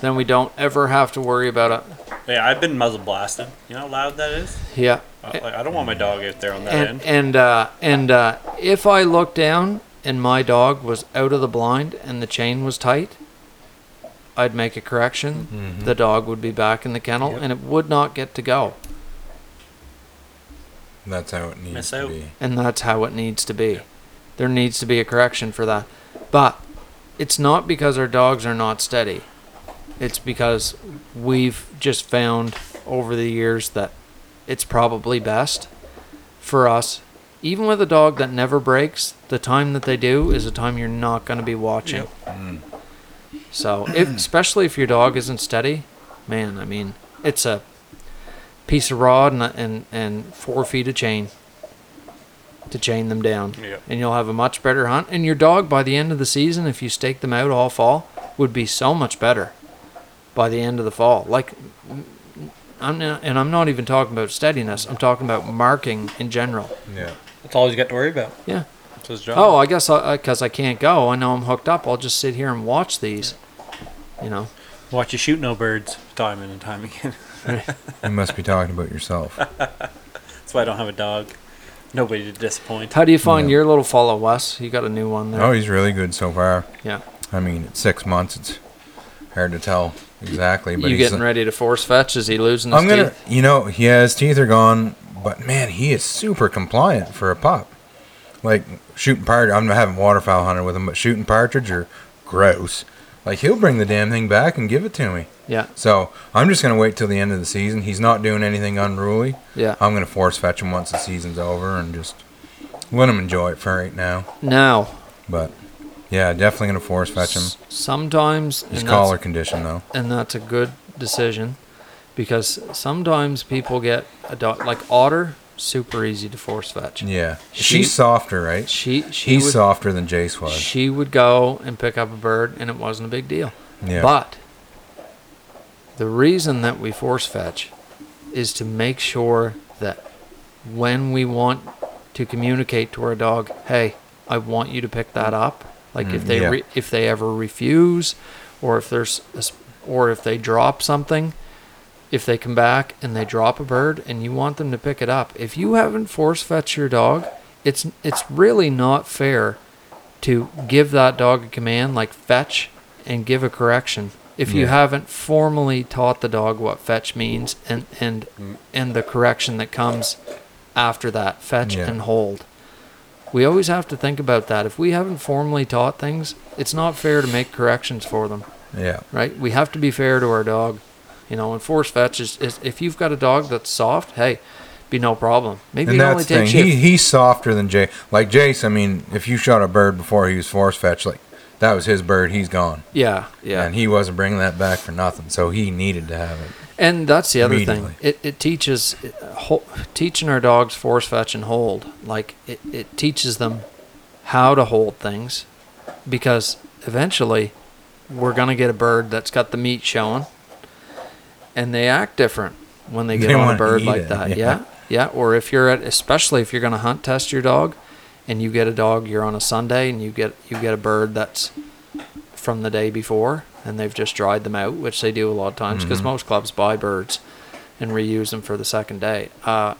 Speaker 2: Then we don't ever have to worry about it.
Speaker 3: Yeah, I've been muzzle blasted. You know how loud that is?
Speaker 2: Yeah.
Speaker 3: I, like, I don't want my dog out there on that
Speaker 2: And
Speaker 3: end.
Speaker 2: and uh, and uh, if I looked down and my dog was out of the blind and the chain was tight, I'd make a correction. The dog would be back in the kennel and it would not get to go.
Speaker 5: That's how it needs
Speaker 3: Miss
Speaker 5: to
Speaker 3: out.
Speaker 5: be.
Speaker 2: And that's how it needs to be. There needs to be a correction for that. But it's not because our dogs are not steady. It's because we've just found over the years that it's probably best for us. Even with a dog that never breaks, the time that they do is a time you're not going to be watching. So, if, especially if your dog isn't steady, man, I mean, it's a piece of rod and, and, and four feet of chain to chain them down.
Speaker 3: Yeah.
Speaker 2: And you'll have a much better hunt. And your dog, by the end of the season, if you stake them out all fall, would be so much better by the end of the fall. Like, I'm not, and I'm not even talking about steadiness, I'm talking about marking in general.
Speaker 5: Yeah.
Speaker 3: That's all he's got to worry about.
Speaker 2: Yeah.
Speaker 3: That's his job.
Speaker 2: Oh, I guess because I, can't go, I know I'm hooked up. I'll just sit here and watch these. You know,
Speaker 3: Watch you shoot no birds time and time again.
Speaker 5: You must be talking about yourself.
Speaker 3: That's why I don't have a dog. Nobody to disappoint.
Speaker 2: how do you find your little follow, Wes? You got a new one there.
Speaker 5: Oh, he's really good so far.
Speaker 2: yeah.
Speaker 5: I mean, at six months, it's hard to tell exactly. But
Speaker 2: you
Speaker 5: he's, uh,
Speaker 2: getting ready to force fetch? Is he losing his
Speaker 5: I'm gonna,
Speaker 2: teeth?
Speaker 5: you know, yeah, his teeth are gone, but man, he is super compliant for a pup. Like shooting partridge, I'm having waterfowl hunted with him, but shooting partridge are gross. Like he'll bring the damn thing back and give it to me.
Speaker 2: Yeah,
Speaker 5: So I'm just gonna wait till the end of the season. He's not doing anything unruly.
Speaker 2: yeah.
Speaker 5: I'm gonna force fetch him once the season's over and just let him enjoy it for right now.
Speaker 2: now,
Speaker 5: But yeah, definitely gonna force fetch him.
Speaker 2: s- sometimes
Speaker 5: His
Speaker 2: and that's-
Speaker 5: collar condition though.
Speaker 2: and that's a good decision because sometimes people get a dog like otter super easy to force fetch
Speaker 5: Yeah,
Speaker 2: She-
Speaker 5: she's softer, right?
Speaker 2: she she
Speaker 5: He's
Speaker 2: would,
Speaker 5: softer than Jace was.
Speaker 2: she would go and pick up a bird and it wasn't a big deal
Speaker 5: Yeah.
Speaker 2: but the reason that we force fetch is to make sure that when we want to communicate to our dog, hey, I want you to pick that up. Like if they
Speaker 5: Mm, yeah.
Speaker 2: re- if they ever refuse, or if there's a s- or if they drop something, if they come back and they drop a bird and you want them to pick it up, if you haven't force fetched your dog, it's it's really not fair to give that dog a command like fetch and give a correction if you
Speaker 5: Yeah.
Speaker 2: haven't formally taught the dog what fetch means and and and the correction that comes after that fetch
Speaker 5: Yeah.
Speaker 2: and hold we always have to think about that if we haven't formally taught things it's not fair to make corrections for them
Speaker 5: yeah.
Speaker 2: right? We have to be fair to our dog, you know. And force fetch is, is if you've got a dog that's soft, hey, be no problem. Maybe
Speaker 5: And
Speaker 2: it
Speaker 5: that's
Speaker 2: only
Speaker 5: the thing.
Speaker 2: takes
Speaker 5: He,
Speaker 2: you.
Speaker 5: he's softer than Jace. Like Jace, I mean, if you shot a bird before he was force fetched, like that was his bird. He's gone,
Speaker 2: Yeah, yeah.
Speaker 5: and he wasn't bringing that back for nothing. So he needed to have it.
Speaker 2: And that's the other thing.
Speaker 5: Immediately.
Speaker 2: It, it teaches it, uh, hol- teaching our dogs force fetch and hold. Like it, it teaches them how to hold things because eventually we're going to get a bird that's got the meat showing and they act different when they get
Speaker 5: They
Speaker 2: on a
Speaker 5: wanna
Speaker 2: bird
Speaker 5: eat
Speaker 2: like
Speaker 5: it,
Speaker 2: that.
Speaker 5: yeah.
Speaker 2: Yeah. yeah. Or if you're at, especially if you're going to hunt test your dog and you get a dog, you're on a Sunday and you get, you get a bird that's from the day before and they've just dried them out, which they do a lot of times
Speaker 5: Mm-hmm.
Speaker 2: because most clubs buy birds and reuse them for the second day. Uh,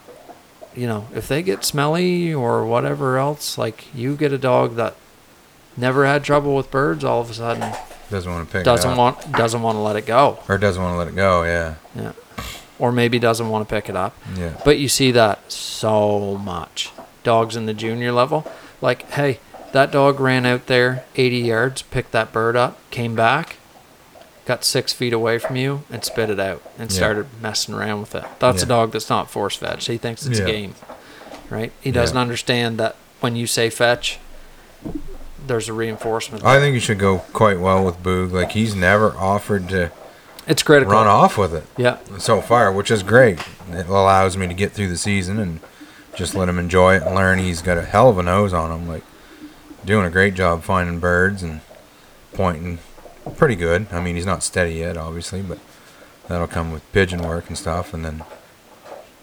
Speaker 2: you know, if they get smelly or whatever else, like you get a dog that never had trouble with birds, all of a sudden
Speaker 5: Doesn't want to pick. it
Speaker 2: doesn't
Speaker 5: up.
Speaker 2: want doesn't want to let it go,
Speaker 5: or doesn't want to let it go. Yeah,
Speaker 2: yeah, or maybe doesn't want to pick it up.
Speaker 5: yeah.
Speaker 2: But you see that so much. Dogs in the junior level, like, hey, that dog ran out there 80 yards, picked that bird up, came back, got six feet away from you, and spit it out and
Speaker 5: Yeah.
Speaker 2: started messing around with it. That's a
Speaker 5: Yeah.
Speaker 2: dog that's not force fetch. He thinks it's
Speaker 5: Yeah.
Speaker 2: a game, right? He doesn't
Speaker 5: Yeah.
Speaker 2: understand that when you say fetch, there's a reinforcement.
Speaker 5: I think you should go quite well with Boog. Like he's never offered to
Speaker 2: it's critical.
Speaker 5: run off with it
Speaker 2: Yeah.
Speaker 5: so far, which is great. It allows me to get through the season and just let him enjoy it and learn. He's got a hell of a nose on him. Like doing a great job finding birds and pointing pretty good. I mean, he's not steady yet, obviously, but that'll come with pigeon work and stuff. And then,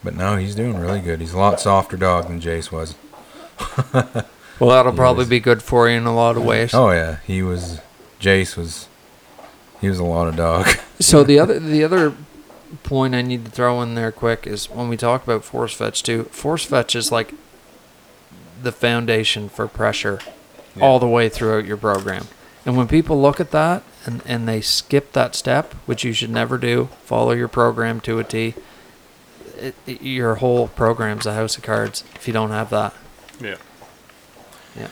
Speaker 5: but no, he's doing really good. He's a lot softer dog than Jace was.
Speaker 2: Well, that'll probably be good for you in a lot of ways.
Speaker 5: Oh yeah, he was. Jace was. He was a lot of dog.
Speaker 2: So the other the other point I need to throw in there quick is when we talk about force fetch too. Force fetch is like the foundation for pressure all the way throughout your program. And when people look at that and, and they skip that step, which you should never do, follow your program to a T. It, it- your whole program's a house of cards if you don't have that.
Speaker 3: Yeah.
Speaker 2: Yeah.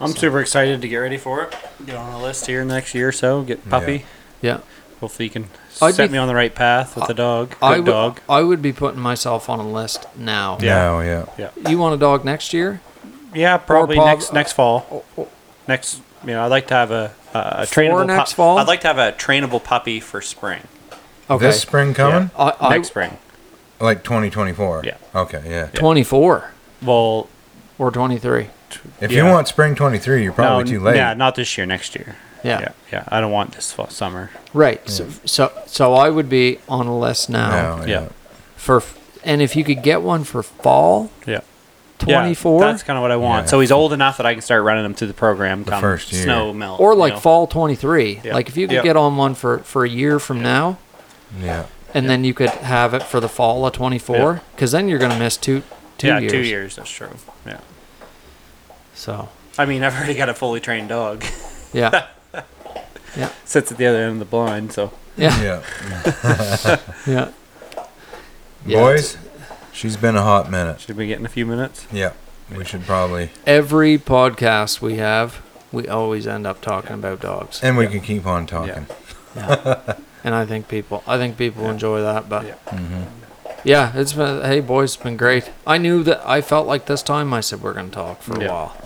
Speaker 3: I'm super excited to get ready for it. Get on the list here in the next year or so. Get puppy.
Speaker 2: Yeah.
Speaker 3: Hopefully, you can
Speaker 2: I'd
Speaker 3: set
Speaker 2: be-
Speaker 3: me on the right path with the dog. Good
Speaker 2: I would,
Speaker 3: dog.
Speaker 2: I would be putting myself on a list now.
Speaker 3: Yeah.
Speaker 5: No, yeah.
Speaker 2: You want a dog next year?
Speaker 3: Yeah, probably
Speaker 2: Paul-
Speaker 3: next next fall. Next, you know, I'd like to have a a trainable pu-
Speaker 2: next fall?
Speaker 3: I'd like to have a trainable puppy for spring.
Speaker 2: Okay.
Speaker 5: This spring coming?
Speaker 2: I, I,
Speaker 3: next spring.
Speaker 5: Like 2024?
Speaker 3: Yeah.
Speaker 5: Okay, yeah.
Speaker 2: 24
Speaker 3: Well,
Speaker 2: or 23.
Speaker 5: If
Speaker 3: Yeah.
Speaker 5: you want spring 23, you're probably
Speaker 3: no,
Speaker 5: too late.
Speaker 3: Yeah, not this year. Next year.
Speaker 2: Yeah.
Speaker 3: yeah, yeah. I don't want this fall, summer.
Speaker 2: Right. So, so so I would be on a list now
Speaker 5: No,
Speaker 3: Yeah.
Speaker 5: Oh, yeah.
Speaker 2: for and if you could get one for fall
Speaker 3: Yeah. Yeah,
Speaker 2: 24
Speaker 3: that's kind of what I want.
Speaker 5: Yeah.
Speaker 3: So he's old enough that I can start running him through the program. come
Speaker 5: first year.
Speaker 3: snow melt
Speaker 2: or
Speaker 3: you
Speaker 2: like
Speaker 3: know.
Speaker 2: fall 23.
Speaker 3: Yeah.
Speaker 2: Like if you could
Speaker 3: Yeah.
Speaker 2: get on one for for a year from now
Speaker 5: Yeah.
Speaker 2: and then you could have it for the fall of 24 cuz then you're going to miss two two
Speaker 3: yeah,
Speaker 2: years.
Speaker 3: two years. That's true. Yeah.
Speaker 2: So,
Speaker 3: I mean, I've already got a fully trained dog.
Speaker 2: yeah.
Speaker 3: Sits at the other end of the blind, so
Speaker 2: Yeah.
Speaker 5: Yeah.
Speaker 2: Yeah. Yeah,
Speaker 5: Boys, she's been a hot minute.
Speaker 3: should we get in a few minutes?
Speaker 5: Yeah. We should probably.
Speaker 2: Every podcast we have, we always end up talking about dogs.
Speaker 5: And we can keep on talking.
Speaker 3: Yeah.
Speaker 2: and I think people, I think people enjoy that. But
Speaker 3: Yeah.
Speaker 2: yeah.
Speaker 5: Mm-hmm.
Speaker 2: it's been hey boys, it's been great. I knew that I felt like this time. I said we're gonna talk for a
Speaker 3: Yeah.
Speaker 2: while,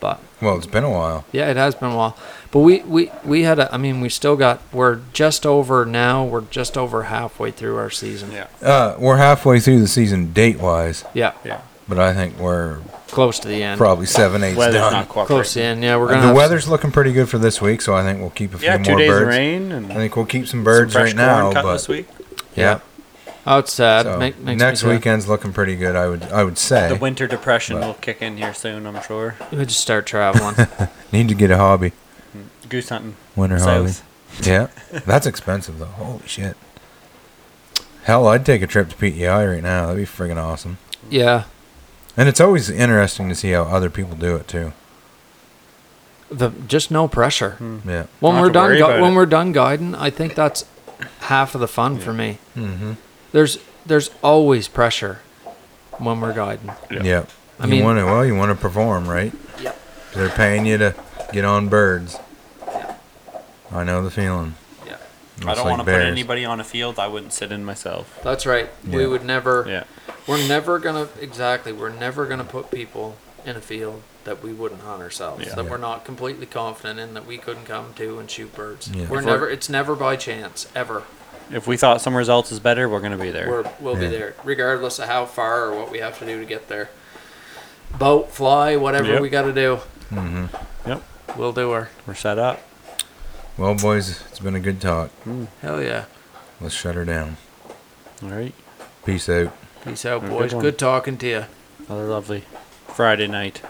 Speaker 2: but
Speaker 5: Well, it's been a while.
Speaker 2: yeah, it has been a while. But we we we had a. I mean, we still got. We're just over now. We're just over halfway through our season.
Speaker 3: Yeah.
Speaker 5: Uh, we're halfway through the season date wise,
Speaker 2: yeah,
Speaker 3: Yeah.
Speaker 5: but I think we're
Speaker 2: close to the end.
Speaker 5: probably seven eighths
Speaker 3: Weather's
Speaker 5: done.
Speaker 3: not cooperating.
Speaker 2: Close to the end. Yeah, we're gonna.
Speaker 5: Uh, the
Speaker 2: have-
Speaker 5: weather's looking pretty good for this week, so I think we'll keep a few
Speaker 3: Yeah,
Speaker 5: more
Speaker 3: two days
Speaker 5: birds.
Speaker 3: of rain and
Speaker 5: I
Speaker 3: some
Speaker 5: think we'll keep some birds
Speaker 3: fresh
Speaker 5: right now.
Speaker 3: corn cut
Speaker 5: but
Speaker 3: this week.
Speaker 5: yeah,
Speaker 2: Oh, it's sad.
Speaker 5: so
Speaker 2: Make, makes
Speaker 5: next
Speaker 2: me sad.
Speaker 5: weekend's looking pretty good. I would I would say.
Speaker 3: The winter depression will kick in here soon, I'm sure.
Speaker 2: we just start traveling.
Speaker 5: Need to get a hobby.
Speaker 3: Goose hunting.
Speaker 5: Winter hobby.
Speaker 3: South.
Speaker 5: Yeah, that's expensive though. Holy shit. Hell, I'd take a trip to PEI right now. That'd be friggin' awesome.
Speaker 2: yeah,
Speaker 5: And it's always interesting to see how other people do it too.
Speaker 2: the just no pressure.
Speaker 3: Hmm.
Speaker 5: Yeah.
Speaker 2: when
Speaker 3: Not
Speaker 2: we're
Speaker 3: to
Speaker 2: done
Speaker 3: worry
Speaker 2: gui-
Speaker 3: about
Speaker 2: when
Speaker 3: it.
Speaker 2: we're done guiding i think that's half of the fun for me mm-hmm. there's there's always pressure when we're guiding
Speaker 5: Yeah.
Speaker 2: I
Speaker 5: you
Speaker 2: mean-
Speaker 5: want to well, you want to perform, right?
Speaker 2: Yeah.
Speaker 5: They're paying you to get on birds. I know the feeling.
Speaker 2: yeah
Speaker 5: It's
Speaker 3: I don't
Speaker 5: like
Speaker 3: want to put
Speaker 5: bears.
Speaker 3: anybody on a field I wouldn't sit in myself.
Speaker 2: that's right
Speaker 5: Yeah.
Speaker 2: we would never
Speaker 3: Yeah.
Speaker 2: we're never gonna exactly we're never gonna put people in a field that we wouldn't hunt ourselves
Speaker 3: Yeah.
Speaker 2: that we're not completely confident in that we couldn't come to and shoot birds
Speaker 5: Yeah.
Speaker 2: we're
Speaker 5: If
Speaker 3: we're-
Speaker 2: never it's never by chance ever
Speaker 3: If we thought somewhere else is better, we're going to be there.
Speaker 2: We're, we'll be
Speaker 5: Yeah.
Speaker 2: there, regardless of how far or what we have to do to get there. Boat, fly, whatever
Speaker 3: Yep.
Speaker 2: we got to do,
Speaker 3: yep.
Speaker 2: we'll do her.
Speaker 3: We're set up.
Speaker 5: Well, boys, it's been a good talk.
Speaker 2: Hell yeah.
Speaker 5: Let's shut her down.
Speaker 3: All right.
Speaker 5: Peace out.
Speaker 2: Peace out,
Speaker 3: Have a good
Speaker 2: boys.
Speaker 3: one.
Speaker 2: good talking to you.
Speaker 3: Another lovely Friday night.